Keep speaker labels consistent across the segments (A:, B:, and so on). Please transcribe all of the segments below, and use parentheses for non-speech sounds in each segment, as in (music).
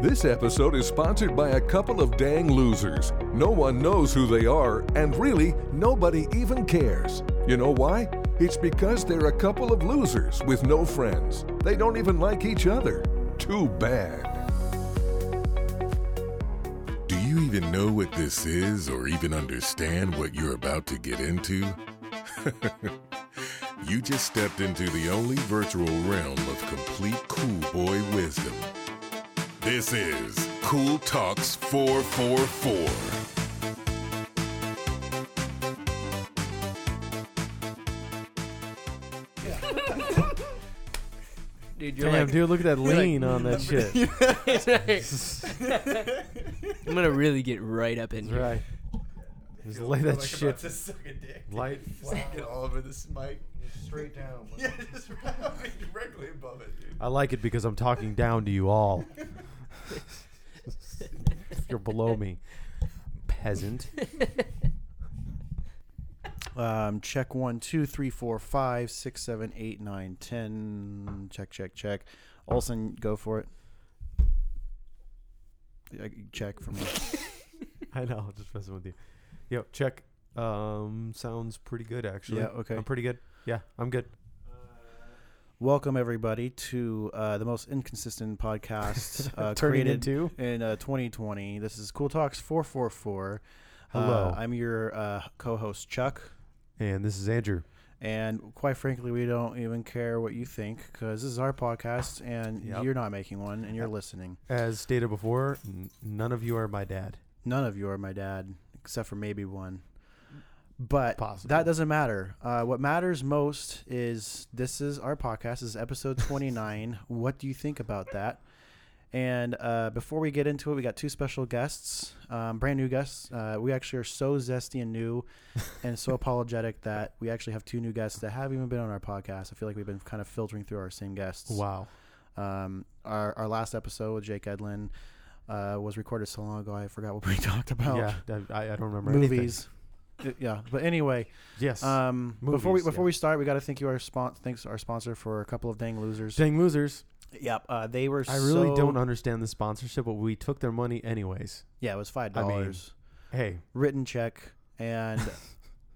A: This episode is sponsored by a couple of dang losers. No one knows who they are, and really, nobody even cares. You know why? It's because they're a couple of losers with no friends. They don't even like each other. Too bad.
B: Do you even know what this is or even understand what you're about to get
A: (laughs)
B: into? you just stepped into the only virtual realm of complete cool boy wisdom. This is Cool Talks 444.
C: dude. You're
D: Damn,
C: like,
D: dude, look at that lean on that shit. That's
C: I'm gonna really get right up in here.
D: right. Just lay that (laughs)
E: like about
D: shit
E: to suck a dick.
D: light.
E: Get all over this mic.
F: Straight down.
E: Yeah, just directly above it, dude.
D: I like it because I'm talking down to you all. You're below me, peasant.
F: Um, check one, two, three, four, five, six, seven, eight, nine, ten. Check, check, check. Olson, go for it. Yeah, Check for me.
D: I know, just messing with you. Yo, check. Um, sounds pretty good actually.
F: Yeah, okay.
D: I'm pretty good. Yeah, I'm good.
F: Welcome everybody to uh, the most inconsistent podcast (laughs) uh,
D: Turning
F: created
D: into-
F: in uh, 2020. This is Cool Talks 444.
D: Hello.
F: Uh, I'm your uh, co-host Chuck.
D: And this is Andrew.
F: And quite frankly, we don't even care what you think because this is our podcast and
D: Yep.
F: you're not making one and you're
D: Yep.
F: listening.
D: As stated before, n- none of you are my dad.
F: None of you are my dad except for maybe one. But
D: Possible.
F: that doesn't matter. Uh, what matters most is this is our podcast. This is episode 29. what do you think about that? And uh, before we get into it, we got two special guests, um, brand new guests. Uh, we actually are so zesty and new and so apologetic that we actually have two new guests that haven't even been on our podcast. I feel like we've been kind of filtering through our same guests.
D: Wow.
F: Um, our, our last episode with Jake Edlin uh, was recorded so long ago, I forgot what we (laughs) talked about.
D: Yeah, I, I I don't remember anything.
F: movies. Uh, Yeah, but anyway,
D: Yes.
F: um, before we
D: Movies,
F: before
D: yeah.
F: we start, we got to thank you our spon- thanks our sponsor for a couple of dang losers.
D: Dang losers.
F: Yep, uh, they were.
D: I really
F: so-
D: don't understand the sponsorship, but we took their money anyways.
F: Yeah, it was five
D: I mean-
F: dollars
D: Hey,
F: written check,
D: (laughs)
F: and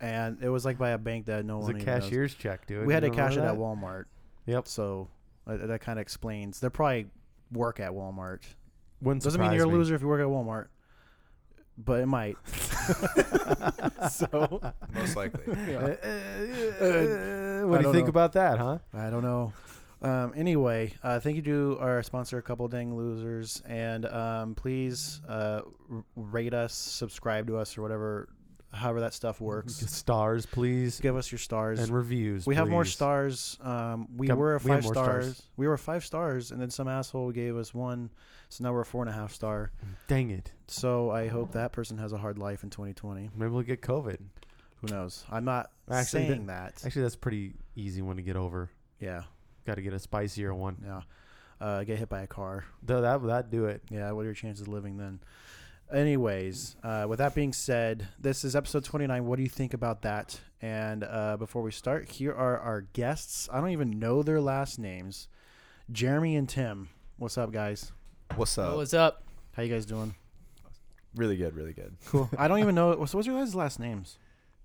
F: and it was like by a bank that no
D: It was
F: one
D: a
F: even knows.
D: cashier's check, dude.
F: We had
D: You
F: to cash it
D: remember
F: at Walmart,
D: that? Yep.
F: so uh, that kind of explains. They probably work at Walmart.
D: Wouldn't
F: Doesn't mean
D: surprise
F: you're a
D: me.
F: loser if you work at Walmart, but it might. (laughs) so
E: Most likely.
D: Uh, what
F: Uh, I
D: do you
F: don't
D: think
F: know.
D: about that, huh?
F: I don't know. Um, anyway, uh, thank you to our sponsor, Couple Dang Losers, and um, please uh, r- rate us, subscribe to us, or whatever, however that stuff works.
D: Stars, please,
F: Give us your stars.
D: and reviews.
F: we have more
D: please.
F: stars. Um, we
D: Got-
F: were a
D: we have
F: five
D: more
F: stars.
D: stars.
F: We were five stars, and then some asshole gave us one, so now we're a four and a half star.
D: Dang it!
F: So I hope that person has a hard life in 2020.
D: Maybe we'll get COVID.
F: Who knows? I'm not
D: Actually,
F: saying that.
D: Actually, that's a pretty easy one to get over.
F: yeah,
D: Got to get a spicier one.
F: yeah. Uh, get hit by a car.
D: Though that that do it.
F: Yeah, what are your chances of living then? Anyways, uh, with that being said, this is episode 29. What do you think about that? And uh, before we start, here are our guests. I don't even know their last names Jeremy and Tim. What's up, guys?
E: What's up?
C: Oh, What's up?
F: How you guys doing?
E: really good, really good.
F: Cool. I don't even know. So what's your guys' last names?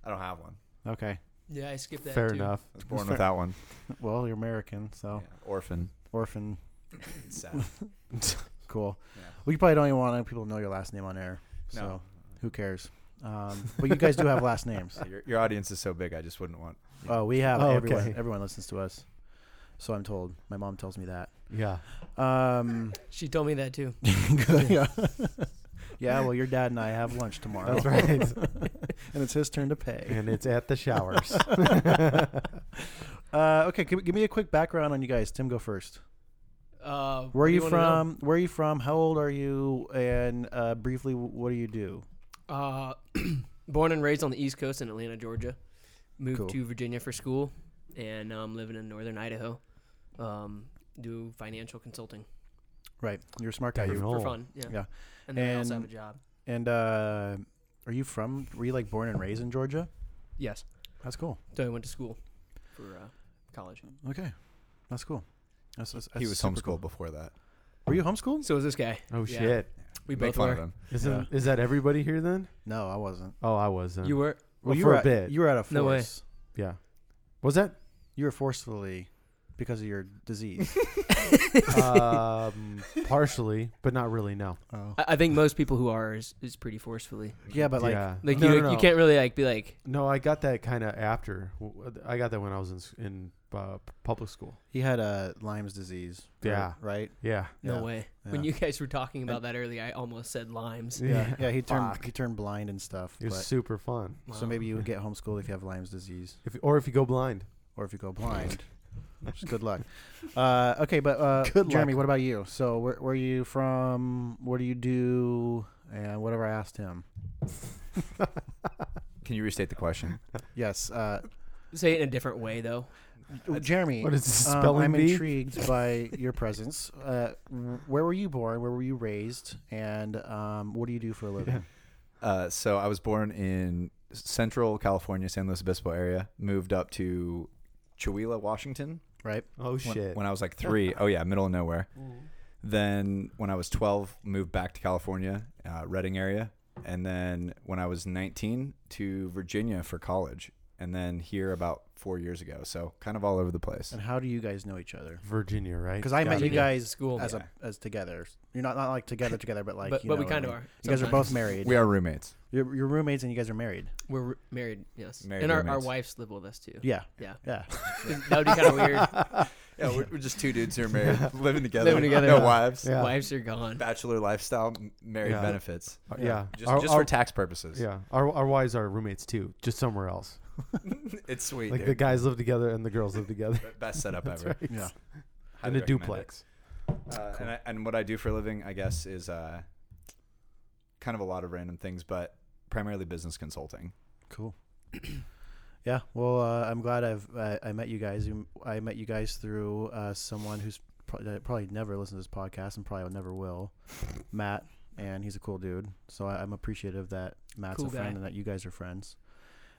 E: I don't have one.
F: Okay.
C: Yeah, I skipped that.
D: Fair
C: too.
D: enough.
E: I was born
F: fair.
E: without one.
F: Well, you're American, so
E: Yeah, Orphan.
F: orphan.
E: It's sad.
F: Cool.
E: Yeah.
F: We probably don't even want people to know your last name on air. So
E: No.
F: who cares? Um, but you guys do have last names.
E: your, your audience is so big, I just wouldn't want.
F: Oh, we have
D: Oh,
F: everyone.
D: okay.
F: Everyone listens to us, so I'm told. My mom tells
D: (laughs)
F: me that.
D: Yeah.
F: (laughs)
D: (laughs)
F: Um,
C: She told me that too.
F: yeah. yeah. Well, your dad and I have lunch tomorrow.
D: That's right.
F: (laughs) and it's his turn
D: (laughs)
F: to pay.
D: and it's at the
F: (laughs)
D: showers.
F: Uh, okay, give, give me a quick background on you guys. Tim, go first.
C: Uh,
F: Where
C: what
F: are
C: do
F: you,
C: wanna know?
F: from? Where are you from? How old are you? And uh, briefly, wh- what do you do?
C: Uh, (clears throat) born and raised on the East Coast in Atlanta, Georgia. Moved
F: Cool.
C: to Virginia for school, and now I'm living in northern Idaho. Um, do financial consulting
F: Right, you're a smart guy.
D: Got
F: You.
D: you. Oh.
C: for fun. Yeah.
F: Yeah.
C: And then I also
F: And-
C: have a job.
F: And uh, are you from? Were you like born and raised in Georgia?
C: Yes.
F: That's cool.
C: So I went to school for uh, college.
F: Okay, that's cool. That's, that's,
E: he
F: that's
E: was
F: super
E: homeschooled
F: cool.
E: before that.
F: Were you homeschooled?
C: So is this guy.
D: Oh
C: Yeah.
D: shit!
C: We
E: Make
C: both
E: fun
C: were.
E: of them.
D: Isn't is that everybody here then?
F: No, I wasn't.
D: Oh, I was then.
C: You were. (laughs)
D: well,
F: you
D: for
F: were
D: a
F: at,
D: bit.
F: You were at a force.
C: No way.
D: yeah. Was that?
F: You were forcefully because of your
D: (laughs)
F: disease. (laughs)
D: um, partially, but not really. No.
F: oh.
C: I, I think most people who are is, is pretty forcefully.
F: Yeah, but like
D: yeah.
C: Like
D: no,
C: you,
D: no, no.
C: you can't really like be like.
D: No, I got that kind of after. W- I got that when I was in s- in uh, p- public school.
F: he had a Lyme's disease. right-
D: Yeah.
F: Right.
D: Yeah.
C: No
F: Yeah.
C: way.
F: Yeah.
C: When you guys were talking about that earlier, I almost said limes.
F: Yeah. Yeah. He turned.
D: Fuck.
F: He turned blind and stuff.
D: It was
F: but-
D: super fun.
F: so maybe you would get homeschooled if you have Lyme's disease,
D: If or if you go blind,
F: or if you
D: (laughs)
F: go blind. Just good luck. Uh, okay, but uh,
D: Good
F: Jeremy,
D: luck.
F: what about you? So where, where are you from? What do you do? And whatever I asked him.
E: Can you restate the question?
F: Yes. Uh,
C: say it in a different way though.
F: Jeremy,
D: what is this
F: um,
D: spelling
F: I'm
D: bee? (laughs)
F: intrigued by your presence. Uh, w- where were you born? Where were you raised? And um, what do you do for a living?
E: Uh, so I was born in Central California, San Luis Obispo area. Moved up to Chihuahua, Washington,
F: Right?
D: Oh
E: when,
D: shit!
E: when I was like three. oh yeah, middle of nowhere. Then when I was 12, moved back to California, uh, Redding area, and then when I was 19 to Virginia for college, and then here about four years ago. So kind of all over the place.
F: And how do you guys know each other?
D: Virginia, right?
F: Because I met you
C: Virginia.
F: guys
C: School.
F: as a, as together. You're not not
D: (laughs)
F: like together together, but like
C: but
F: you
C: but
F: know
C: we
F: what I
C: kind of
F: mean.
C: are.
F: You guys are
C: sometimes.
F: both married.
E: We are roommates.
F: You're, you're roommates and you guys are married.
C: We're re- married. Yes.
E: Married
C: and our, our
E: roommates.
C: wives live with us too.
F: Yeah.
C: Yeah.
D: (laughs)
F: Yeah.
C: (laughs) that would be kind of weird.
F: (laughs)
E: Yeah, we're, we're just two dudes who are (laughs) married, living together,
C: Living together.
E: no
C: Yeah.
E: wives,
D: Yeah.
C: Wives are gone.
E: bachelor lifestyle, m- married
D: Yeah.
E: benefits,
D: Uh, yeah.
E: just,
D: Our-
E: just
D: our-
E: for tax purposes.
D: Yeah, our our wives are roommates too, just somewhere else.
E: (laughs) it's sweet.
D: Like the
E: dude.
D: guys live together and the girls live
E: (laughs)
D: together. (laughs)
E: best setup ever.
D: In
F: Yeah.
E: Highly
D: a
E: recommend it.
D: duplex.
E: Uh, and, I, and what I do for a living, I guess, is uh, kind of a lot of random things, but primarily business consulting.
F: Cool. (clears throat) yeah. Well, uh, I'm glad I've uh, I met you guys. You- I met you guys through uh, someone who's probably, probably never listened to this podcast and probably
C: (laughs)
F: never will, Matt. And he's a cool dude. So I, I'm appreciative that Matt's
C: Cool
F: a friend
C: guy.
F: and that you guys are friends.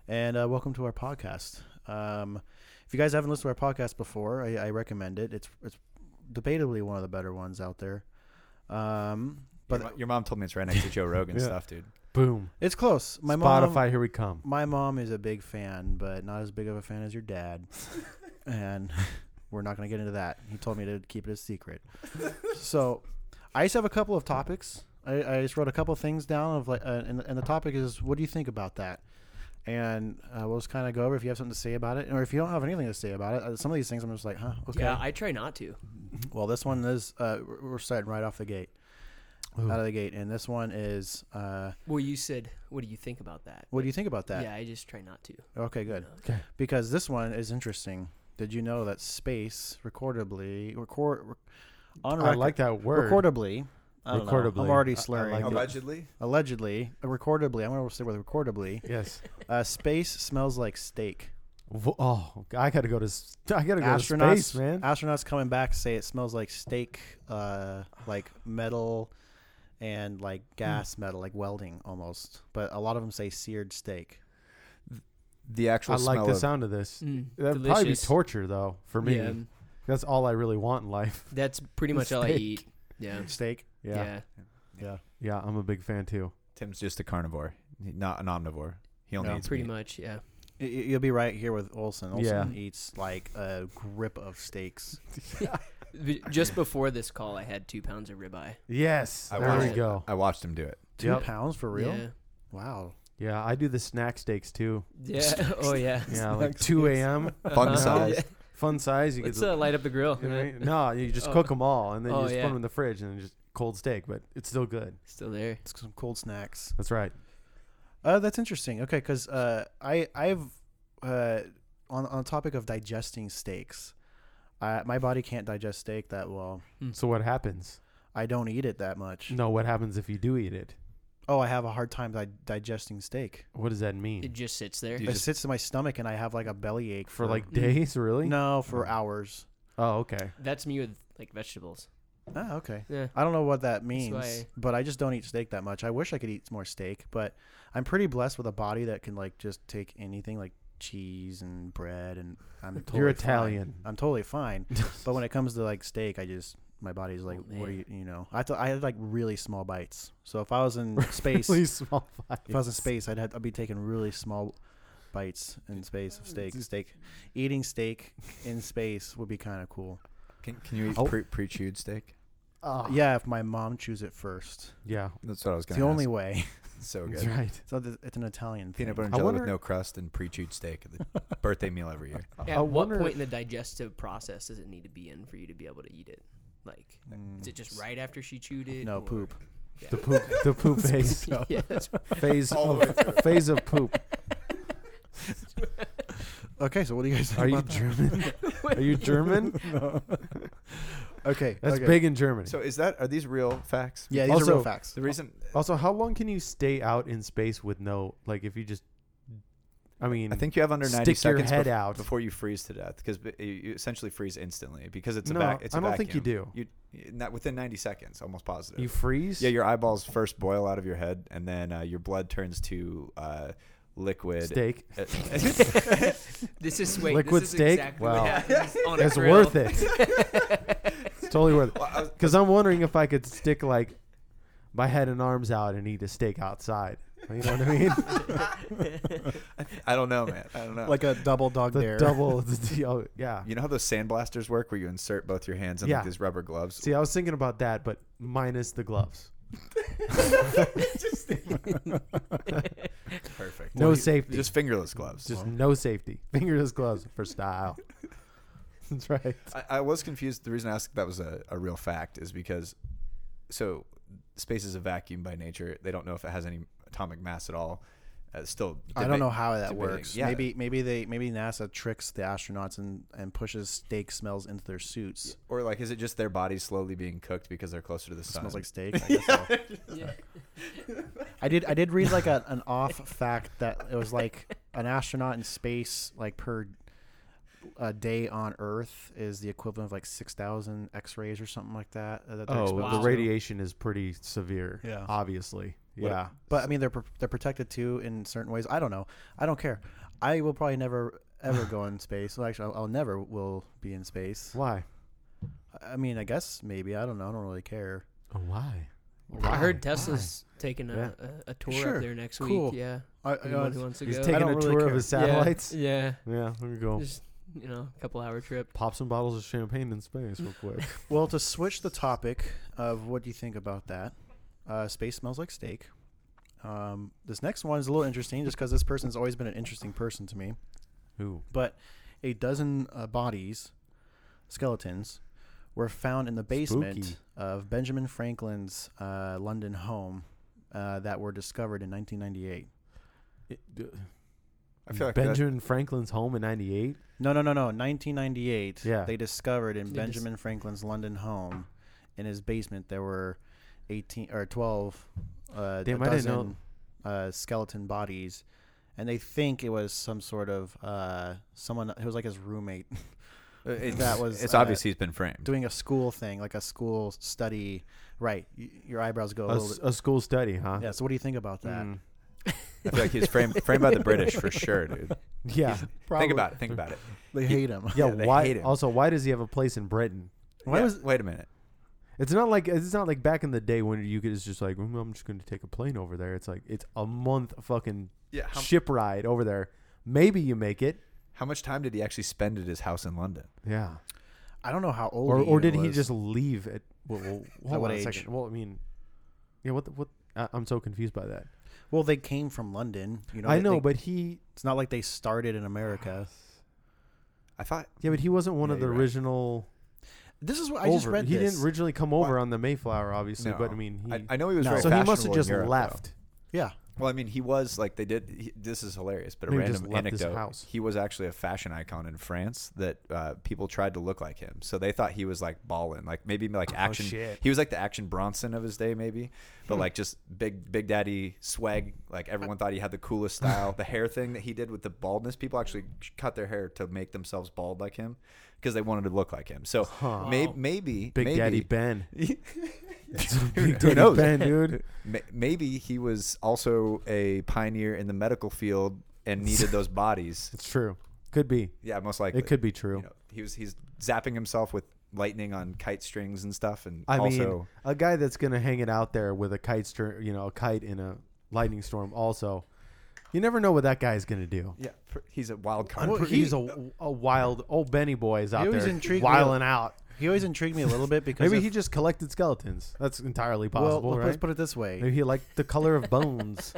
F: And uh, welcome to our podcast. Um, if you guys haven't listened to our podcast before, I, I recommend it. It's it's debatably one of the better ones out there. Um,
E: But
F: but
E: your, mo- your mom told me it's right next to Joe Rogan
D: Yeah.
E: stuff, dude.
D: Boom.
F: it's close. My
D: Spotify,
F: mom,
D: here we come.
F: my mom is a big fan, but not as big of a fan as your dad. and (laughs) we're not going to get into that. He told me to keep it a secret. so I just have a couple of topics. I, I just wrote a couple of things down of like, uh, and, and the topic is, what do you think about that? And uh, we'll just kind of go over if you have something to say about it, or if you don't have anything to say about it. Uh, some of these things I'm just like, huh, okay.
C: Yeah, I try not to.
F: Well, this one is uh, we're- we're starting right off the gate,
D: Ooh.
F: out of the gate, and this one is, uh,
C: Well, you said, "What do you think about that?"
F: what do you think about that?
C: Yeah, I just try not to.
F: Okay, good.
D: Okay.
F: Because this one is interesting. Did you know that space recordably record rec- on
D: I
F: record,
D: like that word.
F: recordably I don't know.
D: Recordably.
F: I'm
D: I- I
F: already slurring.
D: like it.
E: Allegedly,
F: Allegedly, uh, recordably. I'm going to say with
D: (laughs)
F: recordably.
D: Yes.
F: Uh, space smells like steak.
D: Vo- Oh, I gotta go to. s- I gotta go
F: astronauts,
D: to space, man.
F: astronauts coming back say it smells like steak, uh, like metal, and like
D: Hmm.
F: gas metal, like welding almost. But a lot of them say
D: (laughs)
F: seared steak.
E: the actual
D: I like
E: smell
D: the
E: of-
D: sound of this.
C: Mm,
D: That'd probably be
C: delicious.
D: torture though for me.
C: Yeah, um,
D: That's all I really want in life. (laughs)
C: that's pretty much all I
D: Steak.
C: eat. Yeah.
F: Steak.
D: Yeah. yeah.
C: yeah.
F: Yeah.
D: I'm a big fan too.
E: Tim's just a carnivore, he- not an omnivore. He only
F: No,
E: eats
C: Pretty
E: meat.
C: much. Yeah.
F: Y- y- You'll be right here with Olson. Olson
D: Yeah.
F: eats like a grip of steaks.
C: V- Just before this call, I had two pounds of ribeye.
D: Yes.
E: I
D: there we
E: watched it.
D: go.
E: I watched him do it.
F: Two
D: Yep.
F: pounds for real?
C: Yeah.
F: Wow.
D: Yeah, I do the snack steaks too.
C: Yeah. (laughs) oh yeah.
D: Yeah, like 2 a.m.
E: Fun
D: Uh-huh.
E: size.
D: Yeah. Fun size. You
C: Let's
D: get
C: uh, light up the grill.
D: the- you know what I mean? no, you just cook them all and then
C: Oh,
D: you just put
C: yeah.
D: them in the fridge and then just cold steak, but it's still good.
C: Still there.
F: It's some cold snacks.
D: That's right.
F: Uh, that's interesting. Okay, because uh, I I've uh, on on topic of digesting steaks, uh, my body can't digest steak that well.
C: Hmm.
D: So what happens?
F: I don't eat it that much.
D: No, what happens if you do eat it?
F: Oh, I have a hard time di- digesting steak.
D: What does that
C: It
D: mean?
C: just sits there.
E: You
F: it
E: just-
F: sits in my stomach, and I have like a belly ache
D: For like
C: Mm.
D: days, really?
F: no for hours.
D: Oh, okay.
C: That's me with like vegetables.
F: Oh, okay.
C: Yeah.
F: I don't know what that means,
C: why-
F: but I just don't eat steak that much. I wish I could eat more steak, but I'm pretty blessed with a body that can like just take anything like cheese and bread and I'm totally
D: You're
F: fine.
D: (laughs)
F: Uh,
D: Italian.
F: I'm totally fine. but when it comes to like steak, I just my body's like,
C: Oh,
F: what are
C: man.
F: you? You know, I thought I had like really small bites. So if I
D: (laughs)
F: was in space,
D: Really small
F: if I was in
D: bites.
F: space, I'd have, I'd be taking really small bites in space of steak. Steak, eating steak in space would be kind of cool.
E: Can, can you eat
D: Oh.
E: pre pre chewed steak?
D: Ah.
F: Yeah, if my mom chews it first,
D: Yeah.
E: That's what I was
F: it's
E: gonna.
F: the only
E: ask.
F: way.
E: So
D: That's
E: good.
D: (laughs) right.
F: So th- it's an Italian thing.
E: Peanut butter and
D: I
E: jelly with
D: wonder-
E: no crust and pre chewed steak at the birthday meal every
D: (laughs)
E: year.
C: At
D: I
C: what
D: wonder
C: point
D: if-
C: in the digestive process does it need to be in for you to be able to eat it? Like, is it just right after she chewed it?
F: No
C: or- (laughs)
F: poop.
D: The poop. The poop phase.
C: Yeah, that's
D: (laughs) phase of phase of poop.
F: Okay, so what do you guys think
D: Are you
F: (laughs) about that?
D: German? Are you German?
F: (laughs) Okay,
D: That's
F: okay.
D: big in Germany.
E: So uh, is that are these real facts?
F: Yeah, these are real
D: Also-
F: facts.
E: The reason
D: also, how long can you stay out in space with no like if you just? I mean,
E: I think you have under ninety
D: stick your
E: seconds
D: head
E: bef-
D: out.
E: before you freeze to death because you you essentially freeze instantly because it's a
D: No,
E: vac. It's a
D: I don't think you
E: vacuum. You not within ninety seconds, almost positive.
D: you freeze.
E: yeah, your eyeballs first boil out of your head, and then uh, your blood turns to uh, liquid.
D: steak.
E: Uh, (laughs)
C: This is wait,
D: Liquid
C: this is
D: steak?
C: Exactly what
D: Wow. (laughs)
C: happens on a
D: It's
C: grill.
D: worth it. it's totally worth it.
E: Well, I was-
D: Because I'm wondering if I could stick like my head and arms out and eat a steak outside. You know what I mean?
E: I don't know, man. I don't know.
F: Like a double dog
D: the
F: dare.
D: double. The, the, oh, yeah.
E: you know how those sandblasters work, where you insert both your hands in
D: Yeah.
E: like these rubber gloves.
D: See, I was thinking about that, but minus the gloves.
C: (laughs)
D: (laughs)
E: Perfect.
D: No safety.
E: Just fingerless gloves.
D: Just no safety. (laughs) Fingerless gloves for style. (laughs) That's right.
E: I, I was confused. The reason I asked if that was a, a real fact is because so space is a vacuum by nature. They don't know if it has any atomic mass at all. Uh, still,
F: (laughs) I
E: deba-
F: don't know how that
E: debating.
F: works.
E: Yeah.
F: Maybe maybe they maybe NASA tricks the astronauts and, and pushes steak smells into their suits.
E: or like, is it just their bodies slowly being cooked because they're closer to the sun?
F: Smells like steak. I, guess so. (laughs) I did I did read like a, an off fact that it was like an astronaut in space like per a day on Earth is the equivalent of like six thousand X rays or something like that. uh, that they're
D: Oh,
F: exposed
D: the
C: Wow.
F: to.
D: radiation is pretty severe.
F: Yeah.
D: Obviously. yeah.
F: But I mean, they're pr- they're protected too in certain ways. I don't know. I don't care. I will probably never ever go in space. Well, actually, I'll, I'll never will be in space.
D: Why?
F: I mean, I guess maybe. I don't know. I don't really care.
D: Oh, why?
C: I
D: Why?
C: heard Tesla's taking a,
D: Yeah.
C: a, a tour
F: Sure.
C: up there next
F: Cool.
C: week. Yeah,
F: I,
C: anyone who wants to
D: He's
C: go.
D: taking a
F: don't really
D: tour
F: care.
D: of his
C: Yeah,
D: satellites. Oh.
C: Yeah,
D: (laughs) Yeah, there we go.
C: just you know, a couple hour trip.
D: Pop some bottles of champagne in space real
C: (laughs)
D: quick.
F: well, to switch the topic of what do you think about that? Uh, space smells like steak. Um, this next one is a little interesting, just because this person's always been an interesting person to me.
D: Ooh.
F: But a dozen uh, bodies, skeletons, were found in the basement
D: Spooky.
F: of Benjamin Franklin's uh, London home uh, that were discovered in 1998.
E: I feel like that-
D: Benjamin Franklin's home in 98.
F: No, no, no, no. 1998.
D: Yeah.
F: They discovered in
C: They dis-
F: Benjamin Franklin's London home, in his basement, there were 18 or 12, uh,
D: Damn,
F: a
D: I didn't know-
F: dozen uh, skeleton bodies, and they think it was some sort of uh, someone who was like his roommate (laughs)
E: uh, it's,
F: That was,
E: It's
F: uh,
E: obvious he's been framed.
F: doing a school thing, like a school study. Right. Y- your eyebrows go.
D: A,
F: A little
D: s-
F: bit.
D: a school study, huh?
F: Yeah. So what do you think about that?
D: Mm.
E: I feel like he's framed framed by the British for sure, dude.
D: Yeah.
E: Think about it. Think about it.
F: They hate him.
D: Yeah,
E: Yeah, they
D: why?
E: hate him.
D: Also, why does he have a place in Britain?
F: Why
E: Yeah,
F: was
E: Wait a minute.
D: It's not like it's not like back in the day when you could it's just like "Mm, I'm just going to take a plane over there. It's like it's a month fucking
E: Yeah. How,
D: ship ride over there. Maybe you make it.
E: how much time did he actually spend at his house in London?
D: Yeah.
F: (laughs) I don't know how old.
D: Or
F: he
D: or did
F: even
D: he
F: was.
D: just leave at well, well, hold
F: what
D: on
F: age?
D: a second. Well, I mean, yeah. What the, what? I, I'm so confused by that.
F: Well, they came from London. You know.
D: I
F: they-
D: know,
F: they-
D: but he.
F: it's not like they started
D: (sighs)
F: in America.
E: I thought
D: Yeah, but he wasn't one
E: Yeah,
D: of the
E: you're right.
D: original.
F: This is what I
D: over.
F: just read.
D: he
F: this.
D: didn't originally come over on the Mayflower, obviously.
E: no.
D: But I mean, he,
E: I, I know he was
F: No.
E: very
D: so he must have
E: fashionable in
D: just
E: Europe, though.
D: left.
F: Yeah.
E: Well, I mean, he was like they did. He, this is hilarious, but a
D: Maybe just
E: random
D: left his
E: anecdote.
D: house.
E: He was actually a fashion icon in France that uh, people tried to look like him, so they thought he was like balling, like maybe like action.
D: Oh, shit. Hmm.
E: He was like the action Bronson of his day, maybe, but like just big, big daddy swag. Like everyone thought he had the coolest style. the hair thing that he did with the baldness, people actually cut their hair to make themselves bald like him because they wanted to look like him. So may-
C: Wow.
E: maybe,
D: Big
E: maybe,
D: Daddy (laughs) Ben. Big
E: who
D: Daddy
E: knows?
D: Ben, dude.
E: Ma- Maybe he was also a pioneer in the medical field
D: (laughs)
E: and needed those bodies.
D: (laughs) It's true. Could be.
E: Yeah, most likely.
D: It could be true.
E: You know, he was he's zapping himself with lightning on kite strings and stuff. And
D: I
E: also,
D: mean, a guy that's gonna hang it out there with a kite, str- you know, a kite in a lightning storm. Also, you never know what that guy's gonna do.
E: yeah, pr- he's a wild card. (laughs)
F: Well,
D: Pr-
F: he-
D: he's a, a wild old Benny boy is
F: He
D: out
F: always
D: there
F: intrigued me.
D: wiling out.
F: He always intrigued me a little bit
D: (laughs)
F: because
D: Maybe
F: of-
D: he just collected skeletons. That's entirely
F: well,
D: possible,
F: let's
D: right?
F: put it this way.
D: Maybe he liked the color of
F: (laughs)
D: bones.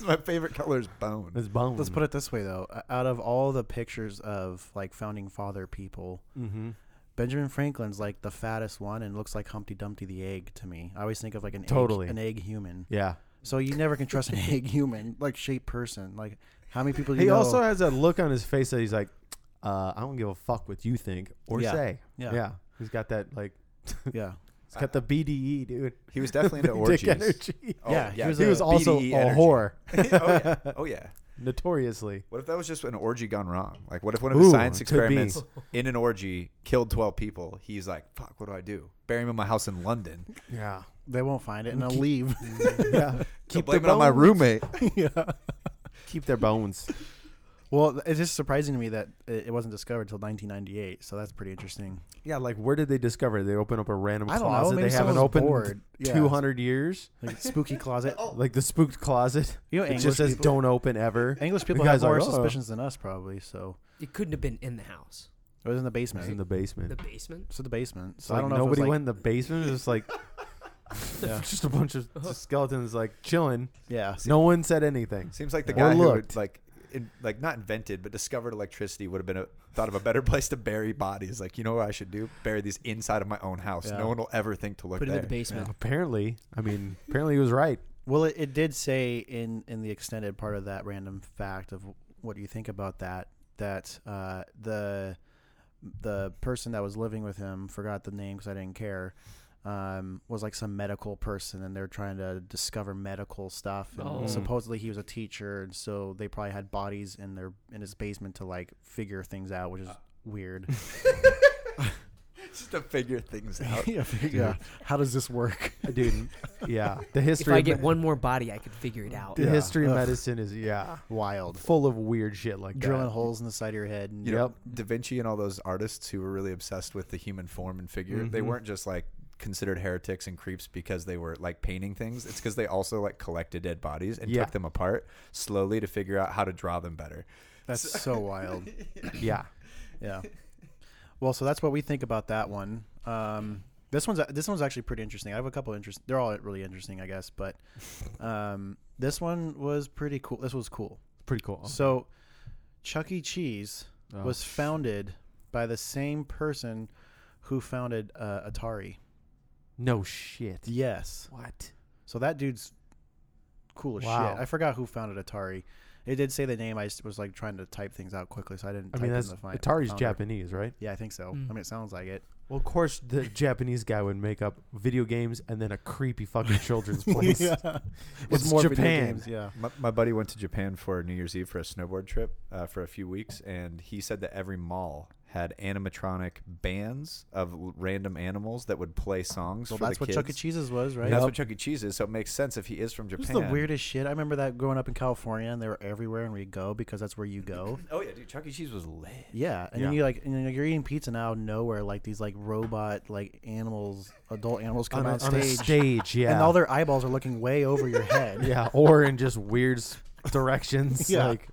E: My favorite color is bone.
D: His bones.
F: Let's put it this way though. O- Out of all the pictures of like founding father people,
D: hmm
F: Benjamin Franklin's like the fattest one and looks like Humpty Dumpty the egg to me. I always think of like an
D: Totally.
F: egg, an egg human.
D: Yeah.
F: So you never can trust an (laughs) egg human, like shaped person. Like how many people do you
D: He
F: know?
D: also has a look on his face that he's like, uh, I don't give a fuck what you think or
F: Yeah.
D: say.
F: Yeah.
D: He's got that like. (laughs)
F: yeah.
D: He's got the BDE, dude.
E: He was definitely into
D: Big (laughs) dick
E: orgies.
D: energy.
E: Oh,
F: Yeah, (laughs) he was
D: he
F: a E
D: was also
E: BDE
D: a
E: E energy.
D: whore,
E: (laughs) oh
D: (laughs)
E: yeah. Oh yeah.
D: notoriously.
E: What if that was just an orgy gone wrong? Like, what if one of his
D: Ooh,
E: science
D: it could be. (laughs)
E: experiments in an orgy killed 12 people? He's like, fuck, what do I do? Bury him in my house in London.
D: Yeah.
F: They won't find it
D: (laughs)
F: and they'll leave. (laughs)
E: (laughs)
D: yeah.
E: Keep
D: their
E: blame it on my
D: bones.
E: roommate.
D: Keep their bones.
F: well, th- it's just surprising to me that it it wasn't discovered until 1998. So that's pretty interesting.
D: yeah, like where did they discover? it? They open up a random
F: I don't know,
D: closet
F: maybe
D: they haven't
F: someone's
D: opened
F: bored. Yeah.
D: 200 years.
F: Like
D: (laughs)
F: spooky closet.
D: Like the spooked closet.
F: You know,
D: it
F: English
D: just says
F: people-
D: don't open ever.
F: English people
D: guys
F: have more
D: are, "Oh."
F: suspicions than us probably. So
C: It couldn't have been in the house,
F: it was in the
D: It's
F: basement.
D: in the basement.
C: the basement.
F: so the basement. So
D: like
F: I don't know.
D: nobody
F: if it was, like-
D: went in the basement. It was
F: (laughs)
D: like (laughs) just a bunch of
C: Uh-huh.
D: skeletons like chilling.
F: Yeah.
D: No one said anything.
E: Seems like the
D: Or
E: guy who
D: looked.
E: would, like, in, like not invented, but discovered electricity would have been a, thought of a better (laughs) place to bury bodies. Like, you know what I should do? Bury these inside of my own house.
F: Yeah.
E: No one will ever think to look
C: Put it
E: there.
C: in the basement.
D: Apparently, I mean, apparently he was right.
F: Well, it, it did say in in the extended part of that random fact of what do you think about that that uh, the the person that was living with him forgot the name because I didn't care um, was like some medical person and they're trying to discover medical stuff and
C: Oh.
F: supposedly he was a teacher and so they probably had bodies in their in his basement to like figure things out which is weird (laughs)
E: Just to
C: (laughs)
E: figure things
F: (laughs)
E: out.
F: yeah, yeah how does this work
D: Dude, yeah. The
C: If
D: history
C: I
D: of
C: get
D: me-
C: one more body, I could figure it out.
D: the
F: Yeah.
D: history of
F: Ugh.
D: medicine is yeah,
F: wild
D: full of weird shit like
F: drilling
D: that.
F: holes in the side of your head and
E: You know, Da Vinci and all those artists who were really obsessed with the human form and figure,
C: Mm-hmm.
E: they weren't just like considered heretics and creeps because they were like painting things. It's because they also like collected dead bodies and
D: Yeah.
E: took them apart slowly to figure out how to draw them better.
F: that's so wild
D: Yeah.
F: Yeah. Well, so that's what we think about that one. Um, this one's this one's actually pretty interesting. I have a couple interest. They're all really interesting, I guess. But um, this one was pretty cool. This was cool.
D: Pretty cool.
F: So, Chuck E. Cheese
D: Oh.
F: was founded by the same person who founded uh, Atari.
D: no shit.
F: Yes.
D: What?
F: So that dude's cool as
D: Wow.
F: shit. I forgot who founded Atari. It did say the name. I just was like trying to type things out quickly, so I didn't.
D: I
F: type
D: mean,
F: in
D: that's
F: the fi-
D: Atari's
F: founder.
D: Japanese, right?
F: Yeah, I think so. I mean, it sounds like it.
D: Well, of course, the Japanese guy would make up video games and then a creepy fucking
F: (laughs)
D: children's place. It's
F: video
D: Japan.
F: games, yeah.
E: My, my buddy went to Japan for New Year's Eve for a snowboard trip uh, for a few weeks, and he said that every mall had animatronic bands of l- random animals that would play songs
F: Well,
E: for
F: that's
E: the
F: what
E: kids.
F: Chuck E. Cheese's was, right?
E: That's what Chuck E. Cheese is, so it makes sense if he is from
F: It was
E: Japan.
F: the weirdest shit. I remember that growing up in California, and they were everywhere, and we'd go because that's where you go.
E: Oh yeah, dude, Chuck E. Cheese was lit.
F: (laughs) Yeah, and then
D: Yeah.
F: you like, and then you're eating pizza now. Nowhere, like these like robot like animals, adult animals
D: on,
F: come
D: a,
F: on,
D: on a
F: stage,
D: stage, yeah.
F: and all their eyeballs are looking way over your
D: (laughs)
F: head.
D: yeah, or in just weird s- directions.
F: (laughs) Yeah.
D: Like,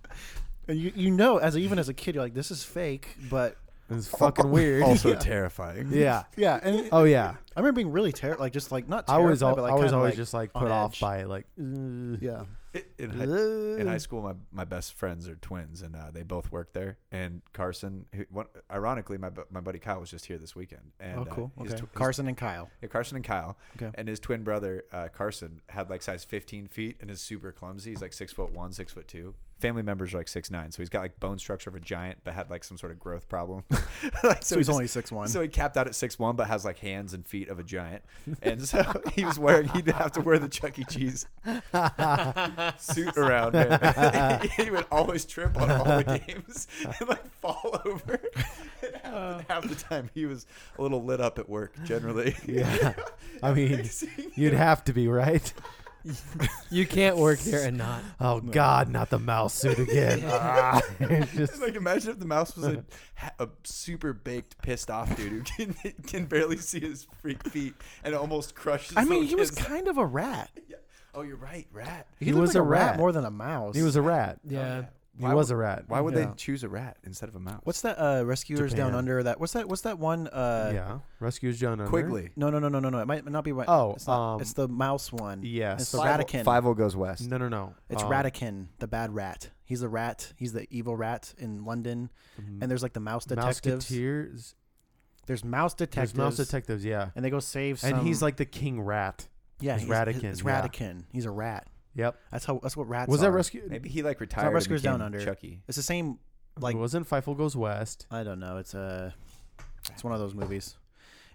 F: and you you know, as a, even as a kid, you're like, this is fake, but
D: it's fucking
F: (laughs)
D: weird.
E: Also terrifying.
D: (laughs) yeah.
F: yeah, and
D: Oh, yeah.
F: (laughs) I remember being really terrified, like just like not.
D: I was,
F: terrified,
D: al-
F: but, like,
D: I was
F: kinda,
D: always
F: like,
D: just like
F: on
D: put off
F: edge.
D: by like, "Ugh."
F: (laughs) Yeah,
E: (laughs) In, hi- in high school, my, my best friends are twins, and uh, they both work there. And Carson, who, one, ironically, my bu- my buddy Kyle was just here this weekend. And,
F: oh,
E: uh,
F: cool.
E: his
F: Okay.
E: tw- his-
F: Carson and Kyle.
E: yeah, Carson and Kyle,
F: Okay.
E: and his twin brother uh, Carson had like size 15 feet and is super clumsy. He's like six foot one, six foot two. Family members are like six nine, so he's got like bone structure of a giant, but had like some sort of growth problem. (laughs) Like,
F: So,
E: he
F: he's
E: just-
F: only six one.
E: So he capped out at six one, but has like hands and feet of a giant. And so (laughs) he was wearing he'd have to wear the Chuck E. Cheese suit around him. (laughs) he would always trip on all the games (laughs) and like fall over. (laughs) And half, half the time he was a (laughs) little lit up at work generally.
F: (laughs)
D: Yeah. (laughs) I mean,
E: Seeing
D: you'd have to be, right? (laughs)
C: You can't work there and not.
D: Oh God, not the mouse suit
F: (laughs)
D: again. Ah, it's just-
E: like imagine if the mouse was a, a super baked pissed off dude who (laughs) can, can barely see his freak feet and almost crushes.
F: I mean, he was kind of a rat.
E: oh, you're right, rat.
F: He,
D: He
F: looked
D: was a
F: like
D: rat.
F: more than a mouse.
D: he was a rat.
C: (laughs) Yeah.
D: He was a rat.
E: Why would
F: Yeah.
E: they choose a rat instead of a mouse?
F: What's that? Uh, Rescuers Down
D: Japan.
F: Under. That what's that? What's that one? Uh,
D: yeah, rescues John Under.
E: quickly?
F: No, no, no, no, no, no. It might not be right.
D: Oh,
F: it's, not,
D: um,
F: it's the mouse one.
D: yes.
F: it's the
D: Five-
F: Ratican.
E: Five O goes west.
D: No, no, no.
F: It's
D: Um,
F: Ratican, the bad rat. He's the rat. He's the evil rat in London.
D: Mm-hmm.
F: And there's like the mouse detectives.
D: Mouseketeers.
F: There's mouse detectives.
D: There's mouse detectives. Yeah,
F: And they go save. Some,
D: and he's like the king rat.
F: yeah,
D: he's
F: he's-
D: Ratican,
F: It's
D: yeah.
F: Ratican. He's a rat.
D: Yep.
F: That's how. That's what rats.
D: was that
F: are.
D: rescue?
E: Maybe he like retired. and
F: Rescuers Down
E: became
F: Under.
E: Chucky.
F: It's the same. Like
D: it wasn't Feifel Goes West.
F: I don't know. It's a. It's one of those movies.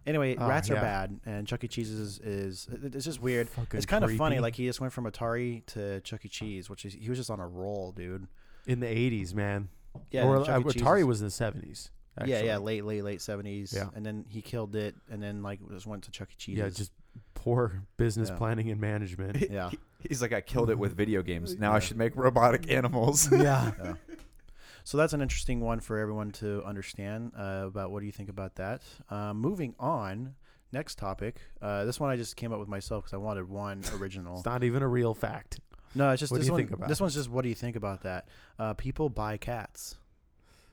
F: Anyway,
D: Oh,
F: rats are
D: yeah.
F: bad, and Chuck E. Cheese is, is it- it's just weird.
D: Fucking
F: It's kind of funny.
D: creepy.
F: Like he just went from Atari to Chuck E. Cheese, which is he was just on a roll, dude.
D: in the '80s, man.
F: Yeah,
D: or
F: and Chuck
D: uh,
F: E. Cheese
D: Atari
F: is-
D: was in the '70s. Actually.
F: Yeah, yeah, late, late, late seventies.
D: Yeah.
F: And then he killed it, and then like just went to Chuck E. Cheese.
D: yeah. Just poor business
F: Yeah.
D: planning and
F: (laughs)
D: management.
F: yeah.
E: He's like, I killed it with video games. Now I should make robotic animals.
D: yeah.
F: So that's an interesting one for everyone to understand uh, about. What do you think about that? Uh, moving on, next topic. Uh, this one I just came up with myself because I
D: (laughs)
F: wanted one original.
D: It's not even a real fact. (laughs)
F: no, it's just
D: What do
F: this
D: you
F: one.
D: think about
F: this
D: it?
F: one's just. What do you think about that? Uh, people buy cats.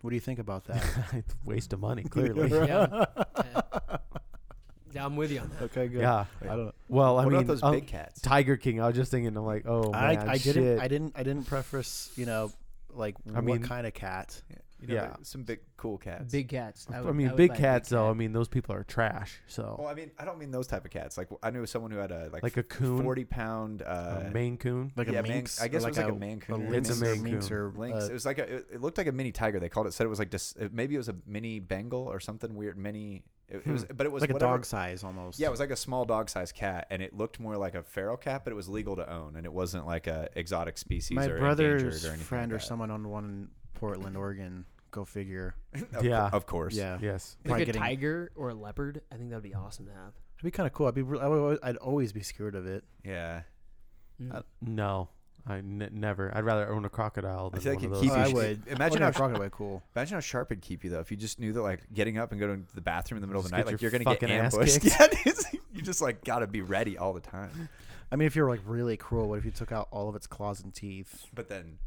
F: What do you think about that?
D: (laughs) Waste of
F: (laughs)
D: money, clearly.
C: Yeah. Yeah, I'm with you on that.
F: okay, good.
D: Yeah.
F: I don't.
D: Well, I
E: what
D: mean,
E: about those
D: um,
E: big cats?
D: Tiger King. I was just thinking, I'm like, oh,
F: I,
D: man,
F: I
D: shit.
F: didn't. I didn't. I didn't preface. You know, like what
D: mean-
F: kind of cat.
E: You know,
D: yeah.
E: some big cool cats.
C: Big cats.
D: I,
C: would-
D: mean,
C: would
D: big
C: buy a
D: cats, though. I
C: cat.
D: mean, those people are trash.
E: Well,
D: So,
E: I mean, I don't mean those type of cats. Like I knew someone who had a like,
D: like a coon,
E: forty pound uh,
D: a Maine coon.
F: Like
E: Yeah,
F: a
E: man-
F: minx.
E: I guess
F: or
E: it was like a Mancoon or
F: lynx
D: It's a
F: or
D: Mancoon.
F: minx or
E: lynx.
F: uh,
E: it was like a, it, it looked like a mini tiger. They called it. Said it was like dis, it- maybe it was a mini Bengal or something weird. Mini. It, it was, but it was
F: Hmm. like
E: whatever-
F: a dog size almost.
E: Yeah, it was like a small dog sized cat, and it looked more like a feral cat, but it was legal to own, and it wasn't like a exotic species.
F: my
E: or
F: brother's
E: endangered or anything
F: friend
E: like
F: or
E: that.
F: someone on one in Portland, Oregon. Go figure.
E: (laughs) Of,
D: Yeah.
E: of course.
F: Yeah,
D: Yes.
C: Like
F: Probably
C: a
F: getting-
C: tiger or a leopard, I think that'd be awesome to have.
F: It'd be kind of cool. I'd be. re- I would, always- I'd always be scared of it.
E: yeah.
C: Mm.
D: No, I n- never. I'd rather own a crocodile than
E: feel like
D: one of
E: it
D: those.
E: keeps
F: I
E: you-
F: would.
E: Imagine
F: oh,
E: how
F: no, crocodile. would be Cool.
E: Imagine how sharp it'd keep you though if you just knew that like getting up and going to the bathroom in the middle of
D: Just
E: the night,
D: get
E: like
D: your
E: you're gonna get
D: fucking ass
E: ambushed. (laughs)
D: kicked.
E: Yeah, it's, you just like gotta be ready all the time.
F: I mean, if you were like really cruel, what if you took out all of its claws and teeth?
E: But then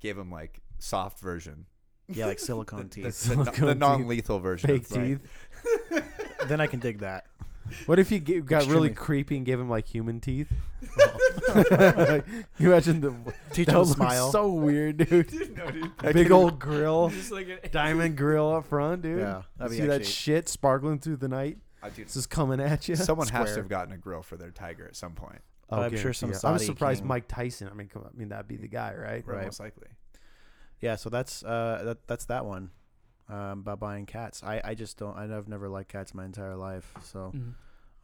E: give him like soft version,
F: Yeah, like silicone teeth.
E: (laughs) the,
D: Silicone teeth.
E: non lethal version.
D: fake
E: It's like-
D: teeth.
E: (laughs)
F: then I can dig that.
D: What if you g- got really
F: Extremely-
D: creepy and gave him like human teeth? (laughs) Like, you imagine the
F: Teach
D: that
F: him to
D: would look
F: smile.
D: So weird, dude.
E: No, dude.
D: Big old grill,
C: like a,
D: diamond grill up front, dude.
F: Yeah, that'd be
D: see that
F: actually-
D: shit sparkling through the night.
E: I- dude,
D: It's just coming at you.
E: someone has
F: Square.
E: to have gotten a grill for their tiger at some point.
D: Oh,
F: I'm sure some
D: guarantee it. I was
F: Saudi
D: surprised
F: king-
D: Mike Tyson. I mean, come on, I mean that'd be the guy, right?
F: Right.
E: Most likely.
F: Yeah, so that's uh that, that's that one. Um, about buying cats. I, I just don't. I've never liked cats my entire life. So,
C: Mm.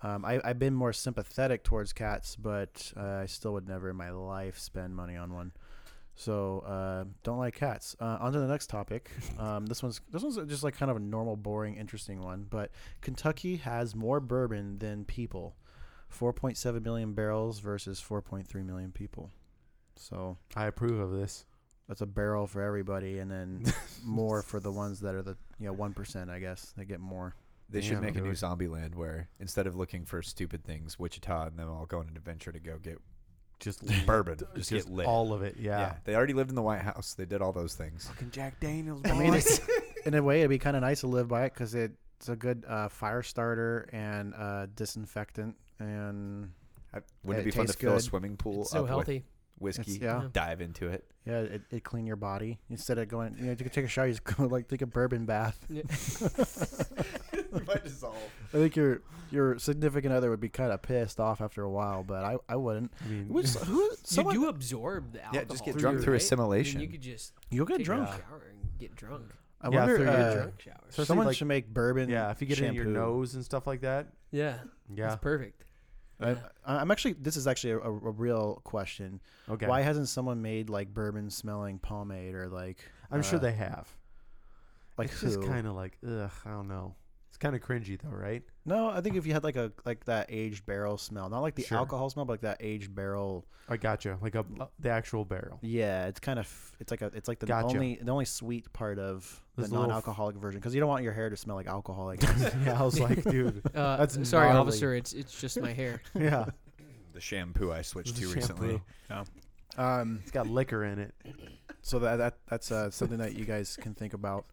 F: um, I I've been more sympathetic towards cats, but uh, I still would never in my life spend money on one. So, uh, don't like cats. Uh, on to the next topic. Um, this one's this one's just like kind of a normal, boring, interesting one. But Kentucky has more bourbon than people. 4.7 million barrels versus 4.3 million people. So
D: I approve of this.
F: that's a barrel for everybody, and then more for the ones that are the you know one percent. I guess they get more.
E: They should
D: Damn,
E: make a new
D: dude.
E: zombie land where instead of looking for stupid things, Wichita and them all go on an adventure to go get (laughs)
D: Just
E: bourbon.
F: (laughs)
E: just, get lit.
D: all of it.
E: yeah.
D: Yeah.
E: They already lived in the White House. They did all those things.
D: Fucking Jack Daniels. (laughs)
F: I mean, it's, in a way, it'd be kind of nice to live by it because it's a good uh, fire starter and uh, disinfectant, and
E: I, wouldn't
F: It
E: it be fun to
F: tastes
E: fill a
F: good.
E: swimming pool
C: so
E: up
C: healthy.
E: with whiskey,
F: It's- yeah.
E: dive into it?
F: yeah, it, it clean your body instead of going. You know, you could take a shower. You just (laughs) go like take a bourbon bath.
C: Yeah.
E: you might dissolve.
F: (laughs) I think your your significant other would be kind of pissed off after a while, but I, I wouldn't.
D: I mean,
F: Which, who someone
C: you
F: you
C: do absorb the alcohol.
E: Yeah, just get drunk through
C: right?
E: assimilation.
C: I mean, you could just
F: will get
C: take
F: drunk.
C: a shower and get drunk.
F: I
D: Yeah,
F: wonder.
D: through your
F: uh,
C: drunk shower.
D: especially,
F: someone
D: like-
F: should make
D: (laughs)
F: bourbon.
D: yeah, if you get it in your
F: shampoo.
D: nose and stuff like that.
C: Yeah,
D: Yeah.
C: that's
D: (laughs)
C: perfect.
F: I, I- I'm actually. This is actually a, a real question.
D: Okay.
F: Why hasn't someone made like bourbon smelling pomade or like?
D: I'm sure
F: uh,
D: they have.
F: like
D: it's
F: who?
D: just kind of like, ugh, I don't know.
C: It's
D: kind of cringy though, right?
F: No, I think if you had like a like that aged barrel smell, not like the
D: Sure.
F: alcohol smell, but like that aged barrel.
D: I gotcha. Like a uh, the actual
F: (laughs)
D: barrel. (laughs)
F: Yeah, it's kind of it's like a it's like the
D: Gotcha.
F: only the only sweet part of
D: Those
F: the
D: little f-
F: non-alcoholic version because you don't want your hair to smell like alcohol. I guess.
D: yeah, I was like, dude.
C: Uh,
D: That's
C: sorry,
D: gnarly.
C: officer. It's it's just my
D: (laughs)
C: hair.
D: Yeah,
E: The shampoo I switched
D: The shampoo.
E: to recently.
F: (laughs) um,
D: it's got liquor in it.
F: so that, that that's uh, something that you guys can think about.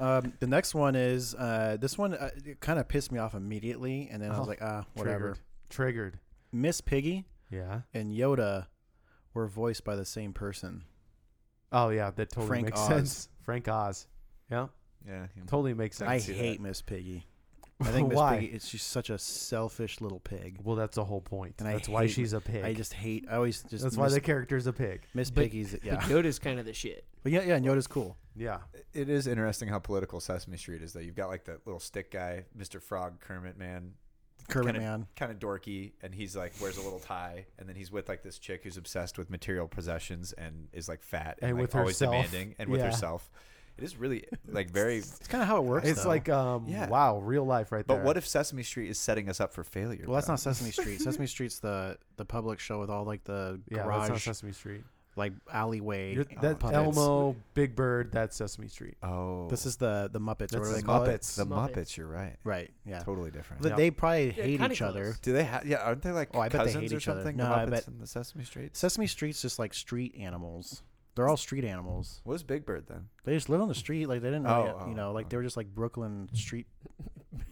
F: Um, the next one is uh, this one uh, it kind of pissed me off immediately, and then I
D: Oh,
F: was like, ah, whatever.
D: Triggered.
F: Miss Piggy
D: Yeah.
F: and Yoda were voiced by the same person.
D: Oh yeah, that totally
F: Frank
D: makes
F: Oz.
D: sense. Frank Oz. Yeah,
E: Yeah.
D: totally makes sense.
F: I,
E: see
F: hate Miss
D: (laughs)
F: Piggy. I think Miss
D: Why?
F: Piggy is she's such a selfish little pig.
D: Well, that's the whole point.
F: And I
D: that's why
F: hate-
D: she's a pig.
F: I just hate. I always just
D: that's
F: miss,
D: why the character's a pig.
F: miss
C: But-
F: Piggy's. Yeah,
C: But Yoda's kind of the shit.
F: but yeah, yeah. and Yoda's cool.
D: Yeah.
E: It is interesting how political Sesame Street is, though. You've got like that little stick guy, Mr. Frog, Kermit Man,
F: Kermit
E: kinda,
F: Man.
E: kind of dorky, and he's like wears a little tie, and then he's with like this chick who's obsessed with material possessions and is like fat and,
D: And
E: like,
D: with
E: always
D: herself.
E: demanding and with
D: Yeah.
E: herself. It is really
F: (laughs)
E: like very.
F: It's kind of how it works.
D: It's
F: though.
D: like um
E: Yeah.
D: wow, real life right there.
E: But what if Sesame Street is setting us up for failure?
F: well, that's
E: bro?
F: not Sesame Street. Sesame Street's the the public show with all like the
D: (laughs) yeah, that's not
F: garage
D: Sesame Street.
F: like alleyway.
D: You're,
F: uh,
D: that
F: puppets.
D: Elmo, Big Bird, that's Sesame Street.
E: Oh,
F: This is the the Muppets. or
E: that's
F: what do
E: the
F: they call it?
E: Muppets. The
C: Muppets.
E: Muppets. You're right.
F: Right. Yeah.
E: Totally different.
F: But
D: Yeah.
F: They probably hate
C: kinda
F: each other.
C: close.
E: Do they have? Yeah, aren't they like
F: Oh, I bet they
E: cousins
F: hate
E: or
F: each other.
E: something?
F: No,
E: the
F: I
E: Muppets
F: bet-
E: and the Sesame Street.
F: Sesame Street's just like street animals. They're all street animals.
E: What is Big Bird then?
F: They just live on the street. Like they didn't,
E: Oh,
F: really, you
E: oh,
F: know, like they were just like Brooklyn street.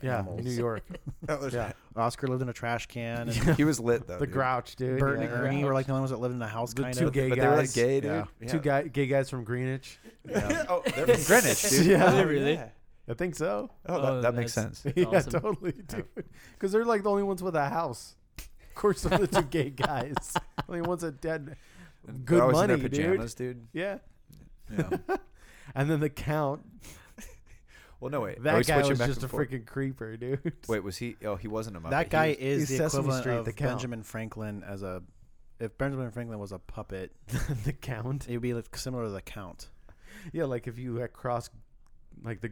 D: Yeah,
F: Animals.
D: New York. yeah.
F: Oscar lived in a trash
D: (laughs)
F: can. And
E: (laughs) he was lit though.
D: The
E: dude.
D: Grouch, dude.
F: Bert
D: yeah.
F: and Ernie were like the only ones that lived in a house.
D: The
F: kind
D: two
F: of.
D: gay
E: But they were like
D: guys.
E: gay, dude.
F: Yeah.
D: Two guy, gay guys from Greenwich.
F: Yeah.
D: (laughs)
E: oh, they're from Greenwich,
D: (laughs)
E: dude.
D: Yeah.
C: Are they really?
D: I think so. (laughs)
E: Oh, that,
C: Oh,
E: that makes
C: that's-
E: sense.
D: yeah,
C: awesome.
D: totally, dude. Because they're like the only ones with a house. Of course, they're the two
E: (laughs)
C: (laughs)
D: gay guys. Only ones
C: Oh,
D: that dead.
E: They're
D: Good
E: always
D: money,
E: in their
D: dude.
E: pajamas, dude.
D: Yeah. (laughs)
E: Yeah.
D: And then the count.
E: well, no wait. Are we
D: That guy
E: switching
D: was
E: back
D: just a
E: and forth?
D: freaking creeper, dude. (laughs)
E: Wait, was he? Oh, he wasn't a Muppet.
F: That
E: He
F: guy
E: was-
F: is
D: he's
F: the
D: Sesame
F: equivalent
D: Street,
F: of
D: the count.
F: Benjamin Franklin as a. If Benjamin Franklin was a puppet,
D: (laughs) the count.
F: it would be like similar to the Count.
D: Yeah, like if you had crossed, like the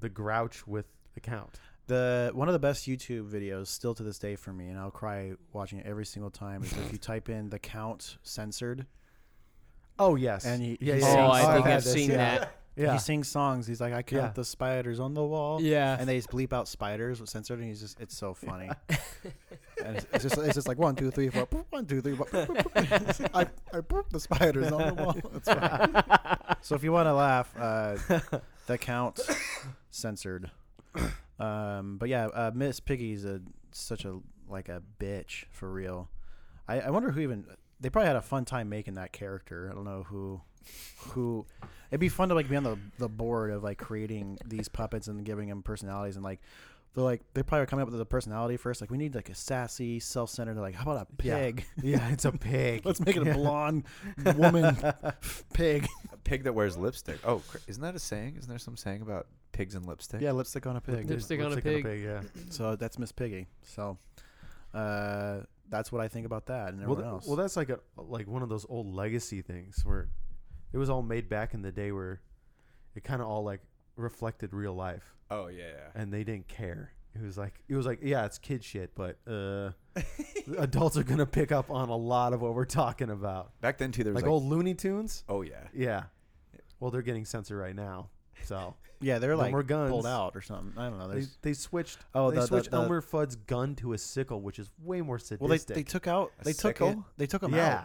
D: the Grouch with the count.
F: The one of the best YouTube videos still to this day for me, and I'll cry watching it every single time.
D: (laughs)
F: Is if you type in the Count censored,
D: Oh yes.
F: And he-
D: yeah,
F: he
D: yeah,
F: sings-
D: yeah.
C: Oh, I
F: I've
C: think
D: had
C: I've
D: this,
C: seen
D: yeah.
C: that.
D: Yeah.
F: he sings songs. He's like, I count
D: Yeah.
F: the spiders on the wall.
C: Yeah.
F: and they just bleep out spiders with censored, and he's just it's so funny. and it's, it's just it's just like one two three four boop, one two three four. boop, boop, boop. I I boop the spiders on the wall. It's funny. so if you want to laugh,
D: (laughs)
F: uh, the count censored. Um, but yeah, uh, Miss Piggy's a such a like a bitch for real. I, I wonder who even they probably had a fun time making that character. I don't know who who it'd be fun to like be on the, the board of like creating these puppets and giving them personalities and like they're like they probably are coming up with the personality first. Like we need like a sassy, self centered like how about a
D: Yeah.
F: pig?
D: Yeah, it's a pig.
F: (laughs) Let's make it
D: (laughs)
F: a blonde woman pig.
E: a pig that wears lipstick. Oh, cr- isn't that a saying? Isn't there some saying about pigs and lipstick?
F: Yeah, lipstick on a pig.
C: Lipstick on a pig.
D: yeah.
F: So that's Miss Piggy. So uh that's what I think about that and
D: well,
F: everyone
D: th-
F: else.
D: well, that's like a like one of those old legacy things where it was all made back in the day where it kind of all like reflected real life
E: Oh yeah. yeah.
D: and they didn't care. It was like it was like yeah, it's kid shit, but
F: (laughs)
D: uh adults are going to pick up on a lot of what we're talking about.
E: Back then too, there was
D: Like,
E: like,
D: old Looney Tunes?
E: Oh yeah.
D: Yeah. Well, they're getting censored right now. So
F: yeah, they're
D: no
F: like
D: more guns.
F: pulled out or something. I don't know.
D: they,
F: There's
D: they switched
F: Oh,
D: they
F: the- the-
D: switched
F: the-
D: Elmer Fudd's gun to a sickle, which is way more sadistic.
F: Well, they, they took out
E: A
F: they took it,
E: sickle?
F: they took him
D: yeah.
F: out.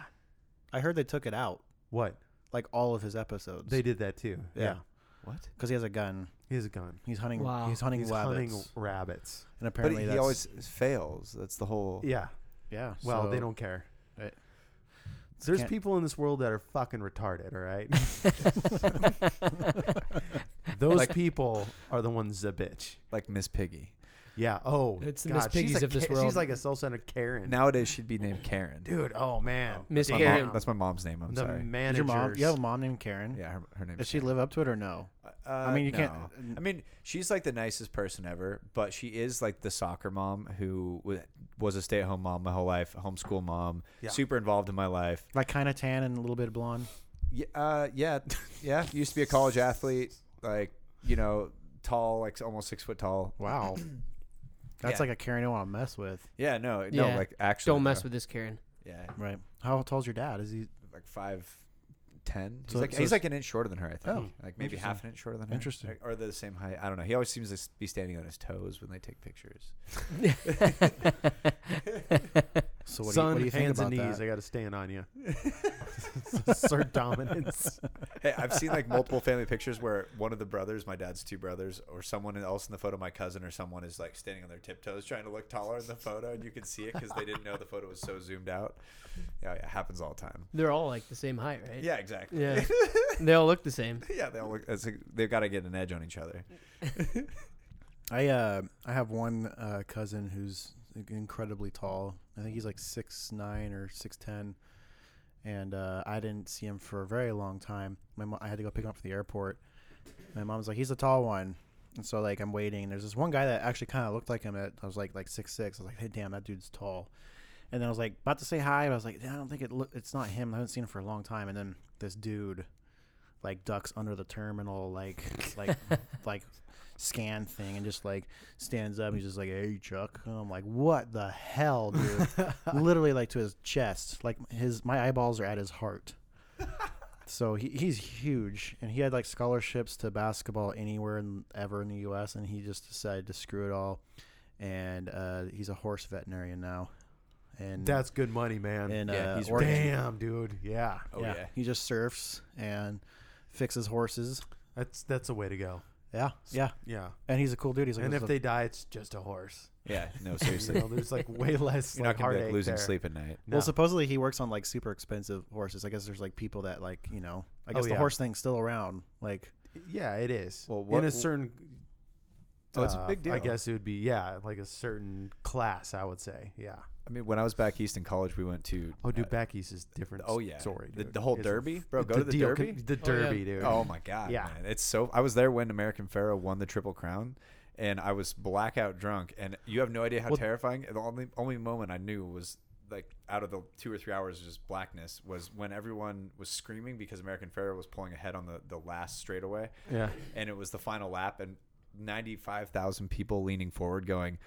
F: I heard they took it out
D: What?
F: like all of his episodes.
D: They did that too.
F: Yeah.
D: Yeah.
E: What?
F: because he has a gun.
D: He has a gun.
F: He's hunting.
C: Wow.
F: He's hunting
D: He's
F: rabbits.
D: hunting rabbits.
F: and
E: But
F: apparently
E: he
F: that's,
E: always fails. That's the whole.
D: Yeah.
F: yeah.
D: Well,
F: so-
D: they don't care.
F: Right.
D: There's
F: Can't-
D: people in this world that are fucking retarded, all right? Those people are the ones that bitch.
E: Like Miss Piggy.
D: Yeah. Oh,
C: It's the
D: God.
C: Miss
D: she's
C: Piggies
D: a
C: of this
D: Ka-
C: world.
D: She's like a self-centered Karen.
E: Nowadays, she'd be named Karen.
D: Dude, oh man.
C: Miss
E: That's my,
C: Karen.
E: mom, that's my mom's name. I'm
D: the
E: sorry.
F: Did
D: managers.
F: your mom? You have a mom named Karen.
E: yeah, her, her name.
F: Does she live up to it or no? I mean, you can't-
E: Uh,
F: uh,
E: I mean, she's like the nicest person ever, but she is like the soccer mom who wa- was a stay-at-home mom my whole life, homeschool mom,
D: Yeah.
E: super involved in my life.
F: Like kind of tan and a little bit blonde.
E: (laughs) Yeah, uh, yeah, yeah. Used to be a college athlete, like you know, tall, like almost six foot tall.
F: Wow. (clears throat) That's
E: Yeah.
F: like a Karen I want to mess with,
E: Yeah, no, no,
C: Yeah.
E: like actually,
C: Don't mess
E: bro.
C: with this
D: (laughs)
C: Karen.
E: Yeah,
F: right? How tall's your dad? Is he
E: like five ten. He's
F: So-
E: like
F: so
E: he's
F: it's-
E: like an inch shorter than her. I think.
F: Oh,
E: like maybe half an inch shorter than her.
F: Interesting.
E: Like, or they're the same height. I don't know. He always seems to s- be standing on his toes when they take pictures.
F: so?
D: Son,
F: What, do, you, what do you
D: hands and
F: think about
D: knees. I
F: that?
D: got to stand on you. Assert dominance.
E: Hey, I've seen like (laughs) multiple family pictures where one of the brothers, my dad's two brothers, or someone else in the photo, my cousin or someone is like standing on their tiptoes trying to look taller in the photo, and you can see it because they didn't know the photo was so zoomed out. Yeah, yeah, it happens all the time.
C: They're all like the same height, right?
E: Yeah, exactly.
C: Yeah.
D: (laughs)
C: they all look the same.
E: (laughs) Yeah, they all look. It's like, they've got to get an edge on each other.
F: I uh, I have one uh, cousin who's incredibly tall. I think he's like six nine or six ten, and uh, I didn't see him for a very long time. My mom, I had to go pick him up from the airport. My mom's like, he's the tall one, and so like I'm waiting. And there's this one guy that actually kind of looked like him. At I was like like six six. I was like, hey, damn, that dude's tall. And then I was like about to say hi, but I was like, "Damn, I don't think it. Look, it's not him. I haven't seen him for a long time. And then this dude, like ducks under the terminal, like like like scan thing, and just like stands up. And he's just like, "Hey, Chuck." And I'm like, "What the hell, dude?" Literally, like to his chest. Like his my eyeballs are at his heart. So he, he's huge, and he had like scholarships to basketball anywhere in, ever in the U.S. And he just decided to screw it all, and uh, he's a horse veterinarian now. And
D: That's good money, man.
F: in
E: Yeah,
F: uh,
E: he's
F: Oregon.
D: Damn, dude. Yeah.
E: Oh
F: yeah.
E: yeah.
F: he just surfs and fixes horses.
D: That's that's a way to go.
F: Yeah, yeah,
D: Yeah.
F: and he's a cool dude. He's like,
D: and
F: "This
D: if
F: is a-
D: they die, it's just a horse. (laughs)
E: Yeah, no,
D: You
E: (laughs) seriously.
D: know, there's like way less.
E: You're
D: like,
E: not gonna be
D: heartache
E: like losing
D: there.
E: sleep at night.
D: No.
F: Well, supposedly he works on like super expensive horses. I guess there's like people that like you know. I guess the
D: yeah.
F: horse thing's still around. Like
D: yeah, it is.
E: Well,
D: in
E: what-
D: a certain.
E: Oh, it's a big
D: Uh, I
E: deal.
D: guess it would be yeah, like a certain class. I would say yeah.
E: I mean, when I was back east in college, we went to.
D: Oh, dude,
E: uh,
D: back east is different.
E: oh yeah,
D: story.
E: The,
D: dude.
E: the whole
D: It's-
E: derby, bro. Go to the
D: deal-
E: derby.
D: The derby, dude.
E: Oh my god,
D: Yeah.
E: man. It's so I was there when American Pharaoh won the Triple Crown and I was blackout drunk and you have no idea how terrifying. The only only moment I knew was like out of the two or three hours of just blackness was when everyone was screaming because American Pharaoh was pulling ahead on the, the last straightaway.
D: Yeah.
E: And it was the final lap and ninety five thousand people leaning forward going,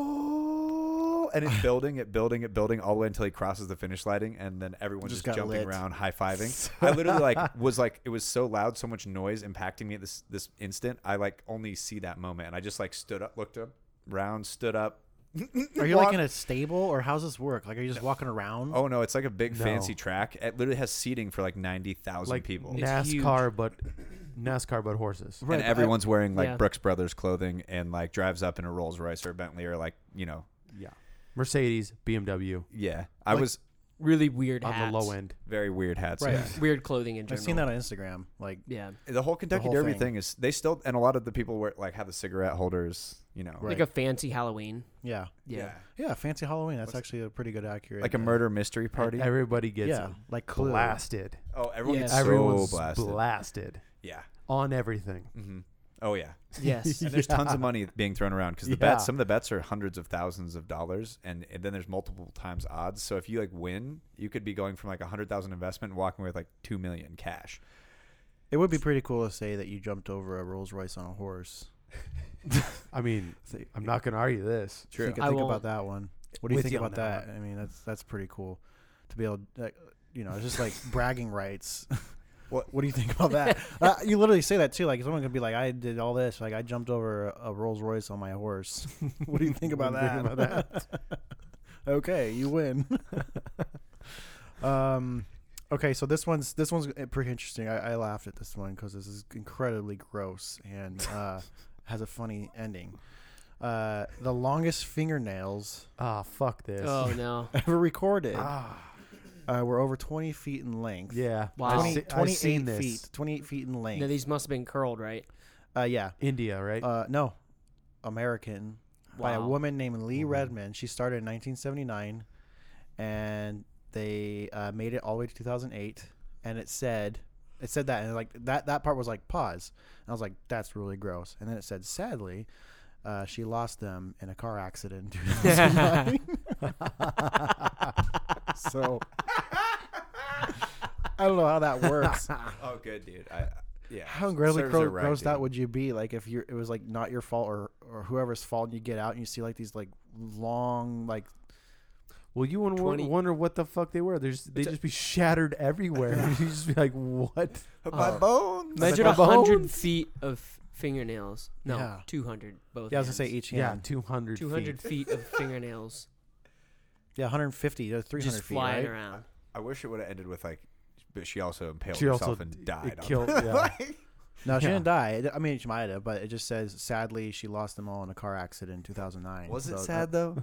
E: Oh and it's building, it building, it building all the way until he crosses the finish lighting and then everyone
F: Just
E: just,
F: got
E: jumping
F: lit.
E: around high fiving. I literally like was like it was so loud, so much noise impacting me at this this instant. I like only see that moment, and I just like stood up, looked up, round, stood up.
F: are you
E: Walk-
F: like in a stable or how's this work? Like are you just walking around?
E: Oh no, it's like a big
D: No.
E: fancy track. It literally has seating for like ninety thousand
D: Like
E: people,
D: NASCAR, but NASCAR, but horses.
E: and everyone's wearing like
C: Yeah.
E: Brooks Brothers clothing, and like drives up in a Rolls Royce or a Bentley or like you know,
D: Yeah. Mercedes, BMW
E: yeah. I was
C: Really weird
D: on
C: hats.
D: the low end.
E: very weird hats.
C: Right.
E: yeah.
C: Weird clothing in
F: I've
C: general.
F: seen that on Instagram. Like
C: Yeah.
E: The whole Kentucky
F: whole
E: Derby
F: thing.
E: thing. is they still and a lot of the people wear like have the cigarette holders, you know,
F: Right.
C: Like a fancy Halloween.
F: yeah,
C: Yeah.
F: yeah. Fancy Halloween. That's actually a pretty good accurate.
E: like a
F: uh,
E: murder mystery party.
D: Everybody gets
F: Yeah, like Clue.
D: blasted.
E: Oh, everyone
C: Yeah.
E: gets
D: Everyone's
E: so blasted.
D: blasted
E: yeah.
D: on everything.
E: hmm Oh
D: (laughs)
E: yeah.
C: Yes.
E: And there's tons of money being thrown around because the
D: Yeah.
E: bets, some of the bets are hundreds of thousands of dollars, and, and then there's multiple times odds. So if you like win, you could be going from like a hundred thousand investment and walking away with like two million cash.
F: It would be pretty cool to say that you jumped over a Rolls Royce on a horse.
D: I mean, I'm not gonna argue this.
E: True.
F: Think,
C: I
F: think about
C: won't-
F: that one. What do you
D: With
F: think
D: you on
F: about
D: that
F: that? I mean, that's that's pretty cool to be able. Like, you know, it's just like bragging rights. (laughs)
E: What-
F: What do you think about that? uh, you literally say that too. Like someone could be like, "I did all this. Like I jumped over a, a Rolls Royce on my horse." (laughs) what do you think about
D: What do you
F: that?
D: think about
F: (laughs) okay, you win. (laughs) um, okay, so this one's this one's uh, pretty interesting. I, I laughed at this one because this is incredibly gross
D: (laughs)
F: and uh, has a funny ending. Uh, the longest fingernails
D: Ah, fuck this.
C: oh no.
F: ever recorded
D: Ah,
F: uh, were over 20 feet in length.
D: yeah.
C: Wow.
D: I've
F: 20,
D: se- I've
F: 28
D: seen this.
F: feet. 28 feet in
C: Now
F: length.
C: these must have been curled, right?
F: uh, yeah.
D: India, right?
F: Uh, no, American by a
C: Wow.
F: woman named Lee
E: Mm-hmm.
F: Redmond. She started in 1979, and they uh, made it all the way to 2008. And it said, it said that, and like that that part was like pause. And I was like, that's really gross. And then it said, sadly, uh, she lost them in a car accident. (laughs)
C: (laughs)
F: in
D: (laughs)
F: 2009." so I don't know how that works.
E: (laughs) Oh, good dude. I Yeah.
F: How incredibly
E: Serves
F: cro-
E: her right,
F: grossed
E: dude.
F: out would you be like if you it was like not your fault or or whoever's fault and you get out and you see like these like long like
D: Well, you wouldn't
C: 20
D: w- wonder what the fuck they were. They just they just be shattered everywhere. you just be like, what?
E: My bones.
C: Measured
D: like, "Oh, "My
C: hundred
D: bones?"
C: feet of fingernails. No,
F: Yeah.
C: two hundred both.
F: yeah I was gonna say
C: hands.
F: each
D: Yeah,
F: hand
D: two hundred.
C: two hundred feet of fingernails
F: yeah 150 to 300
C: just
F: uh, feet
C: flying
F: right?
C: around.
E: I wish it would have ended with like, but she also impaled
D: She
E: herself
D: also d-
E: and
D: it
E: died. on- (laughs)
D: killed- yeah. (laughs)
E: Like,
F: No, she
D: Yeah.
F: didn't die. I mean, she might have, but it just says sadly she lost them all in a car accident in 2009.
E: was it
F: So, uh,
E: sad (laughs) though?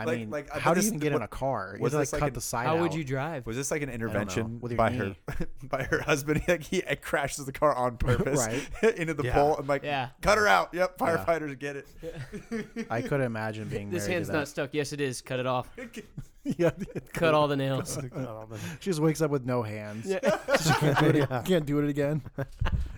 F: I
E: Like-
F: mean,
E: like, I
F: how
E: bet
F: do you
E: this-
F: even get in
E: what-
F: a car? You have
E: was
F: to, like
E: this like
F: cut
E: an-
F: the side
C: How would
F: out.
E: (laughs)
C: you drive?
E: Was this like an intervention
F: with your
E: by
F: knee.
E: her (laughs) by her husband? Like he crashes the car (laughs) on purpose
F: Right.
E: into the
D: Yeah.
E: pole and like
C: Yeah.
E: cut her out. Yep,
F: Yeah.
E: firefighters get it.
F: I could imagine
C: (laughs)
F: being
C: This
F: married
C: hand's
F: to
C: not
F: that.
C: stuck. Yes, it is. Cut it off.
F: yeah,
C: Cut all the nails.
F: she just wakes up with no hands.
C: Yeah.
F: (laughs) She can't
E: (laughs)
F: do it, can't do it again.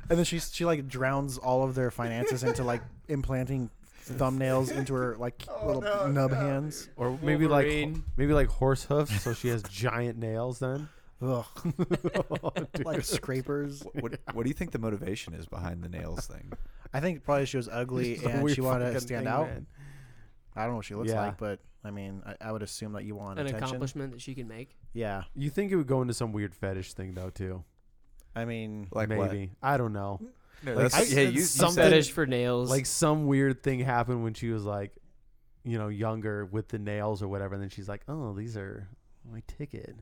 F: And then she she like drowns all of their finances into like implanting thumbnails into her
E: (laughs)
F: like
E: Oh,
F: little nub hands.
D: Or maybe like
C: Wolverine.
D: ho- maybe like horse hoofs, so she has giant nails. Then (laughs) Oh,
F: Ugh. (laughs) like scrapers.
E: What, what do you think the motivation is behind the nails thing?
F: I think probably she was
E: (laughs)
F: ugly
D: It's a
F: and
D: weird
F: she wanted to
D: fucking
F: stand
D: thing,
F: out.
D: man.
F: I don't know what she looks
D: Yeah.
F: like, but I mean, I, I would assume that you want
C: An
F: attention.
C: accomplishment that she can make.
F: Yeah,
D: You think it would go into some weird fetish thing though too?
F: I mean,
E: Like what?
D: Maybe I don't know.
E: No,
D: Like,
E: that's-
D: I-
E: yeah, you, you
C: Some
E: said
C: fetish for nails.
D: Like some weird thing happened when she was like, you know, younger with the nails or whatever, and then she's like, oh, these are my ticket,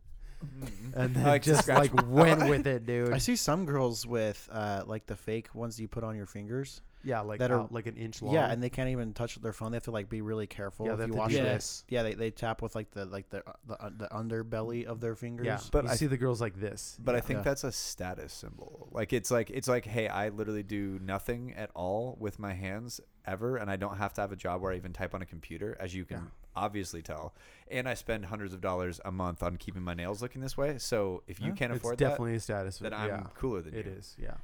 E: (laughs)
D: and then
E: Like to
D: just
E: Mm-hmm. scratch
D: like went with
E: (laughs)
D: it, dude.
F: I see some girls with uh, like the fake ones you put on your fingers.
D: Yeah, like
F: that are-
D: out, like an inch long.
F: Yeah, and they can't even touch their phone. They have to like be really careful
D: yeah,
F: if
D: they
F: you
D: have
F: watch
D: to do
C: Yeah.
F: it.
D: this.
F: Yeah, they, they tap with like the like the uh, the, the underbelly of their fingers.
D: Yeah,
E: But
D: but you
E: I-
D: see the girls like this.
E: But I think
F: Yeah.
E: that's a status symbol. Like it's like it's like, hey, I literally do nothing at all with my hands ever, and I don't have to have a job where I even type on a computer, as you can obviously tell. And I spend hundreds of dollars a month on keeping my nails looking this way. So if you can't
D: it's
E: afford
D: definitely a status.
E: that, then I'm
D: yeah,
E: cooler than
D: it
E: you.
D: is.
E: (clears throat)
D: Yeah,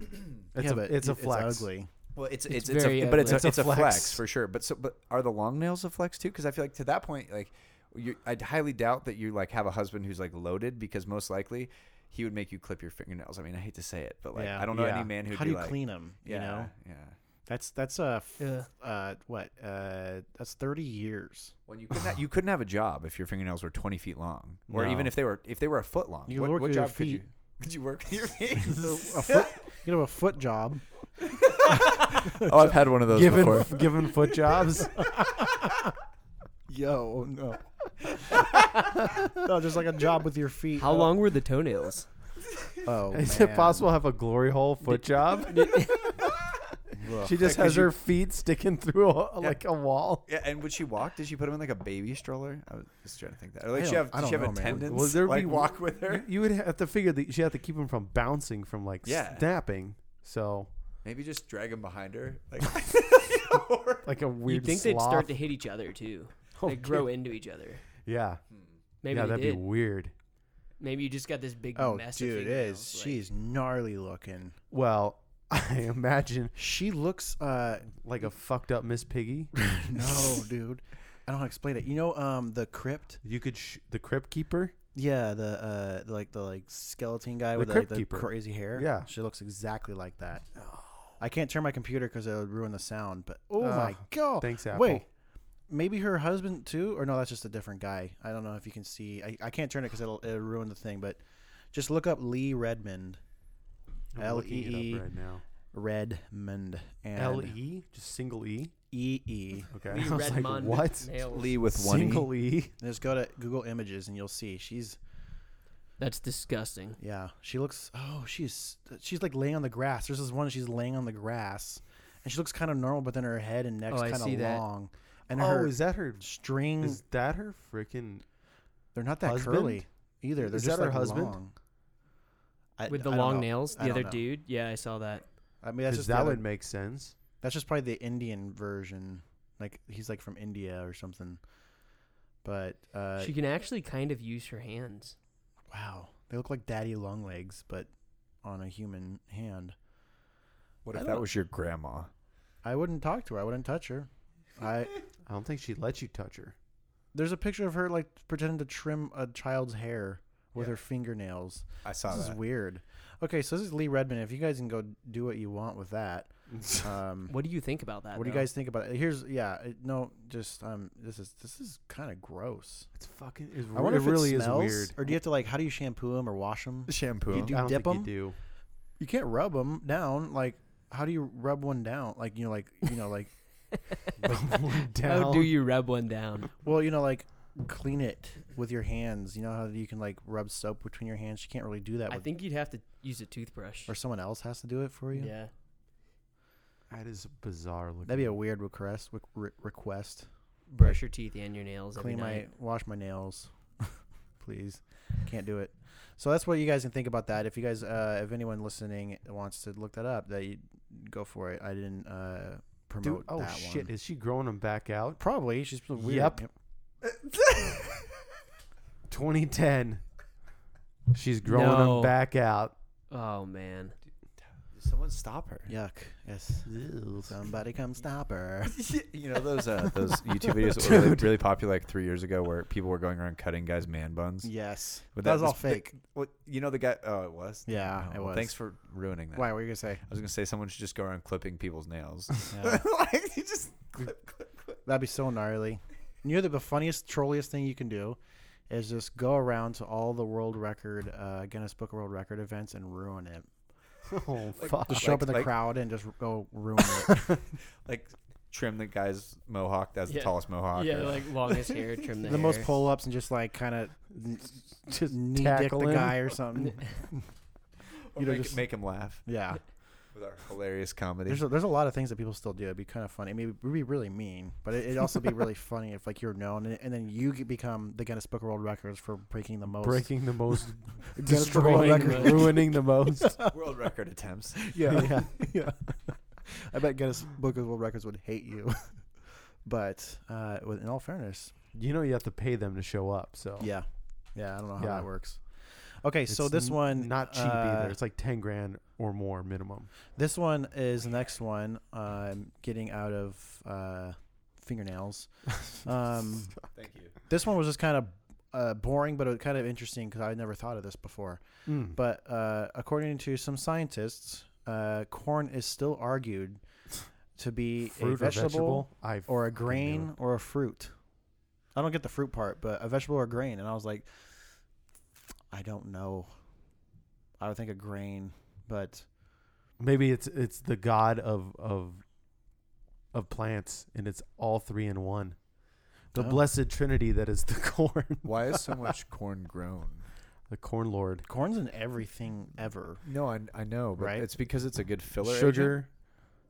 F: Yeah,
D: it's a
F: but
D: it's a
F: it-
D: flex.
F: ugly.
E: Well, it's
C: It's
E: it's, it's,
C: very
E: a, but it's a,
C: ugly.
E: it's, a flex. for sure. But so but are the long nails a flex too? Because I feel like to that point, like you, I highly doubt that you like have a husband who's like loaded because most likely he would make you clip your fingernails. I mean, I hate to say it, but like
F: Yeah.
E: I don't know
D: Yeah.
E: any man who'd
F: How
E: be
F: do you
E: like,
F: clean them?
E: yeah,
F: You know,
E: yeah.
F: that's that's a f-
C: Yeah.
F: uh what uh that's thirty years.
E: When you couldn't ha- you couldn't have a job if your fingernails were twenty feet long, or
D: No.
E: even if they were if they were a foot long.
F: You could
E: what
F: work
E: what
F: with your
E: job could you?
F: feet.
E: Could you work (laughs) with your
D: (laughs)
F: (laughs)
E: feet?
F: a foot, you know, a foot job.
E: oh, I've had one of
D: (laughs)
E: those
D: Given (laughs)
F: (laughs)
E: before.
D: given foot jobs.
F: Yo, oh, no. (laughs) no, just like a job with your feet.
C: how long were the toenails?
F: (laughs) Oh,
D: Is
F: man.
D: it possible to have a glory hole
E: (laughs)
D: foot job? (laughs) she just
E: Yeah, 'cause
D: has
E: you-
D: her feet sticking through a, like a wall.
E: Yeah, and would she walk? Did she put him in like a baby stroller? I was just trying to think that. Or like
F: I
E: she
F: don't-
E: have
F: I
E: did she
F: don't
E: have
F: know, man.
E: attendants?
D: Will there
E: like
D: be-
E: walk with her?
D: You would have to figure that she had to keep him from bouncing from like
E: Yeah.
D: snapping. So
E: Maybe just drag him behind her. (laughs) Like
D: like a
C: You
D: weird.
C: think they'd
D: sloth.
C: start to hit each other too? They
D: (laughs)
C: grow into each other.
D: Yeah,
C: Maybe
D: yeah,
C: they
D: that'd
C: did.
D: be weird.
C: Maybe you just got this big
F: Oh,
C: mess. of
F: dude, it
C: fingernails,
F: is.
C: like-
F: She's gnarly looking.
D: Well, (laughs) I imagine
F: She looks. (laughs) uh
D: like a fucked up Miss Piggy.
F: No, dude. I don't know how to explain it. You know, um, the crypt.
D: You could sh- the crypt keeper.
F: Yeah, the uh, the, like the like skeleton guy
D: The
F: with like,
D: crypt
F: the
D: keeper.
F: crazy hair.
D: Yeah. Oh.
F: she looks exactly like that. I can't turn my computer because it would ruin the sound. But oh
D: Uh,
F: my god!
D: thanks, Apple.
F: Wait, maybe her husband too, or no? That's just a different guy. I don't know if you can see. I, I can't turn it because it'll it'll ruin the thing. But just look up Lee Redmond.
D: I'm
F: L
D: looking
F: E
D: it up
F: E
D: right now.
F: Redmond and
D: L E, just single E.
F: E E.
D: Okay,
C: Lee
D: (laughs) I was like,
C: Redmond
D: what?
C: nails.
E: Lee with one.
D: Single E.
F: Just go to Google Images and you'll see she's
C: That's disgusting.
F: yeah she looks oh she's she's like laying on the grass. There's this one she's laying on the grass and she looks kind of normal, but then her head and neck's
C: Oh, I see
F: kind of
C: that.
F: long and
D: Oh,
F: her
D: is that her?
F: string
D: Is that her freaking?
F: they're not that
D: husband?
F: curly either. They're
D: Is
F: just
D: that her
F: like
D: husband?
F: long. I-
C: With the
F: I don't
C: long
F: know.
C: nails,
F: I
C: the
F: don't
C: other
F: know.
C: dude. Yeah, I saw that.
F: I mean,
D: Because
F: that's just the
D: that
F: other-
D: would make sense.
F: That's just probably the Indian version. Like he's like from India or something. But uh,
C: she can actually kind of use her hands.
F: wow, they look like daddy long legs, but on a human hand.
E: What
F: I
E: if
F: don't-
E: that was your grandma?
F: I wouldn't talk to her. I wouldn't touch her. I
D: I don't think she let you touch her.
F: there's a picture of her like pretending to trim a child's hair with her fingernails.
E: I saw
F: this is
E: that.
F: weird. Okay, so this is Lee Redmond. If you guys can go do what you want
D: (laughs)
F: with that, um,
C: What do you think about that?
F: what do you
C: though?
F: guys think about it? Here's yeah, it- no, just um, this is this is kind of gross.
D: It's fucking. It's,
F: I wonder
D: it
F: if
D: really
F: it
D: is
F: smells,
D: weird.
F: or do you have to like how do you shampoo them or wash them?
E: Shampoo.
F: You do
D: I don't
F: dip
D: think
F: 'em?
D: you do.
F: You can't rub them down. Like how do you rub one down? Like you know, like you
C: (laughs)
F: know, like (laughs)
C: How do you rub one down?
F: well, you know, like clean it with your hands. You know how you can like rub soap between your hands. You can't really do that.
C: I
F: With,
C: think you'd have to use a toothbrush.
F: or someone else has to do it for you.
C: yeah.
D: That is bizarre looking.
F: That'd be a weird request. re- Request.
C: Brush your teeth and your nails.
F: clean
C: every
F: my
C: night.
F: wash my nails (laughs) please can't do it so that's what you guys can think about that if you guys uh if anyone listening wants to look that up that you go for it i didn't uh
D: Dude,
F: promote
D: oh
F: that
D: shit!
F: one
D: Is she growing them back out?
F: probably she's been weird
D: Yep. 2010. She's growing
C: No.
D: them back out.
C: Oh man.
E: Someone stop her.
F: yuck yes somebody come stop her
E: You know those uh,
F: (laughs)
E: those YouTube videos that were really, really popular like three years ago, where people were going around cutting guys' man buns.
F: yes
E: But
F: that was all
E: the-
F: fake
E: well, you know the guy. Oh, it was.
F: yeah
E: Oh,
F: it was
E: Thanks for ruining that.
F: why what were you gonna say
E: I was gonna say someone should just go around clipping people's (laughs) nails.
F: Yeah.
E: like you just clip, clip, clip.
F: That'd be so gnarly. And You know the funniest, trolliest thing you can do is just go around to all the world record, uh, Guinness Book of World Record events and ruin it.
D: (laughs) Oh fuck!
F: Just show up
E: Like-
F: in the
E: like-
F: crowd and just go ruin it.
E: Like trim the guy's mohawk. That's
C: Yeah.
E: the tallest mohawk.
C: Yeah,
E: or-
C: like longest hair, (laughs) trim the
F: (laughs) the most
C: hair.
F: pull ups and just like kind of just knee dick
D: tackle
F: the
D: him.
F: guy or
D: (laughs)
F: something.
E: or
F: you know,
E: make,
F: just-
E: make him laugh
F: yeah,
E: with our hilarious comedy. (laughs)
F: there's a, there's a lot of things that people still do. It'd be kind of funny. I mean, it'd be really mean, but it, it'd also be really (laughs) funny if like you're known and, and then you get- become the Guinness Book of World Records for breaking the most
D: Breaking the
F: (laughs)
D: most,
F: Guinness Book of World
D: destroying,
F: Records.
C: record.
D: ruining the most.
E: World record (laughs) attempts.
F: (laughs)
D: (laughs)
F: Yeah, (laughs) yeah, yeah. I bet Guinness Book of World Records would hate you. (laughs) but uh, with- in all fairness,
D: You know you have to pay them to show up. So
F: yeah, yeah, I don't know how
D: Yeah.
F: that works. Okay, so
D: It's
F: this
D: n-
F: one
D: not cheap
F: uh,
D: either. It's like ten grand or more minimum.
F: This one is the next one. Um, getting out of uh,
D: (laughs)
F: fingernails. Um,
E: Thank you.
F: this one was just kind of uh, boring, but it was kind of interesting because I never thought of this before.
D: Hmm.
F: But uh, according to some scientists, uh, corn is still argued to be
D: Fruit
F: a vegetable
D: or vegetable?
F: or a
D: fucking knew
F: grain
D: it.
F: or a fruit. I don't get the fruit part, but a vegetable or a grain. And I was like, I don't know. I would think a grain, but
D: Maybe it's it's the god of of of plants, and it's all three in one. The
F: Oh.
D: blessed trinity that is the (laughs) corn,
G: Why is so much corn grown?
D: the corn lord,
F: corn's in everything ever.
G: No, I, I know, but
F: Right?
G: it's because it's a good filler. agent.
D: sugar,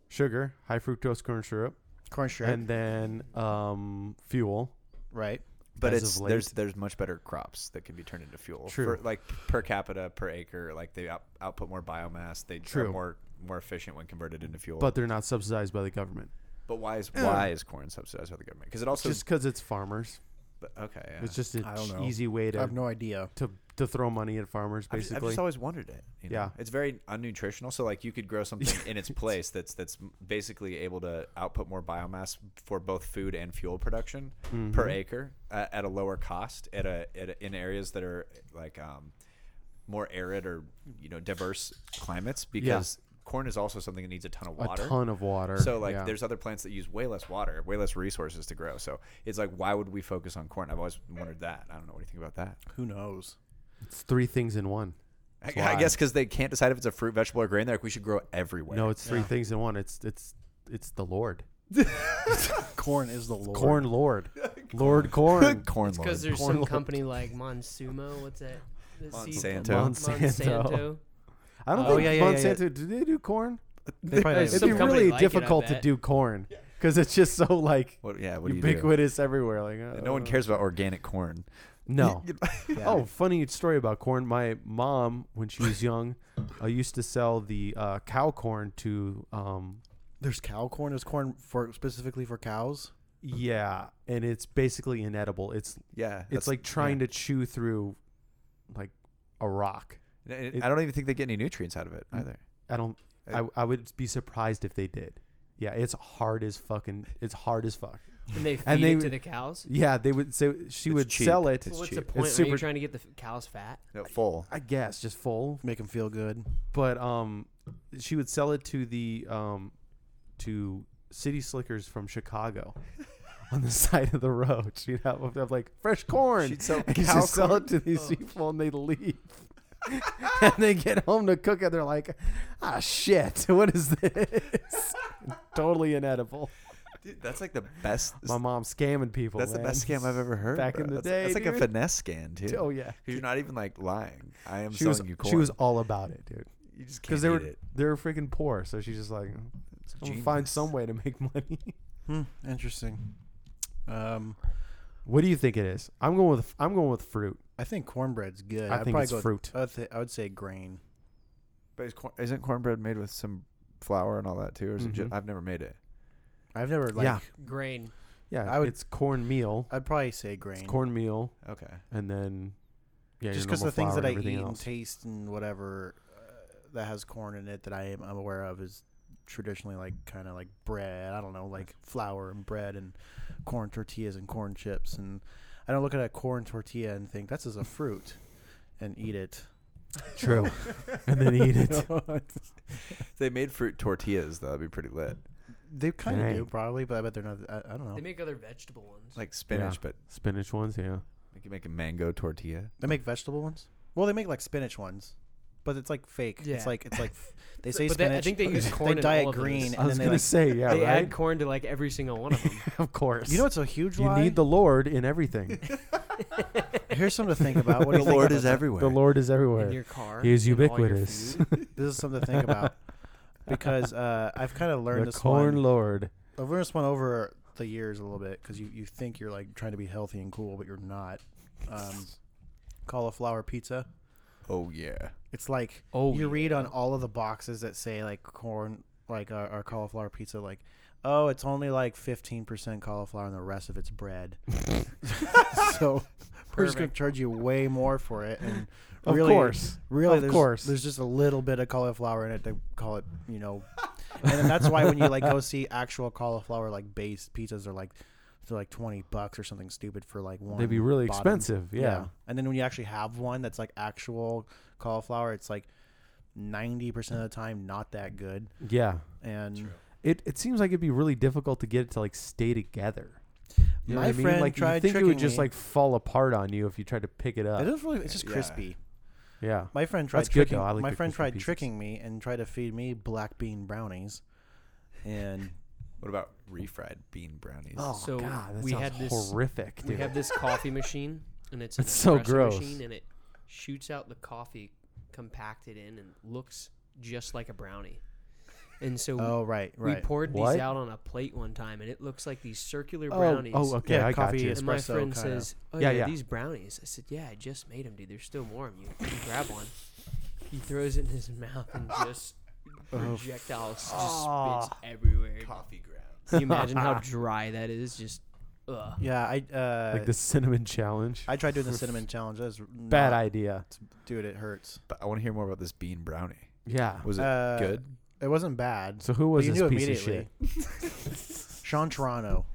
D: sugar, high fructose corn syrup,
F: Corn syrup,
D: and then um fuel.
F: right?
E: But
D: As
E: it's
D: of late.
E: there's there's much better crops that can be turned into fuel.
D: True.
E: For, like per capita per acre, like they out, output more biomass. They
D: True.
E: are more more efficient when converted into fuel.
D: But they're not subsidized by the government.
E: But why is why is corn subsidized by the government? Because it also
D: just because it's farmers,
E: but- okay. Yeah.
D: it's just an
F: I don't know.
D: easy way
F: I
D: to,
F: have no idea.
D: to to throw money at farmers.
E: I've just,
D: Basically,
E: I've just always wondered it. you know?
D: Yeah.
E: it's very unnutritional. So like you could grow
D: (laughs)
E: something in its place that's that's basically able to output more biomass for both food and fuel production
D: Mm-hmm.
E: per acre uh, at a lower cost at a, at a in areas that are like um, more arid or you know diverse climates because corn is also something that needs a ton of
D: a
E: water.
D: ton of water.
E: So like
D: yeah.
E: there's other plants that use way less water, way less resources to grow. So it's like why would we focus on corn? I've always wondered that. I don't know what do you think about that.
F: Who knows?
D: it's three things in one.
E: I,
D: That's
E: I
D: why.
E: guess because they can't decide if it's a fruit, vegetable, or grain. They're like, we should grow it everywhere.
D: No, it's three things in one. It's it's it's the Lord,
F: Corn is the Lord.
D: corn
E: (laughs)
D: Lord, Lord corn,
E: corn lord.
C: Because there's
D: Corn
C: some
D: lord.
C: company like Monsumo. What's that? that seed
E: Monsanto.
C: company?
D: Monsanto.
C: Monsanto.
D: I don't
C: Oh,
D: think
F: yeah, yeah, yeah, yeah.
D: Monsanto. Do they do corn?
F: They probably
C: It's
D: It'd
C: some
D: be
F: don't even-
C: company
D: really
C: like it, I
D: difficult to
C: bet.
D: do corn because it's just so like
E: what, yeah, what do you do?
D: ubiquitous everywhere. Like uh,
E: No one cares about organic corn.
D: (laughs) No.
F: Yeah.
D: Oh, funny story about corn. My mom, when she was young, uh, used to sell the uh, cow corn to. Um,
F: there's cow corn. There's corn for specifically for cows.
D: yeah, and it's basically inedible. It's
E: (laughs) Yeah,
D: it's like trying to chew through, like, a rock. it- Mm.
E: I don't even think they get any nutrients out of it either.
D: I don't. I,
E: I-
D: I would be surprised if they did. Yeah, it's hard as fucking. It's hard as fuck.
C: And they feed
D: And they
C: it to
D: would-
C: the cows.
D: Yeah, they would. So she
E: It's
D: would
E: cheap.
D: sell it.
E: It's
C: Well, what's
E: cheap.
C: the point? Are
D: super-
C: you trying to get the f- cows fat?
E: No, full.
D: I guess just full,
F: Make them feel good.
D: but um, she would sell it to the um, to city slickers from
E: (laughs)
D: Chicago. On the side of the road, (laughs) she'd have, would have like fresh corn.
E: She'd sell
D: And she'd
E: cow
D: sell
E: corn? Oh.
D: it to these people, and they
E: (laughs)
D: leave. and they get home to cook, and they're like, "Ah, shit! (laughs) What is
E: (laughs)
D: this? totally inedible."
E: Dude, that's like the best.
D: My mom's scamming people.
E: That's the
D: man.
E: best scam I've ever heard.
D: Back
E: bro.
D: in the day,
E: That's- that's like a
D: dude.
E: finesse scan too.
D: Oh yeah,
E: Because you're not even like lying. I am
D: she
E: selling
D: was.
E: you corn.
D: She was all about it, dude.
E: You just can't
D: because they
E: eat
D: were
E: it.
D: they were freaking poor, so she's just like,
E: It's
D: "I'm gonna find
E: genius.
D: some way to make (laughs) money.
F: Hmm, interesting. Um,
D: what do you think it is? I'm going with I'm going with fruit.
F: I think cornbread's good.
D: I
F: I'd
D: think
F: probably
D: it's
F: go-
D: fruit.
F: I would, th- I would say grain.
G: But is corn, isn't cornbread made with some flour and all that too? Or is it
E: Mm-hmm.
D: Mhm.
G: just, I've never made it.
F: I've never like.
D: Yeah.
C: Grain.
D: Yeah,
F: I would-
D: it's cornmeal,
F: I'd probably say grain.
D: it's cornmeal,
G: Okay.
D: and then yeah,
F: just
D: because
F: because the things that I eat
D: everything
F: and
D: else.
F: taste and whatever uh, that has corn in it that I am I'm aware of is traditionally like kind of like bread. I don't know, like flour and bread and corn tortillas and corn chips. And I don't look at a corn tortilla and think that's is a fruit and eat it. (laughs)
D: True, and then eat it.
E: If They made fruit tortillas though. That'd be pretty lit.
F: They kind of do
D: Dang.
F: probably, but I bet they're not. I, I don't know.
C: They make other vegetable ones.
E: Like spinach,
D: Yeah.
E: but
D: Spinach ones, yeah.
E: you can make a mango tortilla.
F: They make vegetable ones. Well, they make like spinach ones, but it's like fake.
C: Yeah.
F: It's like
C: (laughs)
F: it's like f- they
C: So-
F: say
C: but they- I
F: spinach.
C: think they use corn
F: (laughs) They
C: in
F: dye
C: all
F: it
C: of those.
F: green,
D: I
F: and
D: was
F: then they
D: gonna
F: like,
D: say, yeah,
C: they
D: right.
C: add corn to like every single one of them.
D: (laughs) of course,
F: you know what's a huge
D: you
F: lie?
D: need the Lord in (laughs)
F: (laughs)
D: everything.
C: (laughs)
F: Here's something to think about. What do you
E: the
F: think
E: Lord
F: about
E: is
F: that?
E: everywhere.
D: the Lord is
C: in
D: everywhere.
C: your car.
D: He is
C: in all your
D: ubiquitous. (laughs)
C: food.
F: This is something to think about because uh, I've kind of learned
D: The
F: this
D: corn
F: one.
D: Lord.
F: I've learned this one over the years a little bit because you, you think you're like trying to be healthy and cool, but you're not. Um, cauliflower pizza.
E: Oh yeah.
F: It's like
C: Oh,
F: you
C: yeah.
F: read on all of the boxes that say like corn, like our, our cauliflower pizza, like oh, it's only like fifteen percent cauliflower and the rest of it's bread. (laughs) so we're just gonna
C: Perfect.
F: charge you way more for it, and
D: Of
F: really,
D: course.
F: really,
D: Of
F: there's,
D: course.
F: there's just a little bit of cauliflower in it. They call it, you know, and then that's why when you like go see actual cauliflower like based pizzas, they're like they're like twenty bucks or something stupid for like one.
D: They'd be really
F: bottom.
D: expensive. yeah.
F: And then when you actually have one that's like actual cauliflower, it's like 90% of the time not that good.
D: Yeah.
F: And
D: It it seems like it'd be really difficult to get it to like stay together. You know
F: My
D: what I mean?
F: friend
D: like, you
F: tried
D: think it would
F: tricking
D: just
F: me.
D: like fall apart on you if you tried to pick it
F: it
D: up.
F: is really, it's just crispy.
D: yeah.
F: My friend tried
D: Uh, That's good, though.
F: tricking,
D: I like
F: my
D: the
F: friend
D: crispy
F: tried
D: pieces.
F: tricking me and tried to feed me black bean brownies. And
E: What about refried bean brownies?
D: Oh
C: So,
D: god, that
C: we
D: sounds
C: had this-
D: horrific, dude.
C: We have this coffee machine, and it's an
D: It's so
C: espresso
D: gross.
C: machine, and it shoots out the coffee compacted in and looks just like a brownie. And so
F: oh right,
C: we
F: right.
C: poured
D: What?
C: these out on a plate one time, and it looks like these circular
D: oh,
C: brownies.
D: oh, okay,
F: Yeah,
D: I got
F: coffee
D: you.
F: is-
C: And my
F: espresso
C: friend
F: kinda.
C: says, "Oh
D: Yeah,
C: yeah,
D: yeah.
C: these brownies." I said, "Yeah, I just made them, dude. They're still warm. You can grab one." He throws it in his mouth and just projectiles just spits everywhere.
E: coffee grounds.
C: Can you imagine how dry that is? Just ugh.
F: yeah, I uh,
D: Like the cinnamon challenge.
F: I tried doing
D: (laughs)
F: the cinnamon challenge. That's
D: Bad idea.
F: dude. It hurts.
E: But I want to hear more about this bean brownie.
D: Yeah.
E: Was it
F: Uh,
E: good?
F: It wasn't bad.
D: So who was
F: But you
D: this
F: knew
D: piece of shit?
F: (laughs) Sean Toronto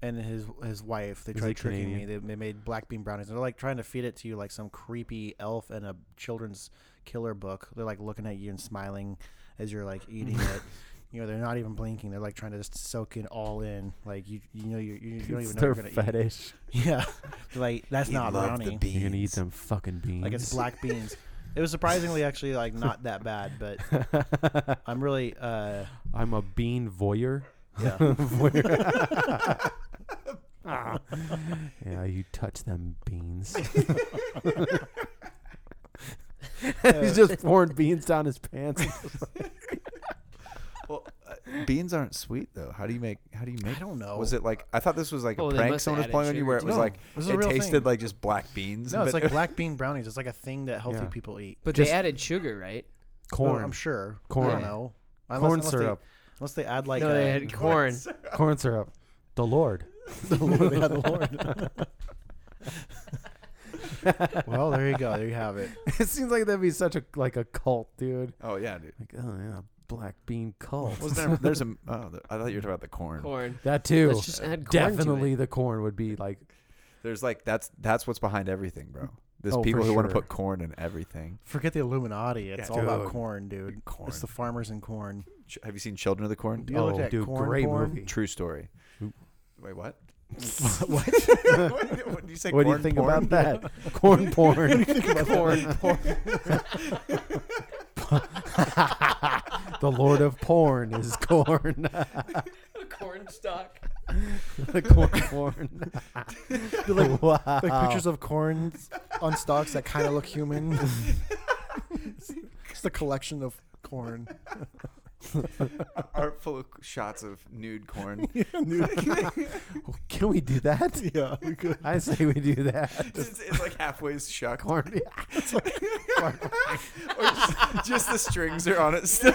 F: and his his wife they
D: Is he
F: tried tricking
D: Canadian?
F: me. They, they made black bean brownies. They're like trying to feed it to you like some creepy elf in a children's killer book. They're like looking at you and smiling as you're like
D: (laughs)
F: eating it. You know they're not even blinking. They're like trying to just soak it all in. Like you, you know you, you don't
D: It's
F: even know
D: their
F: you're gonna eat.
D: fetish.
E: (laughs)
F: Yeah, They're like that's
E: You
F: not
E: love the
F: brownie.
E: beans.
D: You're gonna eat them fucking beans.
F: Like it's
E: (laughs)
F: black beans. It was surprisingly actually like not that bad, but
D: (laughs)
F: I'm really uh
D: I'm a bean voyeur.
F: yeah.
D: (laughs) Voyeur. Ah. yeah, you touch them beans. He's just pouring beans down his pants.
E: Well, uh, beans aren't sweet though. How do you make? How do you make?
F: I don't know.
E: Was it like I thought this was like
C: Oh,
E: a
C: they
E: prank
C: must
E: someone was
C: add
E: playing
C: it
E: on you
C: sugar
E: where it
C: to
E: was
F: it.
E: like
F: This is a
E: it
F: real
E: tasted
F: thing.
E: like just black beans.
F: No, it's
E: but-
F: like black bean brownies. It's like a thing that healthy
D: Yeah.
F: people eat.
C: But
D: Just-
C: they added sugar, right?
F: Well,
D: Corn.
F: I'm sure. I
D: Corn.
F: don't know.
D: corn
F: unless
D: syrup.
F: They, unless (laughs) they add like
C: no,
F: a,
C: they had corn.
D: corn syrup. The Lord.
F: the Lord, they add the Lord. well, there you go. There you have it.
D: it seems like that'd be such a like a cult, dude.
E: oh yeah, dude.
D: Like, oh yeah, black bean cult.
G: Was there? There's
E: (laughs)
G: a. Oh, the, I thought you were talking about the corn.
C: Corn.
D: (laughs) that too.
C: Let's just add corn to it.
D: Definitely the corn would be like
G: There's like that's that's what's behind everything, bro. There's
D: Oh, for
G: people who want to
D: sure.
G: put corn in everything.
F: Forget the Illuminati. It's
G: Yeah,
F: all about
D: dude.
F: corn, dude.
G: Corn.
F: It's the farmers and corn.
G: Ch- Have you seen Children of the Corn?
F: You looked
D: oh,
F: at
D: dude,
F: corn
D: great
F: porn?
D: movie.
G: True story.
D: Oop.
G: Wait,
D: (laughs)
G: what? (laughs)
D: what?
G: what did you say?
D: What do you
G: corn
D: think
G: porn?
D: about
F: (laughs)
D: that? Corn porn.
C: Corn. porn.
D: (laughs) the Lord of Porn is corn. (laughs)
C: corn (laughs) stock.
D: the corn porn. wow.
F: Like pictures of corn on stalks that kind of look human. it's the collection of corn.
G: Artful shots of nude
D: (laughs)
G: corn.
D: Can we do that?
F: (laughs) Yeah, we could.
D: I say we do
F: (laughs)
D: that.
G: it's, it's like halfway shuck.
D: Corn.
G: (laughs) or just, just the strings are
D: (laughs)
G: on it still.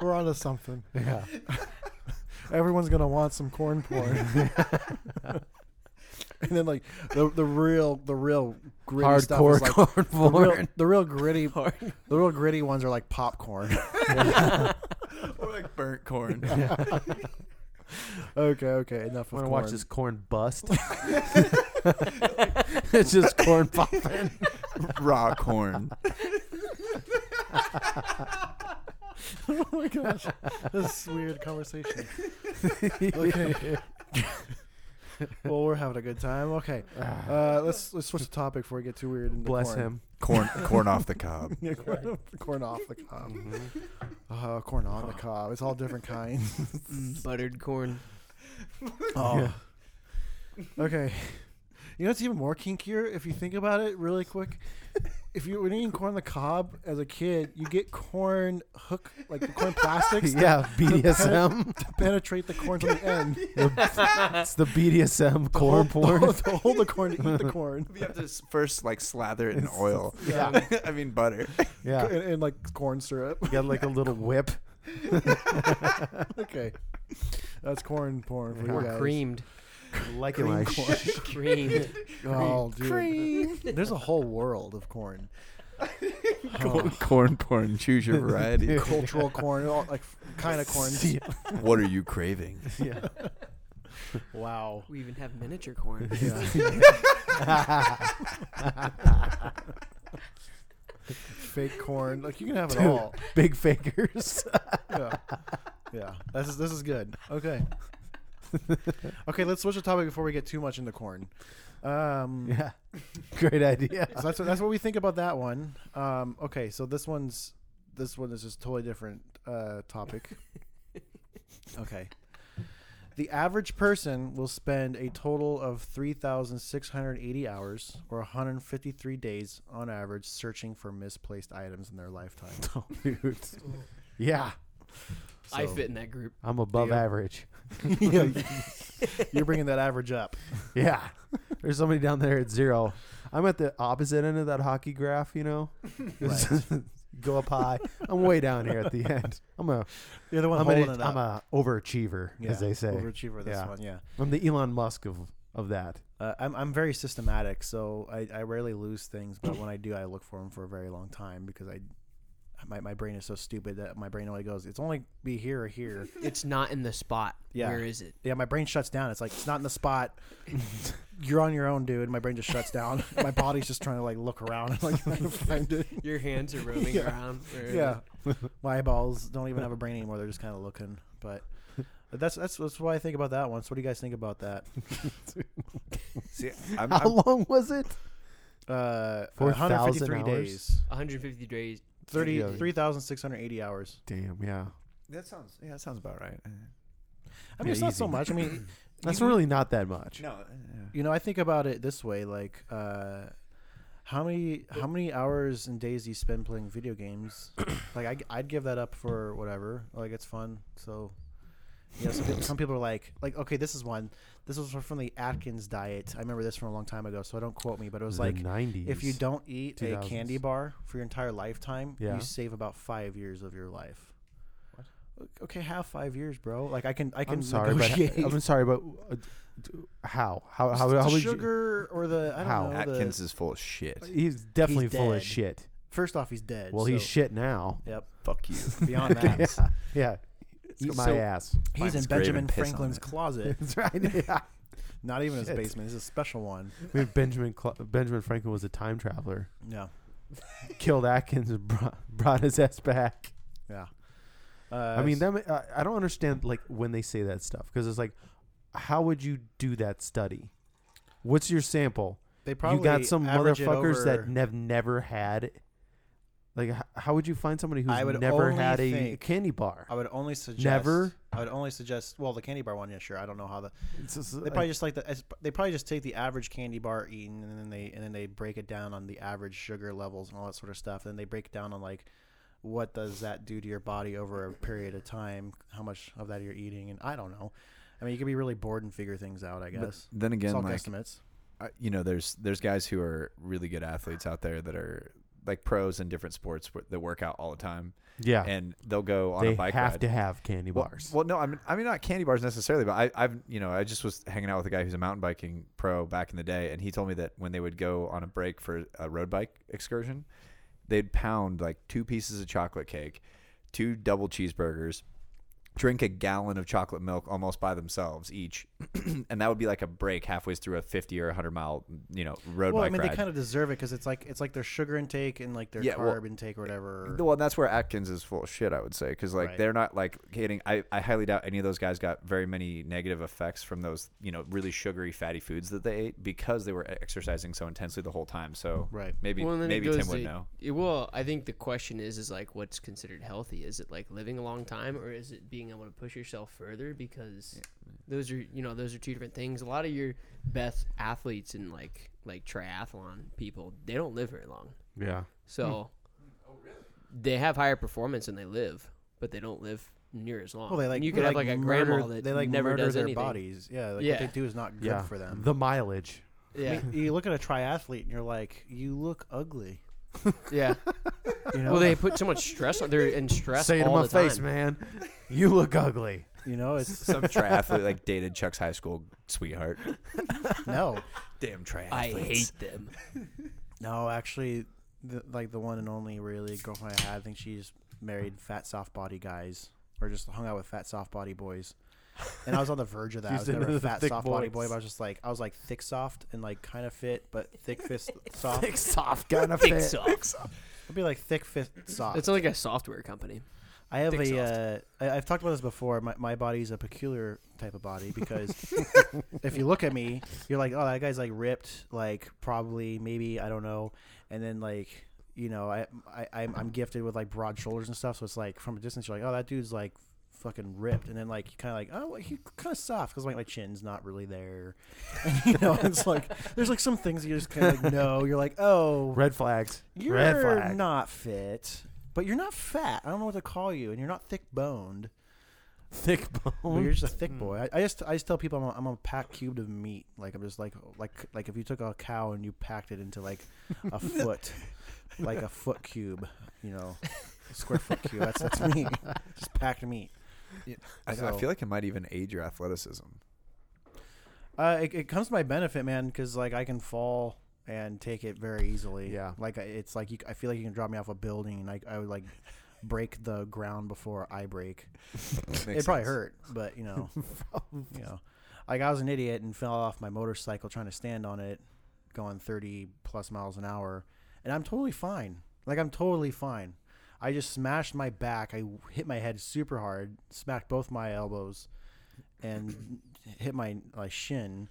F: We're onto something.
D: Yeah.
F: Everyone's gonna want some corn porn. (laughs) and then like the the real the real gritty stuff
D: Hardcore
F: is like
D: corn
F: the
D: (laughs) porn.
F: real, the real gritty the real gritty ones are
D: (laughs)
F: like popcorn.
G: or like burnt corn.
F: okay, okay, enough
D: Want
F: of
D: to
F: corn.
D: watch
F: (laughs)
D: this corn bust? (laughs) it's just
F: (laughs)
D: corn popping.
G: (laughs) Raw corn.
F: oh my gosh, this is weird (laughs) conversation.
D: (laughs)
F: Okay. (laughs) well, we're having a good time. Okay, uh, let's let's switch the topic before we get too weird. Into
D: Ah. Bless
F: corn.
D: him.
G: Corn corn off the
D: (laughs)
G: cob.
F: Yeah, corn, off- corn off the (laughs) cob. Uh, corn on the cob. It's all different kinds.
C: Buttered corn.
F: Oh. Okay. You know it's even more kinkier if you think about it really quick. If you were eating corn on the cob as a kid, you get corn hook (laughs) like the corn plastics
D: (laughs)
F: that
D: Yeah,
F: (laughs)
D: BDSM.
F: penetrate the corn from the end.
D: (laughs) it's the BDSM corn porn.
F: (laughs) To, to hold the corn to eat the corn.
G: You have to s- first like slather it in oil.
D: Yeah.
G: (laughs) I mean
D: (laughs)
G: butter.
D: Yeah.
F: And, and like corn syrup.
D: You got like a little whip.
F: (laughs) Okay. That's corn porn for you
C: Or
F: guys.
C: creamed.
D: Like
F: Cream
D: it
F: corn.
C: Creamed.
F: Oh, dude. There's a whole world of corn.
G: Corn, corn porn. Choose your variety.
F: Cultural corn, all,
D: (laughs)
F: like kind of (laughs) corn. (laughs)
G: what are you craving?
D: Yeah. (laughs)
F: Wow.
C: we even have miniature corn.
F: Fake corn. Like you can have it
D: Dude.
F: all.
D: Big
F: (laughs)
D: fakers. (laughs)
F: Yeah. Yeah. This is this is good.
D: (laughs)
F: Okay. okay, let's switch the topic before we get too much into corn. Um
D: yeah. Great idea.
F: so that's what, that's what we think about that one. Um okay, so this one's this one is just totally different uh (laughs) topic. Okay. The average person will spend a total of 3,680 hours or 153 days on average searching for misplaced items in their (laughs) lifetime.
D: Dude. Yeah.
C: I
F: So-
C: fit in that group.
D: I'm above
F: Yeah.
D: average.
F: yeah, you're bringing that average up.
D: Yeah. There's somebody down there at zero. I'm at the opposite end of that hockey graph, you
F: (laughs)
D: know? (laughs) Go up high. I'm way down here at the end. I'm a
F: You're the one
D: I'm,
F: holding
D: an,
F: it
D: I'm
F: up.
D: a overachiever, as they say.
F: Overachiever, this
D: Yeah.
F: one, yeah.
D: I'm the Elon Musk of of
F: (laughs)
D: that.
F: Uh, I'm, I'm very systematic, so I, I rarely lose things, but when I do, I look for them for a very long time because I, my, my brain is so stupid that my brain only goes, it's only be here or here.
C: It's not in the spot.
F: Yeah.
C: Where (laughs) is it?
F: Yeah, my brain shuts down. It's like, it's not in
D: (laughs)
F: the spot. You're on your own, dude. My brain just shuts down. (laughs) my body's just trying to like look around (laughs)
D: (laughs)
F: and like trying to find it.
C: (laughs) Your hands are (laughs) roaming
F: Yeah.
C: around. Where is
F: yeah.
C: it?
F: My eyeballs don't even have a brain anymore. They're just kind of looking.
D: (laughs)
F: But that's that's that's why I think about that one. So what do you guys think about that?
G: See, I'm,
D: How
G: I'm
D: long was it?
F: Uh,
D: 4,000
F: 153
D: hours?
F: days.
C: 150 days.
F: 30
D: Yeah.
F: 3,680 hours.
D: Damn, yeah.
G: that sounds yeah, that sounds about right. Uh,
F: I mean, it's not so much.
D: (clears throat)
F: I mean,
D: That's really not that much.
G: No, uh,
F: you know, I think about it this way like, uh, how many how many hours and days do you spend playing
D: (clears throat)
F: video games? like, I, I'd give that up for whatever. Like, it's fun. So, you know, some, people, some people are like, like, okay, this is one. This was from the Atkins diet. I remember this from a long time ago, so don't quote me, but it was
D: The
F: like
D: 90s.
F: if you don't eat a
D: 2000s.
F: candy bar for your entire lifetime,
D: Yeah.
F: you save about five years of your life. O- Okay, have five years, bro. Like I can, I can
D: I'm sorry, but (laughs)
F: negotiate
D: I'm sorry, but uh, d- how? How? How?
F: the
D: how would you-
F: sugar or the I don't
D: How?
F: know. the-
G: Atkins is full of shit.
D: He's definitely full
F: dead.
D: of shit.
F: First off, he's dead.
D: Well,
F: so-
D: he's shit now.
F: Yep.
E: Fuck you.
D: (laughs)
F: (laughs) Beyond that,
D: Yeah.
F: He-
D: Eat my
F: so-
D: ass.
E: Find
F: he's in
E: his grave
F: Benjamin
E: and piss on
F: Franklin's (laughs)
E: it.
F: closet.
D: (laughs) That's right. Yeah.
F: Not even his
D: Shit.
F: basement. It's a special one.
D: I mean, Benjamin Cl- Benjamin Franklin was a time traveler.
F: Yeah.
D: Killed Atkins and brought, brought his ass back.
F: Yeah. Uh,
D: I mean, that, ma- I, I don't understand like when they say that stuff because it's like, how would you do that study? What's your sample?
F: they probably
D: you got some
F: average it
D: motherfuckers
F: over-
D: that have never had. Like, h- how would you find somebody
F: I
D: who's
F: would
D: never
F: only
D: had a
F: think-
D: candy bar?
F: I would only suggest
D: Never?
F: I would only suggest well the candy bar one yeah sure I don't know how the
D: It's just,
F: they probably just like the it's- they probably just take the average candy bar eaten and then they and then they break it down on the average sugar levels and all that sort of stuff and they break it down on like what does that do to your body over a period of time how much of that you're eating and I don't know I mean you could be really bored and figure things out I guess
E: Then
F: it's all
E: again, like
F: guesstimates
E: I- you know, there's there's guys who are really good athletes out there that are like pros in different sports wh- that work out all the time,
D: yeah.
E: and they'll go on
D: they
E: a bike
D: have
E: ride.
D: to have candy
E: Well-
D: bars.
E: Well, no, I mean, I mean not candy bars necessarily, but I, I've, you know, I just was hanging out with a guy who's a mountain biking pro back in the day, and he told me that when they would go on a break for a road bike excursion, they'd pound like two pieces of chocolate cake, two double cheeseburgers, drink a gallon of chocolate milk almost by themselves each, (clears throat) and that would be like a break halfway through a fifty or a hundred mile, you know, road
F: well I
E: bike
F: mean
E: ride.
F: they kind of deserve it because it's like it's like their sugar intake and like their
E: Yeah,
F: carb
E: well,
F: intake or whatever
E: Well, and that's where Atkins is full of shit, I would say, because like
F: Right.
E: they're not like getting. I, I highly doubt any of those guys got very many negative effects from those, you know, really sugary, fatty foods that they ate because they were e-, exercising so intensely the whole time. So
F: Right.
E: maybe
C: Well, and then it
E: maybe Tim
C: goes
E: would
C: to- (laughs)
E: know.
C: it- well, I think the question is, is like, what's considered healthy? Is it like living a long time, or is it being able to push yourself further? Because those are, you know, those are two different things. A lot of your best athletes and like like triathlon people, they don't live very long.
D: yeah.
C: So
F: Hmm.
C: they have higher performance and they live, but they don't live near as long.
F: Well, they like
C: and you could have like a
F: murder,
C: grandma that
F: they like
C: never
F: murder
C: does
F: their
C: anything.
F: bodies. Yeah, like
C: Yeah.
F: what they do is not good
D: Yeah.
F: for them.
D: The mileage.
C: (laughs)
F: I (laughs)
C: Yeah,
F: mean, you look at a triathlete and you're like, you look ugly.
C: yeah.
F: (laughs) You know,
C: Well, they put so much stress on. They're in stress
D: Say it in
C: all
D: my
C: the
D: face,
C: time.
D: man. You look ugly.
F: you know, it's
D: (laughs)
E: Some triathlete like dated Chuck's high school
F: (laughs)
E: sweetheart.
F: no,
E: Damn triathletes.
C: I hate
F: (laughs)
C: them.
F: no. Actually, the, like the one and only really girlfriend I had, I think she's married fat soft body guys, or just hung out with fat soft body boys. And I was on the verge of that. I
D: (laughs) She's
F: was never
D: into
F: a
D: the
F: fat
D: thick
F: soft body boy,
D: boys.
F: but I was just like, I was like thick soft and like kind of fit, but thick
D: (laughs)
F: fist soft.
D: Thick soft kind of
C: Think
D: fit.
C: so.
F: I'd be like
D: (laughs)
F: thick fist soft.
C: It's like a software company.
F: I have
C: Dick's
F: a.
C: soft.
F: Uh, I, I've talked about this before. My, my body's a peculiar type of body because if you look at me, you're like, oh, that guy's like ripped, like probably, maybe, I don't know. And then like, you know, I, I I'm, I'm gifted with like broad shoulders and stuff. So it's like from a distance, you're like, oh, that dude's like fucking ripped. And then like, you kind of like, oh, well, he kind of soft because like my chin's not really there. (laughs) And, you know, it's like there's like some things you just kind of like know. You're like, oh,
D: Red flags.
F: you're
D: Red flag.
F: not fit, but you're not fat. I don't know what to call you, and you're not thick boned.
D: Thick
F: But you're
D: bone.
F: just a thick boy. I, I just I just tell people I'm a, I'm a pack cubed of meat. Like I'm just like like like if you took a cow and you packed it into like
D: (laughs)
F: a foot, like a foot cube, you know, a square foot cube. That's that's
D: (laughs)
F: me. Just packed meat.
E: I, I
F: So-
E: feel like it might even aid your athleticism.
F: Uh, it, it comes to my benefit, man, because like I can fall and take it very easily.
D: Yeah.
F: like I- it's like you, I feel like you can drop me off a building, and I, I would like break the ground before I break.
E: Makes
F: it probably
E: sense.
F: hurt, but you
E: (laughs)
F: know, you know, like I was an idiot and fell off my motorcycle trying to stand on it, going 30 plus miles an hour, and I'm totally fine. Like I'm totally fine. I just smashed my back. I hit my head super hard, smacked both my elbows, and (clears throat) hit my like shin.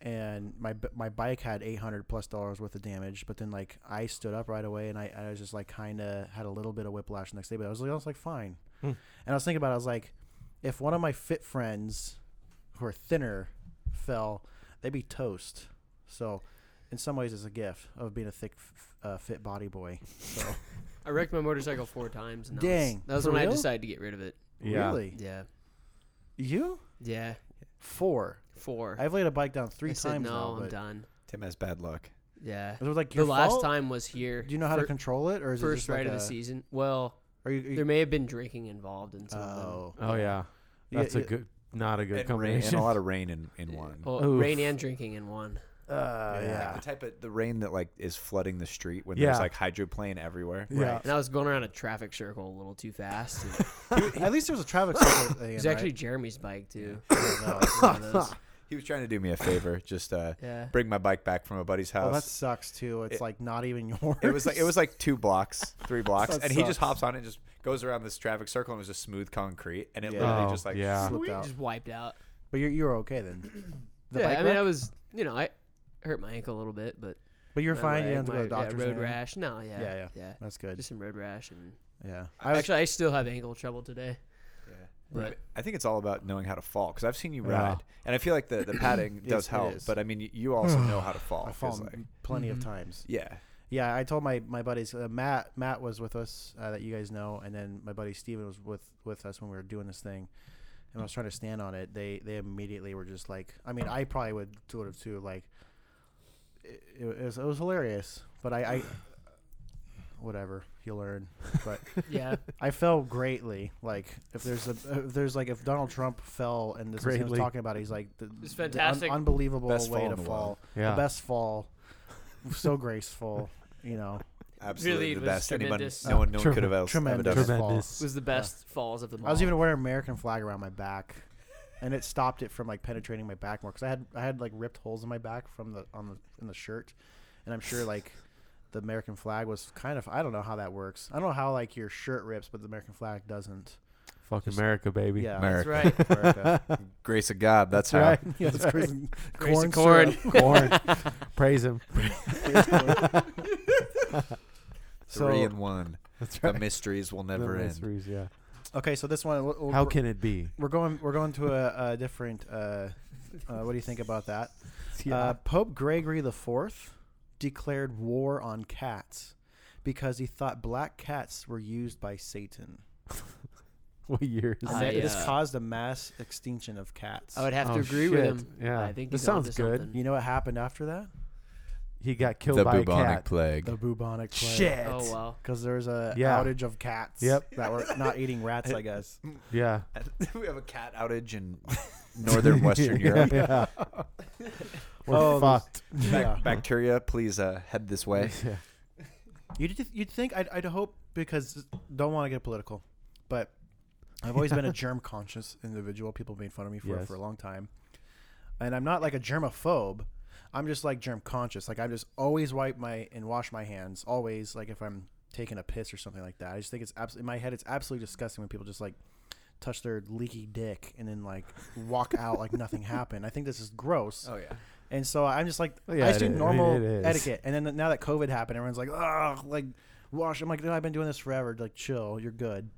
F: And my b- my bike had 800 plus dollars worth of damage, but then like I stood up right away, and I, I was just like kind of had a little bit of whiplash the next day, but I was like I was like fine.
E: Hmm.
F: And I was thinking about it, I was like, if one of my fit friends who are thinner fell, they'd be toast. So, in some ways, it's a gift of being a thick, f- uh, fit body boy. So,
C: I wrecked my motorcycle four times. And that
F: Dang,
C: was, that was
F: for
C: when I
F: real?
C: decided to get rid of it.
D: Yeah.
F: really?
C: Yeah,
F: You?
C: yeah,
F: Four.
C: four.
F: I've laid a bike down
C: I
F: three
C: said,
F: times
C: no,
F: now.
C: I'm
F: But
C: done.
E: Tim has bad luck.
C: Yeah,
F: it was like
C: the
F: your
C: last
F: fault?
C: time was here.
F: Do you know how
C: Fir-
F: to control it, or is it
C: first
F: just like
C: ride
F: a-
C: of the season? Well,
F: Are you? Are you
C: there may have been drinking involved in some of
F: oh,
D: Oh yeah.
F: Yeah,
D: That's
F: yeah.
D: a good. Not a good
E: And rain, and (laughs)
D: combination.
E: a lot of rain in, in
C: them.
E: one.
C: Well,
D: Oof.
C: rain and drinking in one.
F: Uh, Oh, yeah.
E: The type of the rain that like is flooding the street when
D: Yeah.
E: there's like hydroplane everywhere.
D: Yeah.
C: And I was going around a traffic circle a little too fast.
F: (laughs)
C: and It
E: (laughs)
F: At least there was a traffic circle. thing,
C: was
F: right? uh,
C: actually Jeremy's bike too. Yeah, no, one of
F: (laughs)
C: those.
E: He was trying to do me a favor, just uh,
C: Yeah.
E: bring my bike back from a buddy's
F: Oh, that
E: house.
F: sucks too. It's
E: It-
F: like not even yours.
E: (laughs) it was like it was like
F: (laughs)
E: two blocks, three blocks, and
F: That
E: he just
F: sucks.
E: hops on it, and just goes around this traffic circle, and it was just smooth concrete, and it
F: Yeah.
E: literally
D: Oh,
E: just like
D: yeah.
F: Slipped
C: We
F: out.
C: just wiped out.
F: But you're you're
C: (laughs)
F: okay then. The
C: yeah,
F: bike
C: I mean,
F: wreck?
C: I was, you know, I hurt my ankle a little bit, but
F: but you're
C: my
F: fine. you
C: leg,
F: don't have
C: my-
F: to go to the doctor's.
C: Yeah,
F: or
C: road
F: anything.
C: rash? No, yeah,
F: Yeah,
C: yeah,
F: yeah.
C: yeah,
F: That's good.
C: Just some road rash, and
F: yeah. I was,
C: actually, I still have ankle trouble
F: (laughs)
C: today. But
E: I think it's all about knowing how to fall because I've seen you
D: Yeah.
E: ride, and I feel like
F: (coughs)
E: the, the padding
F: Yes,
E: does
F: it
E: help.
F: is.
E: But I mean, y- you also
F: (sighs)
E: know how to fall.
F: I
E: it feels
F: fall
E: like.
F: plenty of times.
E: yeah,
F: Yeah, I told my my buddies uh, Matt Matt was with us uh, that you guys know, and then my buddy Steven was with with us when we were doing this thing, and I was trying to stand on it. They they immediately were just like, I mean, I probably would sort of too. Like, it, it was it was hilarious, but I, (sighs) I whatever you learn, but.
C: yeah,
F: I fell greatly. Like if there's a uh, if there's like if Donald Trump fell and this is what he was
D: Greatly.
F: talking about, he's like the,
C: It's
F: the un-
C: fantastic.
F: unbelievable
E: Best
F: way
E: fall in
F: to
E: the
F: fall,
E: world.
D: Yeah.
F: the best fall, so graceful, you know,
E: absolutely
C: Really
E: the
C: was
E: best. Anyone,
C: tremendous.
E: no one, no one could have
D: Tremen-
E: else ever
F: tremendous,
E: done it.
D: Tremendous.
F: fall.
C: was the best falls of the.
F: I was even wearing an American flag around my back, and it stopped it from like penetrating my back more because I had I had like ripped holes in my back from the on the in the shirt, and I'm sure like the American flag was kind of I don't know how that works. I don't know how like your shirt rips, but the American flag doesn't.
D: Fuck America, baby.
F: Yeah,
E: America.
C: right.
F: America.
E: Grace of God. That's, how.
D: That's
F: (laughs) yeah, it's crazy.
C: Grace
F: (laughs) Corn
C: and corn.
F: syrup.
D: (laughs) Corn. (laughs) Praise him.
F: So
E: Three and one.
D: That's
E: The
D: right.
E: mysteries will
D: The
E: never end.
D: mysteries, yeah.
F: okay, so this one, we'll, we'll-
D: How can it be?
F: we're going we're going to a, a different. Uh, uh, what do you think about that? Uh, Pope Gregory the Fourth declared war on cats because he thought black cats were used by Satan.
D: what years?
C: I,
F: And that- this
C: uh,
F: caused a mass extinction of cats.
C: I would have
D: Oh,
C: to agree with
D: shit.
C: him.
D: Yeah.
C: I think
D: This
C: he's onto
D: sounds good.
C: something.
F: you know what happened after that?
D: He got killed by a cat.
E: plague.
F: The bubonic plague.
D: Shit.
C: Oh wow.
F: Because there was a
D: Yeah.
F: outage of cats
D: Yep.
F: that were not eating rats, I (laughs) guess.
D: Yeah.
E: (laughs) we have a cat outage in northern
D: (laughs)
E: Western
D: Yeah,
E: Europe.
D: Yeah. We're
F: Oh, this-
D: fucked.
F: yeah.
E: Bacteria, please uh, head this way.
D: Yeah.
F: You'd th- you'd think I'd, I'd hope because don't want to get political, but I've always been a germ conscious individual. People made fun of me for it
D: Yes.
F: for a long time, and I'm not like a germaphobe. I'm just like germ conscious. Like I just always wipe my and wash my hands. Always like if I'm taking a piss or something like that. I just think it's absolutely in my head. It's absolutely disgusting when people just like touch their leaky dick and then like walk out like nothing happened. I think this is gross.
E: Oh yeah.
F: And so I'm just like,
D: Well, yeah,
F: I just
D: it
F: do
D: is. I mean,
F: normal
D: it is.
F: etiquette. And then now that COVID happened, everyone's like, oh, like wash. I'm like, no, I've been doing this forever. Like, chill, you're good.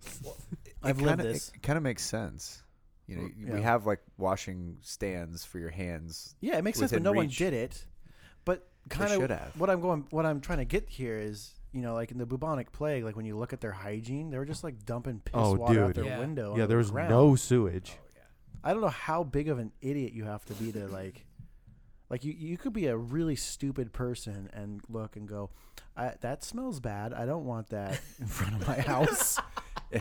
F: I've lived this.
E: It kind of makes sense. You know,
F: yeah.
E: we have like washing stands for your hands.
F: yeah, it makes sense, but
E: within
F: no one
E: reach.
F: did it. But kind of
E: should have.
F: what I'm going, what I'm trying to get here is, you know, like in the bubonic plague, like when you look at their hygiene, they were just like dumping piss
D: Oh,
F: water out
D: dude.
F: their
C: Yeah.
F: window.
D: Yeah,
F: onto
D: there
F: the
D: was
F: ground.
D: no sewage.
F: I don't know how big of an idiot you have to be to like, like you you could be a really stupid person and look and go, I, that smells bad. I don't want that in front of my house.
D: (laughs)
E: It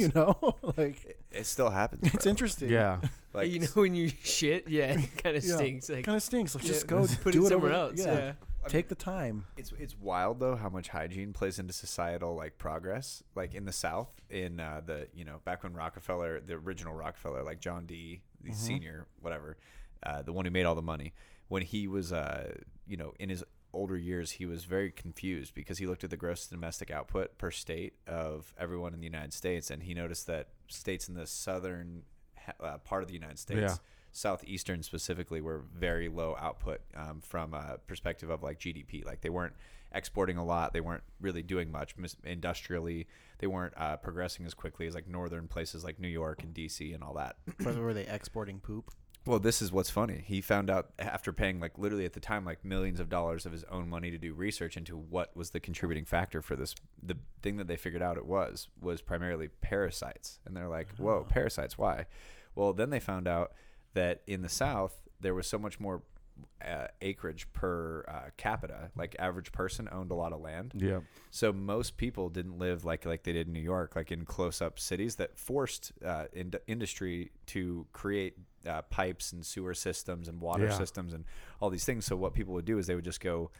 F: (laughs) you know, like
E: It still happens.
F: it's
E: bro.
F: interesting.
D: Yeah.
E: Like,
C: you know when you (laughs) shit, yeah, it kind of
F: Yeah.
C: stinks. Like,
F: kind of stinks. Like
C: yeah,
F: just go
C: put
F: do
C: it somewhere
F: over-
C: else. Yeah.
F: take the time. (coughs)
E: It's it's wild though how much hygiene plays into societal like progress. Like in the South, in uh, the you know back when Rockefeller, the original Rockefeller, like John D. the senior, whatever, uh, the one who made all the money, when he was uh, you know in his older years, he was very confused because he looked at the gross domestic output per state of everyone in the United States, and he noticed that states in the southern he- uh, part of the United States
D: Yeah.
E: southeastern specifically were very low output um, from a perspective of like GDP. Like they weren't exporting a lot. They weren't really doing much mis- industrially. They weren't uh, progressing as quickly as like northern places like New York and DC and all that.
F: But were they exporting poop?
E: Well, this is what's funny. He found out after paying like literally at the time like millions of dollars of his own money to do research into what was the contributing factor for this. The thing that they figured out it was was primarily parasites, and they're like, "Whoa, parasites? Why?" Well, then they found out that in the South there was so much more uh, acreage per uh, capita. Like average person owned a lot of land.
D: Yeah.
E: So most people didn't live like like they did in New York, like in close up cities that forced uh, ind- industry to create uh, pipes and sewer systems and water
D: Yeah.
E: systems and all these things. So what people would do is they would just go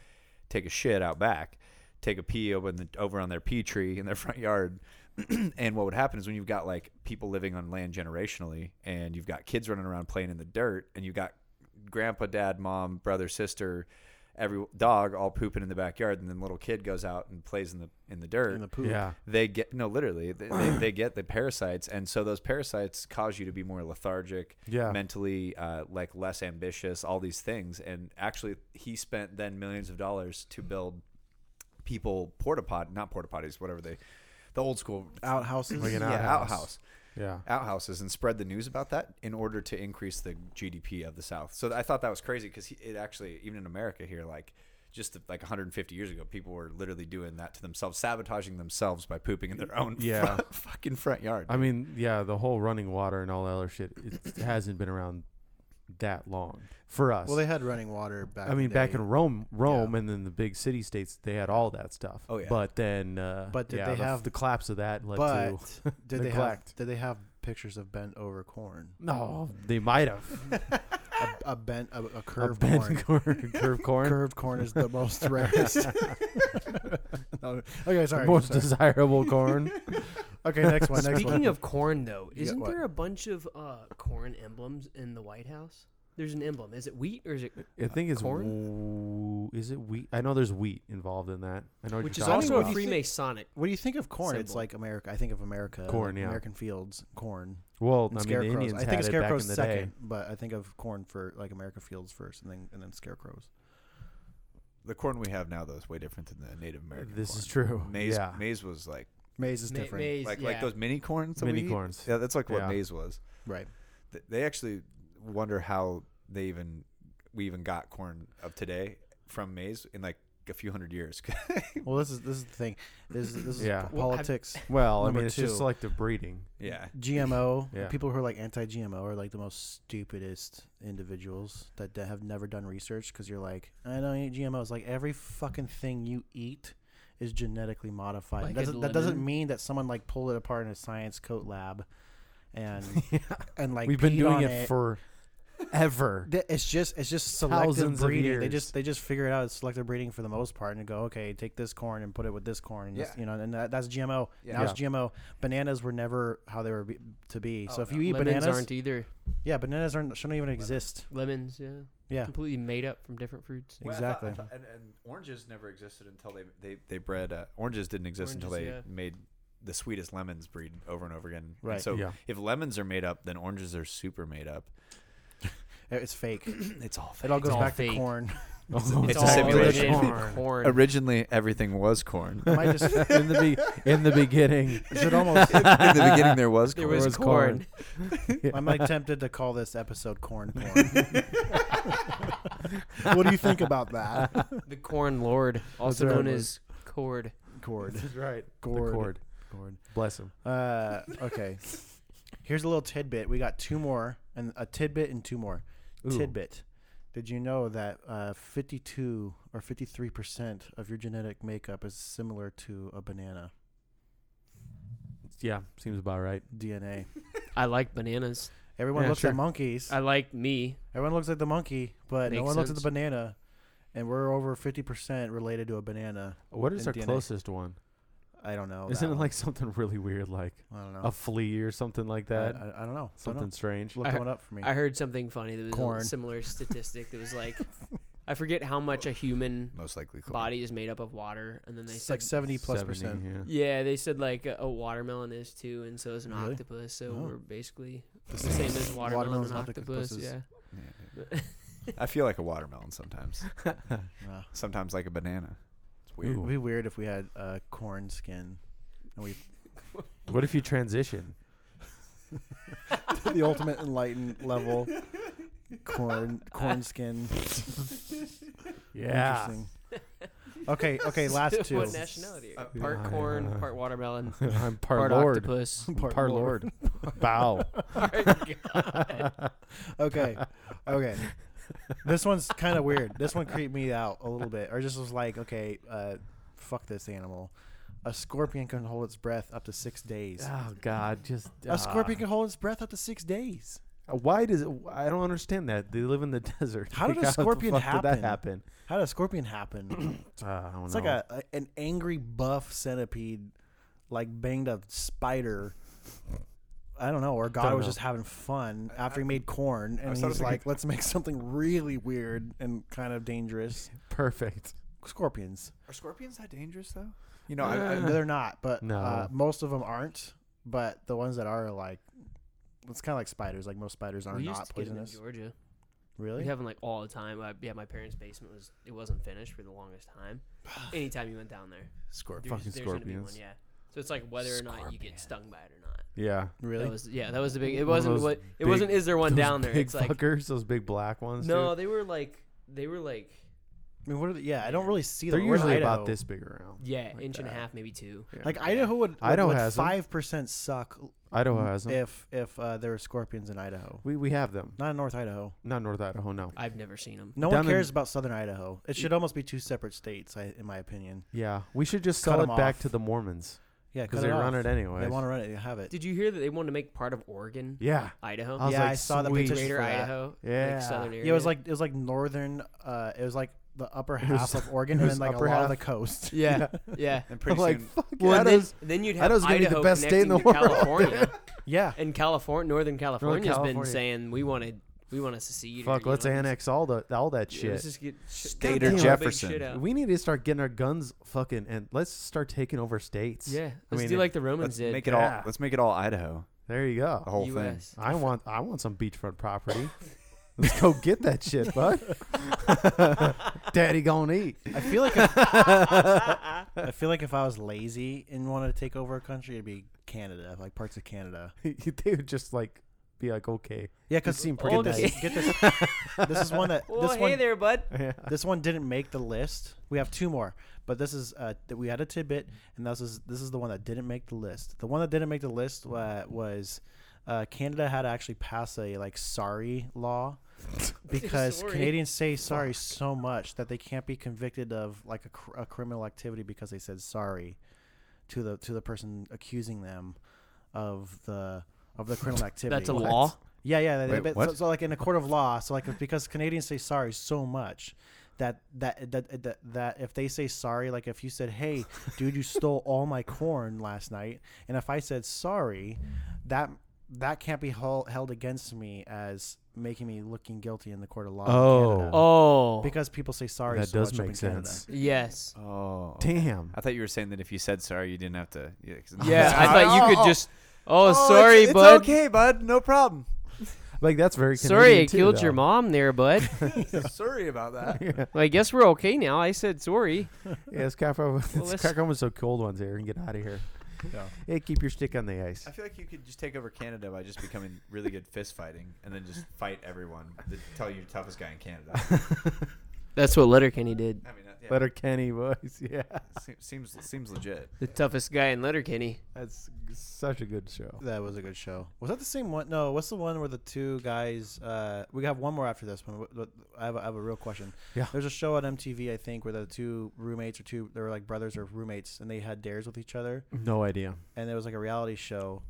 E: take a shit out back, take a pee over, in the, over on their pee tree in their front yard. and what would happen is when you've got like people living on land generationally and you've got kids running around playing in the dirt and you've got grandpa, dad, mom, brother, sister, every dog all pooping in the backyard and then little kid goes out and plays in the in the dirt
F: in the poop.
D: Yeah.
E: they get no literally they,
F: (clears throat)
E: they, they get the parasites and so those parasites cause you to be more lethargic
D: Yeah.
E: mentally uh, like less ambitious all these things and actually he spent then millions of dollars to build people porta pot not porta potties whatever they the old school
F: Outhouses.
D: Like an
E: yeah,
D: outhouse.
E: outhouse
D: Yeah.
E: outhouses and spread the news about that in order to increase the GDP of the South. So I thought that was crazy because it actually, even in America here, like just like 150 years ago, people were literally doing that to themselves, sabotaging themselves by pooping in their own
D: Yeah.
E: (laughs) front, fucking front yard.
D: I mean, yeah, the whole running water and all that other shit
F: (coughs)
D: it hasn't been around that long for us.
F: Well, they had running water back.
D: I mean,
F: the
D: back
F: day.
D: in Rome, Rome, and then the big city states, they had all that stuff.
E: Oh, yeah.
D: But then, uh,
F: But did
D: yeah,
F: they
D: the,
F: have-
D: the collapse of that led
F: but
D: to
F: (laughs) did they have
D: neglect.
F: did they have pictures of bent over corn?
D: no? They might have (laughs)
F: (laughs) A, a bent a, a
D: A
F: curved
D: bent
F: corn.
D: (laughs) corn,
F: (laughs)
D: curved corn,
F: Curved corn is the
D: (laughs)
F: most rarest. (laughs) okay, sorry.
D: most
F: sorry.
D: desirable
F: (laughs)
D: corn.
F: Okay, next
D: (laughs)
F: one. Next one.
C: Speaking of corn, though,
F: Yeah,
C: isn't
F: what?
C: there a bunch of uh, corn emblems in the White House? There's an emblem. Is it wheat or is it?
D: I think it's
C: Corn?
D: w- is it wheat? I know there's wheat involved in that. I know what
C: Which
D: you're
C: is
D: talking
C: also a
D: about.
F: free-
C: Freemasonic.
F: What do you think of corn? It's
C: Symbol.
F: like America. I think of America.
D: Corn, yeah.
F: American fields, corn.
D: well,
F: And
D: I mean, the
F: scarecrows.
D: Indians
F: I think
D: had it back
F: of
D: in
F: scarecrows
D: the
F: second,
D: day.
F: but I think of corn for like America fields first, and then and then scarecrows.
G: The corn we have now though is way different than the Native American.
D: This is
G: corn.
D: true.
G: Maize,
D: yeah,
G: maize was like
F: Maize is
C: Ma-
F: different,
C: maize,
G: like
C: yeah.
G: like those mini corns. That we
D: mini
G: eat.
D: corns.
G: Yeah, that's like what
D: Yeah.
G: maize was.
F: right?
E: Th- they actually wonder how they even, we even got corn of today from maize in like a few hundred years. (laughs)
F: Well, this is this is the thing. This is, this
D: (laughs)
F: is
D: Yeah.
F: po-
C: Well, I've-
F: politics.
C: (laughs)
D: Well, I
F: Number
D: mean, it's
F: two.
D: just selective breeding.
E: yeah.
F: GMO.
D: Yeah.
F: People who are like anti-GMO are like the most stupidest individuals that d- have never done research because you're like, I don't eat GMOs. Like every fucking thing you eat is genetically modified.
C: Like a
F: that, doesn't, that doesn't
C: lemon?
F: mean that someone like pulled it apart in a science coat lab,
D: (laughs)
F: and and like
D: We've been
F: peed
D: doing
F: on
D: it,
F: (laughs)
D: for ever.
F: Th- It's just it's just selective
D: Thousands of
F: breeding. They
D: years.
F: just they just figure it out as selective breeding for the most part, and go okay, take this corn and put it with this corn, and this,
E: Yeah.
F: you know, and that, that's GMO. Now it's GMO. Bananas were never how they were be, to
C: Oh,
F: be. so if you eat
C: Lemons
F: bananas,
C: aren't either.
F: yeah, bananas aren't shouldn't even exist.
C: Lemons, yeah.
F: Yeah,
C: Completely made up from different fruits.
E: Well, I thought- I
F: Exactly.
E: thought- and, and oranges never existed until they they they bred uh, oranges didn't exist until they
C: Oranges,
E: made the sweetest lemons breed over and over again. And
F: Right.
D: (laughs)
E: so
D: Yeah.
E: if lemons are made up, then oranges are super made up.
F: it's fake.
E: It's (clears throat) all
F: It all goes
C: all
F: back
C: fake.
F: to corn.
E: It's
F: Oh,
C: It's,
E: a
C: all
E: simulation.
C: originated from corn.
E: Originally, everything was corn.
F: (laughs) Am I just
D: in the be- in the beginning.
F: should almost?
G: in the beginning there was
C: (laughs) There
G: corn.
C: was,
D: was
C: corn.
F: I'm like tempted to call this episode corn porn. (laughs) what do you think
D: (laughs)
F: about that?
C: the corn
F: (laughs)
C: lord, also
F: right.
C: known as cord.
D: (laughs)
F: Cord.
D: That's right.
F: Gourd.
D: The cord.
F: Cord.
D: Bless him.
F: Uh, okay. Here's a little tidbit. We got two more, and a tidbit and two more.
D: Ooh.
F: Tidbit. Did you know that uh, 52 or 53 percent of your genetic makeup is similar to a banana
D: Yeah, seems about right.
F: DNA?
D: (laughs)
C: I like bananas.
F: Everyone
D: Yeah,
F: looks
D: sure.
F: at monkeys.
C: I like me.
F: Everyone looks at the monkey, but no
C: Makes
F: one looks at the
C: sense.
F: banana. And we're over 50 percent related to a banana.
D: What is
F: And
D: our
F: DNA.
D: closest one?
F: I don't know.
D: Isn't
F: Oh, that
D: it
F: one.
D: like something really weird, like
F: I don't know
D: a flea or something like
F: I-
D: that?
F: I, I, don't know.
D: something
F: Something.
D: strange.
F: Look
C: I-
F: that one up for me.
C: I heard something funny that was
F: Corn.
C: a
F: (laughs)
C: similar statistic that was like, I forget how much a human
G: most likely corn.
E: (laughs)
C: body is made up of water, and then they
F: it's
C: said
F: like 70 plus
D: 70,
F: percent.
D: Yeah.
C: Yeah, they said like a, a watermelon is too, and so is an
F: Really?
C: octopus. So
F: Oh.
C: we're basically the same as watermelon,
F: Watermelons
C: and
F: and
C: octopus.
F: octopuses.
C: Yeah.
G: Yeah. I feel like a watermelon sometimes.
F: Ah.
G: Sometimes like a banana. It's weird.
D: Ooh.
F: It'd be weird if we had uh, corn skin. And we
D: What if you transition?
F: the ultimate enlightened level corn corn skin.
D: Yeah.
F: Interesting. Okay, okay, last
C: (laughs)
F: two.
C: What nationality? are you? Uh, part
D: Yeah.
C: corn, part watermelon,
D: (laughs) I'm
C: part,
D: part, lord.
F: (laughs)
C: octopus.
D: Part, lord. Bow.
F: Okay. Okay. This one's kind of weird. This one creeped me out a little bit. Or just was like, okay, uh, fuck this animal. A scorpion can hold its breath up to six days.
D: Oh God, just
F: A scorpion can hold its breath up to six days.
D: Why does it, I don't understand that they live in the (laughs) desert?
F: How did a
D: Like, the
F: scorpion
D: fuck Did that
F: happen?
D: happen?
F: How does scorpion happen?
D: Uh, I don't
F: it's
D: know.
F: like a, a an angry buff centipede, like banged up spider. I don't know, or God
D: Don't
F: was
D: know.
F: just having fun after he made corn, and
G: was
F: he's
G: sort of thinking-
F: like, "Let's make something really weird and kind of dangerous."
D: (laughs) perfect. (sighs)
F: Scorpions.
G: Are scorpions that dangerous though? You know,
F: I- (laughs) I-
G: I, I,
F: they're not, but uh,
D: No.
F: most of them aren't. But the ones that are like, it's kind of like spiders. Like most spiders are
C: we used
F: not
C: to get 'em in
F: poisonous.
C: Georgia.
F: Really?
C: We'd have them like all the time. Uh, yeah, my parents' basement was it wasn't finished for the longest time. Anytime you went down there,
F: Scorpion.
C: there's,
D: Fucking
C: there's gonna be one,
D: scorpions.
C: yeah. So it's like whether or not you get stung by it or not.
D: Yeah.
F: Really?
C: That was yeah. That was the big. It
D: One of
C: wasn't
D: those
C: what. It
D: big-
C: wasn't. Is there one
D: (laughs) Those
C: down there?
D: Big
C: It's like
D: fuckers, those big black ones.
C: no.
D: dude.
C: They were like they were like
F: I mean, what are the, yeah, I don't really see
D: they're
F: them. We're in
D: usually
F: Idaho.
D: about this big around.
C: yeah,
D: Like
C: inch and a
D: that.
C: half, maybe two.
F: Like Idaho would
D: Idaho
F: would
D: has 'em.
F: five percent suck
D: Idaho
F: Mm-hmm.
D: has them.
F: if if uh, there were scorpions in Idaho.
D: We we have them.
F: Not in North Idaho.
D: Not North Idaho. No.
C: I've never seen them.
F: No
D: Down
F: one
D: in-
F: cares about southern Idaho. It should almost be two separate states, I, in my opinion.
D: Yeah, we should just
F: Cut
D: sell it
F: 'em
D: back
F: off.
D: to the Mormons
F: Yeah,
D: because
F: cut
D: they
F: it
D: run
F: off.
D: it anyway.
F: They want to run it. They have it.
C: Did you hear that they wanted to make part of Oregon,
D: (laughs) Yeah.
C: Idaho,
D: I was
F: Yeah,
D: like,
F: I saw the
D: sweet.
F: pictures
C: Greater
F: for that.
C: Idaho,
D: Yeah.
C: like southern area?
F: Yeah, it was like it was like northern. Uh, it was like the upper
D: It was- (laughs)
F: half of
D: it
F: Oregon, and
D: was
F: then like a
D: upper
F: lot of the
D: half. (laughs)
C: (laughs)
F: coast.
C: yeah, yeah.
G: and pretty
D: like,
G: soon,
D: fuck
C: Well, and then,
D: Idaho's,
C: then you'd have
D: Idaho's gonna be the
C: Idaho
D: best state in the
C: connecting to
D: world.
C: California.
F: Yeah,
C: and California, Northern California's
D: California.
C: been saying we want to, we want to secede. or,
D: fuck.
C: you
D: Let's
C: know,
D: annex all the all that
C: Yeah, let's
D: shit.
C: just get sh-
E: State
D: or
C: goddamn big
E: Jefferson.
C: shit out.
D: We need to start getting our guns fucking and let's start taking over states.
C: yeah, let's
D: mean,
C: do like the
E: Let's
C: Romans did.
E: make it all.
D: Yeah.
E: Let's make it all Idaho.
D: There you go.
E: The whole thing.
C: U.S.
D: I want I want some
C: (laughs)
D: beachfront property. Let's go get that shit, bud. Daddy gonna eat. (laughs)
F: I feel like if, I feel like if I was lazy and wanted to take over a country, it'd be Canada, like parts of Canada.
D: they would just like be like, okay. You
F: Yeah, because
D: seem pretty
C: Okay.
D: nice.
F: Get this. this is one that
C: (laughs) Well,
F: this
C: hey
F: one
C: there, bud.
D: Yeah.
F: (laughs) this one didn't make the list. We have two more, but this is uh, that we had a tidbit, and this is this is the one that didn't make the list. The one that didn't make the list uh, was uh, Canada had to actually pass a like sorry law because
C: Sorry.
F: Canadians say sorry so much that they can't be convicted of like a, cr- a criminal activity because they said sorry to the to the person accusing them of the of the criminal
C: (laughs)
F: activity.
C: That's a law.
F: Yeah, yeah. they-
E: Wait,
F: but-
E: what?
F: So, so like in a court of law, so like because Canadians say sorry so much that that that that, that if they say sorry, like if you said, "Hey, dude, you stole all my corn last night," and if I said sorry, that that can't be hel- held against me as making me looking guilty in the court of law. in
D: Oh.
F: Canada.
C: Oh,
F: because people say sorry.
D: that
F: so
D: does
F: much up
D: make
F: in Canada.
D: sense.
C: yes.
E: Oh.
D: Damn.
E: I thought you were saying that if you said sorry, you didn't have to. Yeah. 'cause- (laughs)
C: Yeah, I thought you could just. Oh, sorry,
E: it's,
C: bud.
E: It's okay, bud. No problem.
D: Like that's very
C: Sorry, I
D: Canadian too,
C: killed
D: though.
C: your mom there, (laughs) bud.
G: sorry about that.
C: well, I guess we're okay now. I said sorry.
D: Yeah,
C: (laughs)
D: let's crack on with, let's
C: let's-
D: crack on with some cold ones here and get out of here. Hey, keep your stick on the ice.
E: I feel like you could just take over Canada by just becoming really good fist fighting, and then just fight everyone. The, tell you're the toughest guy in Canada.
C: That's what Letterkenny did.
E: I mean, that- yeah,
D: Better Kenny voice. (laughs) Yeah,
E: se- seems seems legit.
C: The toughest guy in Letterkenny.
D: that's g- such a good show.
F: That was a good show. Was that the same one? No, what's the one where the two guys? Uh, we have one more after this one. Wh- wh- I have, a, I have a real question.
D: Yeah.
F: there's a show on MTV I think where the two roommates or two they were like brothers or roommates and they had dares with each other
D: No idea.
F: and it was like a reality show.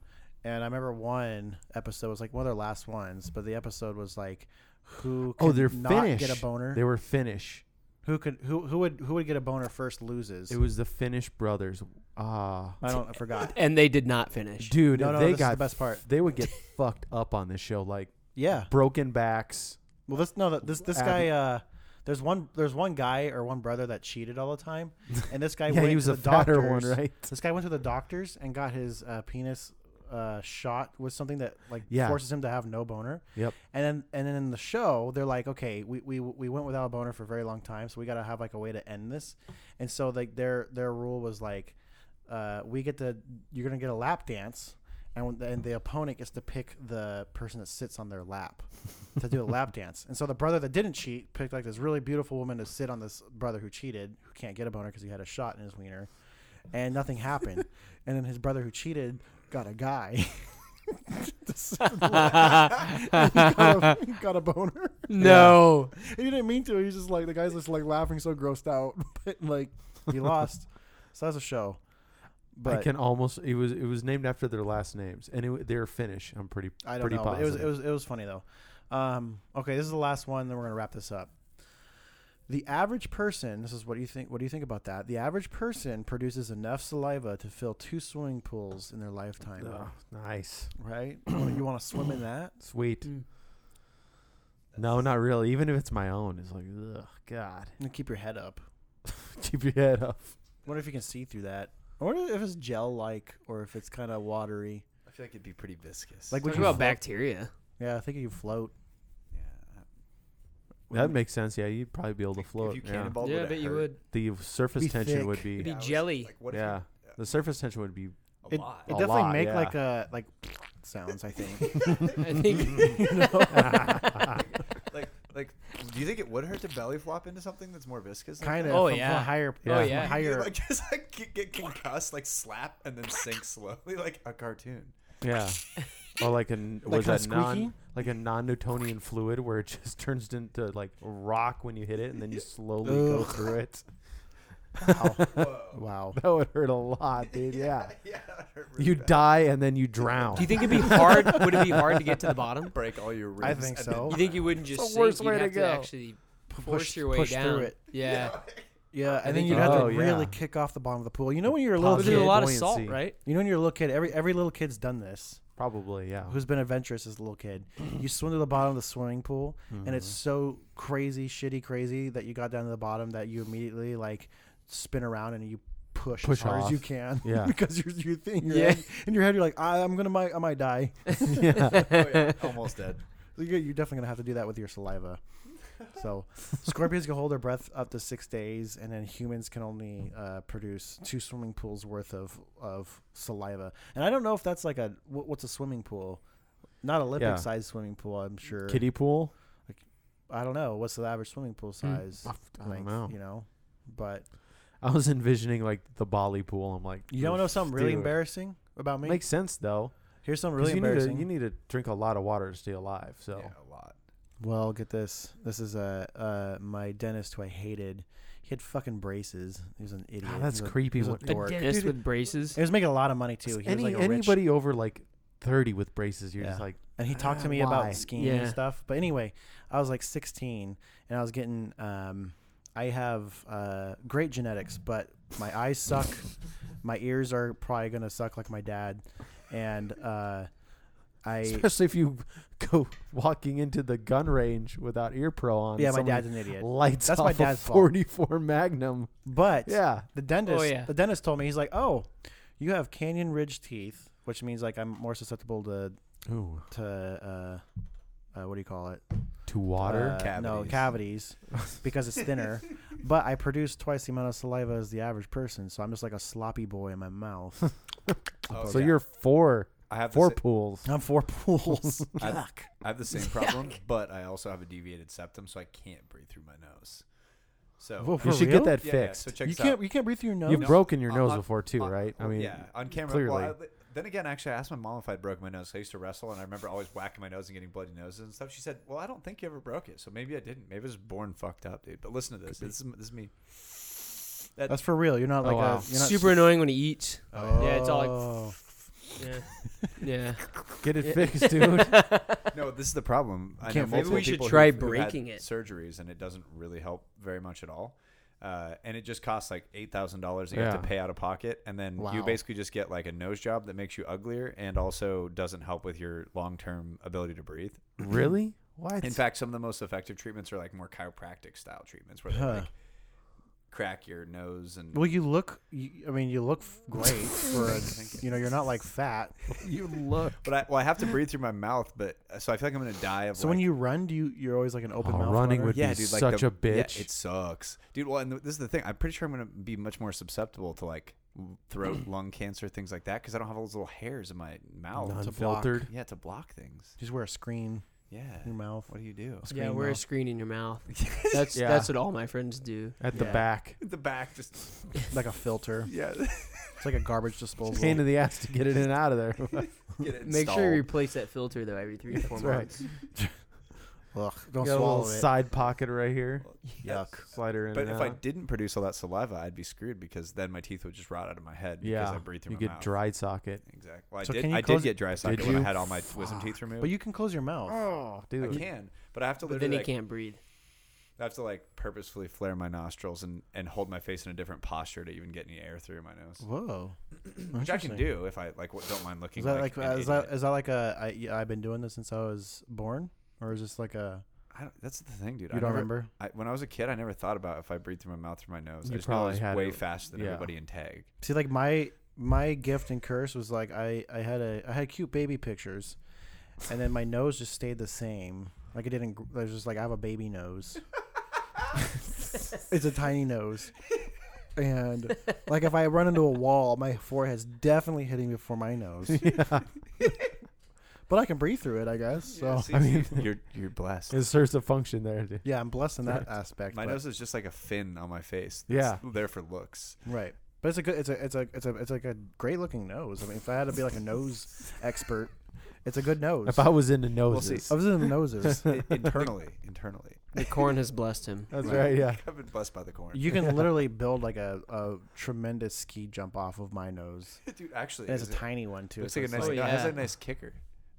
F: And I remember one episode was like one of their last ones, but the episode was like who could
D: Oh, they're
F: not
D: Finnish.
F: get a boner?
D: They were Finnish.
F: who could who who would who would get a boner first loses.
D: It was the Finnish brothers. Ah,
F: I don't I forgot.
C: And they did not (laughs) finish.
D: dude,
F: No, no,
D: they
F: this is the
D: got
F: best part.
D: They would
F: (laughs)
D: get fucked up on this show, like
F: Yeah.
D: broken backs.
F: Well, this no, th- this this guy.
D: Abby-
F: Uh, there's one there's one guy or one brother that cheated all the time, and this
D: (laughs)
F: guy
D: yeah,
F: went
D: he was
F: to
D: a
F: the
D: fatter
F: doctors.
D: one, right?
F: This guy went to the doctors and got his uh, penis uh, shot with something that like
D: Yeah.
F: forces him to have no boner.
D: Yep.
F: And then and then in the show, they're like, okay, we, we we went without a boner for a very long time, so we got to have like a way to end this. And so like their their rule was like, uh, we get to you're gonna get a lap dance, and when, and the opponent gets to pick the person that sits on their lap to do a lap dance. And so the brother that didn't cheat picked like this really beautiful woman to sit on this brother who cheated, who can't get a boner because he had a shot in his wiener, and nothing happened. and then his brother who cheated got a guy. (laughs) got, a, got a boner.
C: No.
F: (laughs) He didn't mean to. He's just like the (laughs) guy's just like laughing so grossed out, but like he lost. So that's a show. But
D: I can almost it was it was named after their last names and it, they're Finnish. I'm pretty
F: I don't
D: pretty
F: know. but It
D: positive.
F: was it was it was funny though. Um, okay, this is the last one. Then we're gonna wrap this up. The average person. This is what do you think? What do you think about that? The average person produces enough saliva to fill two swimming pools in their lifetime.
D: Ugh, nice,
F: Right? You wanna- you want to swim in that?
D: sweet.
C: Mm.
D: No, not really. Even if it's my own, it's like, ugh, God, (laughs)
F: And keep your head up.
D: keep your head up.
F: What if you can see through that? I wonder if it's gel like or if it's kind of watery.
E: I feel like it'd be pretty viscous.
F: Like
C: What
F: you
C: about
F: float?
C: bacteria?
F: Yeah, I think you can float.
D: That makes sense. Yeah, you'd probably be able to float.
E: If you
D: yeah.
E: cannonball,
C: yeah, I
E: it
C: bet you
E: hurt?
C: would.
D: The surface
F: Be
D: tension would
F: thick.
D: be.
C: It'd be
E: I was just
C: jelly.
E: like, what if
D: Yeah, the surface tension would be.
E: you- a
F: It,
E: lot.
F: it
D: A
F: definitely
D: lot,
F: make
D: yeah.
F: like a like sounds. I think.
C: (laughs) I think
E: like, like, do you think it would hurt to belly flop into something that's more viscous? like
F: kind
E: that?
F: of.
C: Oh,
F: from,
C: yeah.
F: From higher.
D: Yeah.
F: from
C: yeah.
E: You
F: Higher.
E: Like, (laughs) just like get, get concussed, like slap, and then sink slowly, like a cartoon.
F: (laughs)
D: Yeah. or like an was
F: kinda
D: that non
F: squeaky?
D: like a non-Newtonian fluid where it just (laughs) turns into like rock when you hit it and
F: (laughs)
D: then you slowly go through it. (laughs)
F: uh,
C: (laughs)
F: wow.
D: That would hurt a lot,
F: (laughs)
D: dude. Yeah.
E: Yeah, (laughs) that hurt really
D: You
E: bad.
D: die and then you drown.
C: Do you think it'd be hard? Would it be hard to get to the bottom?
E: break all your ribs.
F: I think
E: and
F: so.
C: You think you wouldn't just
D: the
C: sink?
D: worst
C: You'd
D: way to
C: have to,
D: go.
C: actually force
F: push-
C: your way
F: push through
C: down.
F: it.
C: Yeah.
F: Yeah, and then
C: think
F: you'd
C: you
F: have to
D: Oh, yeah.
F: really kick off the bottom of the pool. You know when you're a little
C: But
D: But
F: kid.
C: there's a
D: kid
C: lot of salt,
D: buoyancy.
C: right?
F: You know when you're a little kid. Every every little kid's done this.
D: Probably, yeah.
F: Who's been adventurous as a little kid? You swim to the bottom of the swimming pool, and it's
D: Mm-hmm.
F: so crazy, shitty, crazy that you got down to the bottom that you immediately like spin around and you push,
D: Push
F: as hard as
D: off.
F: you can. (laughs)
D: Yeah.
F: because you're you think you're
C: Yeah.
F: in, your head you're like I, I'm gonna might I might die.
D: (laughs) yeah.
E: Oh, yeah, almost dead.
F: So You're you're definitely gonna have to do that with your saliva.
D: (laughs)
F: So, scorpions can hold their breath up to six days, and then humans can only uh, produce two swimming pools worth of of saliva. And I don't know if that's like a wh- what's a swimming pool, not Olympic
D: Yeah.
F: sized swimming pool. I'm sure.
D: Kiddie pool?
F: I don't know what's the average swimming pool size.
D: Hmm. I don't know.
F: You know, but
D: I was envisioning like the Bali pool. I'm like,
F: you don't know
D: "Oof,
F: something really
D: dude."
F: embarrassing about me.
D: Makes sense though.
F: Here's something
D: 'cause
F: really
D: you need, to,
F: embarrassing.
D: you need to drink a lot of water to stay alive. (laughs) So
E: Yeah, a lot.
F: Well, get this. This is uh, uh, my dentist who I hated. He had fucking braces. He was an idiot.
D: God, Ah, that's
F: He was a-
D: creepy
F: he was (laughs)
D: when-
F: a
D: A
F: dork.
C: Dennis
D: Dude,
C: with braces.
F: He was making a lot of money too. He
D: Any,
F: was like a rich,
D: anybody over like 30 with braces, you're just
F: Yeah.
D: like,
F: and he talked to
D: Ah,
F: me
D: why?
F: about skiing and
C: Yeah.
F: stuff. But anyway, I was like 16, and I was getting. Um, I have uh, great genetics, but my
D: (laughs)
F: eyes suck. my ears are probably gonna suck like my dad, and uh,
D: (laughs)
F: I.
D: Especially if you go walking into the gun range without ear pro on.
F: Yeah,
D: and
F: my
D: somebody
F: dad's an
D: (laughs)
F: idiot.
D: Lights
F: That's
D: off
F: my dad's
D: a
F: fault.
D: 44 Magnum.
F: But
D: Yeah.
F: the dentist
C: Oh, yeah.
F: the dentist told me he's like oh you have canyon ridge teeth which means like i'm more susceptible to
D: Ooh.
F: to uh, uh what do you call it
D: To water.
F: Uh, no cavities because it's (laughs) thinner but i produce twice the amount of saliva as the average person so i'm just like a sloppy boy in my mouth
E: Oh,
D: so
E: yeah.
D: you're four,
E: I have
D: four
E: the sa-
D: pools.
F: (laughs) i'm four (laughs) pools
E: I, I have the
D: (laughs)
E: same problem, but I also have a deviated septum, so I can't breathe through my nose. So
F: Whoa,
D: You
F: For
D: should get
F: real?
D: that
E: yeah, yeah,
D: fixed.
E: so check
F: you
E: this
F: can't
E: out.
F: you can't breathe through your nose
D: You've broken your
E: on-
D: nose
E: on-
D: before too,
E: on-
D: right? I mean,
E: yeah, on camera.
D: clearly.
E: Well, I, then again, actually, I asked my mom if I'd broke my nose. 'cause I used to wrestle, and I remember always whacking my nose and getting bloody noses and stuff. She said, "Well, I don't think you ever broke it, so maybe I didn't. Maybe I was born fucked up, dude." But listen to this. This is this is me. That,
F: that's for real you're not
D: Oh,
F: like
D: wow.
F: a you're not
C: Super annoying when he eats.
E: oh,
C: Yeah, it's all like-
F: Oh.
C: Yeah. (laughs) Yeah.
D: (laughs) get it fixed, dude.
E: (laughs) yeah. no, this is the problem. I know
F: Can't- Maybe
E: multiple
C: we should
E: people
C: try
E: who've- who've had
C: breaking it.
E: Surgeries, and it doesn't really help very much at all. Uh, and it just costs like eight thousand dollars that you have
D: Yeah.
E: to pay out of pocket, and then you
F: Wow.
E: basically just get like a nose job that makes you uglier and also doesn't help with your long term ability to breathe.
D: really? What?
E: In fact, some of the most effective treatments are like more chiropractic style treatments where they
F: Huh.
E: like crack your nose and
F: well you look you, i mean you look f- great
C: (laughs)
F: for a, you know you're not like fat
E: (laughs)
D: you look.
E: but I, well, I have to breathe through my mouth, but uh, so I feel like I'm gonna die of.
F: so when
E: like-
F: you run do you you're always like an open
D: Oh,
F: mouth
D: running
F: runner?
D: would
E: yeah,
D: be
E: dude, like
D: such
E: the-
D: a bitch.
E: yeah, it sucks, dude. Well, and th- this is the thing. I'm pretty sure I'm gonna be much more susceptible to like throat, lung cancer, things like that, because I don't have all those little hairs in my mouth.
F: None.
D: Unfiltered.
E: Yeah, to block things.
F: Just wear a screen
E: Yeah.
F: in your mouth.
C: (laughs)
E: What do you do?
C: Yeah,
F: Screen
C: wear a
F: mouth.
C: screen in your
F: (laughs)
C: mouth. That's
D: Yeah.
C: that's what all my friends do.
D: At the
F: Yeah.
D: back.
E: the back, just
F: like a filter.
E: (laughs) yeah.
F: It's like a garbage disposal.
D: Pain in the ass to get it in and
E: (laughs)
D: out of there.
E: Get it
C: Make sure
E: installed.
F: (laughs)
C: you replace that filter though every three to four
D: right.
C: months.
F: Ugh, don't
D: Got a
F: swallow
D: little
F: it.
D: side pocket right here.
E: (laughs)
F: Yuck.
D: Slider in.
E: But
D: and
E: if I
D: out.
E: didn't produce all that saliva, I'd be screwed because then my teeth would just rot out of my head because
D: yeah,
E: I breathe through
D: you
E: my
D: get
E: mouth.
D: dry socket.
E: Exactly. Well, I
F: So
E: did.
F: can you
E: I did
F: close it?
E: get dry socket when I
D: you?
E: had all my wisdom teeth removed.
F: But you can close your mouth.
D: Oh,
E: I
D: dude. (laughs)
E: can, but I have to
C: But then
E: literally
C: he
E: like,
C: can't breathe.
E: I have to like purposefully flare my nostrils and, and hold my face in a different posture to even get any air through my nose,
F: Whoa.
E: (clears throat) which I can
F: Interesting.
E: do if I like w- don't mind looking
F: Is that
E: like,
F: like,
E: an
F: uh, is that
E: idiot.
F: is that like a I yeah, I've been doing this since I was born, or is this like a
E: I don't, that's the thing, dude.
F: you
E: I
F: don't
E: never-
F: remember?
E: I, when I was a kid, I never thought about if I breathed through my mouth through my nose. I
D: You
E: just probably
D: probably had
E: way
D: it.
E: faster than
D: Yeah.
E: everybody in tag.
F: See, like my my gift and curse was like I I had a I had cute baby pictures, and then my nose just stayed the same. Like it didn't. gr- I was just like I have a baby nose. it's a tiny nose, and like if I run into a wall, my forehead's definitely hitting before my nose.
E: (laughs)
F: but I can breathe through it, I guess. So yeah,
D: I mean,
E: you're you're blessed.
D: it serves a function there, dude.
F: I'm blessed in that aspect.
E: (laughs) My
F: but-
E: nose is just like a fin on my face.
D: Yeah.
E: It's there for
F: (laughs)
E: looks.
F: Right. But it's a good. It's a. It's a. It's a. It's like a great looking nose. I mean, if I had to be like a nose expert, it's a good nose.
D: If I was into
E: see.
D: noses,
F: I was in the
E: (laughs)
F: noses.
E: I- internally, internally.
C: The corn has blessed
F: (laughs)
C: him.
D: that's right. Yeah,
E: I've been blessed by the corn,
F: You can literally build like a, a tremendous ski jump off of my nose.
E: dude. Actually,
F: And it's a
E: is it-
F: tiny one too.
E: Looks
F: so
E: like a
F: it's
E: nice.
C: Oh,
E: no, it has
C: yeah.
E: a nice kicker,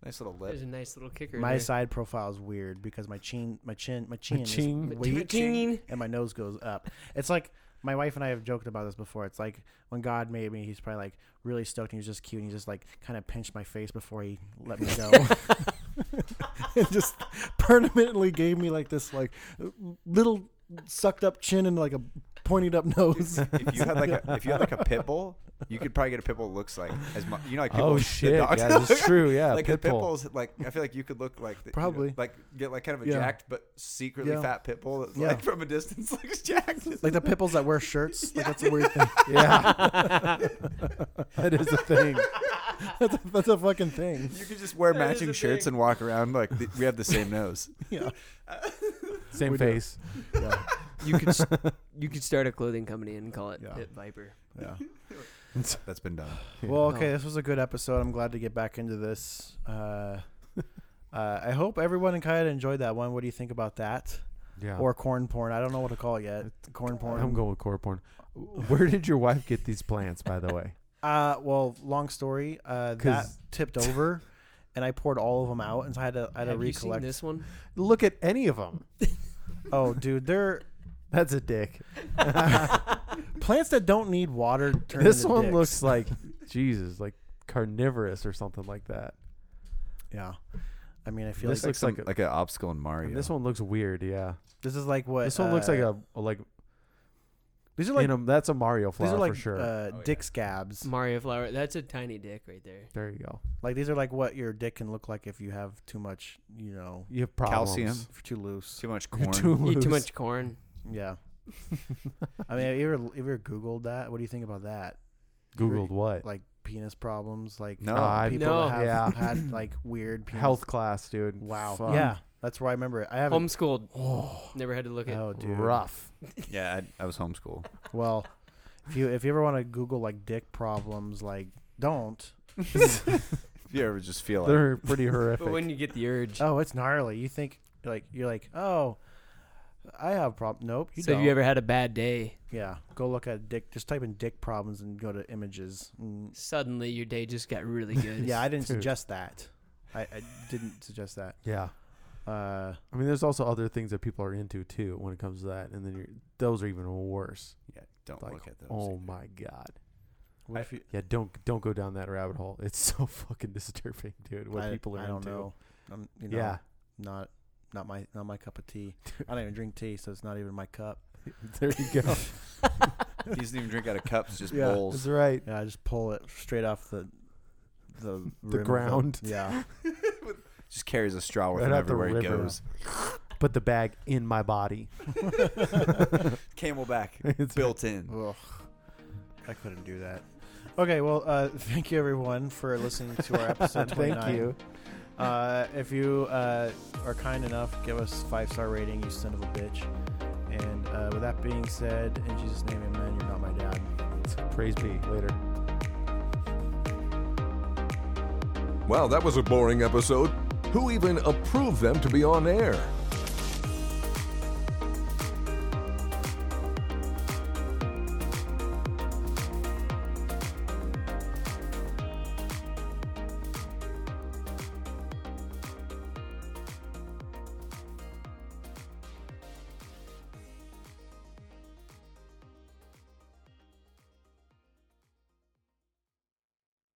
E: nice little lip.
C: There's a eh? nice little kicker.
F: my
C: there.
F: side profile is weird because my chin, my chin, my chin,
D: chin.
F: is
D: My
F: way
C: Ding.
F: and my nose goes up. It's like my wife and I have joked about this before. It's like when God made me, he's probably like really stoked and he's just cute and he just like kind of pinched my face before he let me go. (laughs) and just permanently gave me like this like little sucked up chin and like a pointed up nose.
E: if you had like a if you had like a pit bull, you could probably get a pit bull that looks like as much. You know, like people,
D: Oh,
E: (laughs) the
D: shit.
E: dogs-
D: Yeah, that's true. Yeah,
E: (laughs) like the
D: pit
E: pit
D: bull.
E: bulls. Like I feel like you could look like the, you know,
F: Probably.
E: like get like kind of a
F: Yeah.
E: jacked but secretly
F: Yeah.
E: fat pit bull. That's
F: Yeah.
E: like (laughs) from a distance looks jacked.
F: like the pipples that wear shirts. Like that's a weird thing.
D: (laughs) yeah, that is a thing.
F: (laughs) That's a, that's a fucking thing.
E: (laughs) you could just wear
C: That is
E: matching
C: the
E: shirts
C: thing.
E: and walk around like th- we have the same nose.
F: Yeah.
D: Same
F: We do.
D: face.
F: (laughs) Yeah.
C: (laughs) You
F: (laughs)
C: could s- you could start a clothing company and call it
F: Yeah.
C: Pit Viper.
F: Yeah.
E: That's been done.
F: Well,
C: No.
F: okay, this was a good episode. I'm glad to get back into this. Uh, uh, I hope everyone in Kaya enjoyed that one. What do you think about that?
D: Yeah.
F: Or corn porn? I don't know what to call it yet. Corn porn.
D: I'm going with core porn. Where did your wife get these plants, by the
F: (laughs)
D: way?
F: Uh, well, long story. Uh,
D: (laughs)
F: that
D: 'Cause-
F: tipped over, and I poured all of them out, and so I had to I had to
C: Have you seen
F: recollect.
C: this
F: (laughs)
C: one?
D: Look at any of them.
F: Oh, dude, they're
D: That's a dick.
F: plants that don't need
D: (laughs)
F: water. Turn
D: this
F: into
D: one
F: dicks.
D: looks like
F: (laughs)
D: Jesus, like carnivorous or something like that.
F: Yeah. I mean, I feel
D: This
F: like
D: looks like
E: some-
D: a-
E: like an obstacle in Mario.
D: And this one looks weird. Yeah.
F: this is like what
D: this one looks like
F: uh,
D: a like.
F: these are
D: Like,
F: like
D: in a, that's a Mario flower
F: these are like
D: for sure.
F: uh, dick scabs.
C: Mario Flower. That's a tiny dick right
F: (laughs)
C: there.
D: there you go.
F: Like these are like what your dick can look like if you have too much, you know,
D: You have problems.
E: Calcium.
F: if you're too loose.
E: Too much
D: (laughs) You're
E: corn.
D: too
C: Eat
D: loose.
C: too much corn.
F: Yeah. I mean, have you ever have you ever Googled that? What do you think about that?
D: Googled what?
F: Like penis problems, like
E: No.
D: Oh, I-
F: people
C: No.
F: that have
D: Yeah.
F: had like weird penis.
D: Health class, dude.
F: Wow.
D: Fuck.
F: Yeah, that's where I remember it. I haven't.
C: Homeschooled. Never had to look at.
F: (gasps) oh, dude.
D: Rough.
E: yeah, I, I was homeschooled.
F: Well, if you if you ever want to Google like dick problems, like don't.
E: If you ever just feel like (laughs)
D: They're pretty horrific.
C: But when you get the urge.
F: Oh, it's gnarly. You think like you're like oh, I have problem. Nope. You
C: so
F: don't.
C: have you ever had a bad day?
F: Yeah, go look at dick. Just type in dick problems and go to images. Mm.
C: Suddenly your day just got
F: (laughs)
C: really good.
F: Yeah, I didn't
D: Dude.
F: suggest that. I, I didn't suggest that.
D: yeah.
F: Uh,
D: I mean, there's also other things that people are into too when it comes to that, and then you're, those are even worse.
E: yeah, don't
D: Like,
E: look at those.
D: oh my god.
F: what
E: I-
F: if you,
D: Yeah, don't don't go down that rabbit hole. It's (laughs) so fucking disturbing, dude. What
F: I,
D: people are
F: I don't
D: into.
F: know. I'm, you know,
D: yeah,
F: not not my not my cup
D: (laughs)
F: of tea. I don't even drink tea, so it's not even my cup.
D: there you go.
E: He doesn't even drink out of cups,
D: (laughs)
E: just
D: yeah,
E: bowls.
D: that's right.
F: Yeah, I just pull it straight off the
D: (laughs)
F: the rim of
D: ground. (laughs)
F: (laughs) yeah,
E: Just carries a straw with
D: Right
E: him
D: out the
E: everywhere he
D: river.
E: goes.
D: Put the bag in my body.
E: Camelback,
D: (laughs) It's-
E: built in.
F: Ugh, I couldn't do that. Okay, well, uh, (laughs) thank you everyone for listening
D: (laughs)
F: to our episode.
D: Thank
F: 29.
D: you.
F: Uh, if you uh, are kind enough, give us five star rating, you son of a bitch. And uh, with that being said, in Jesus' name, amen. You're not my dad.
D: Praise be. Later.
A: Wow, that was a boring episode. Who even approved them to be on air?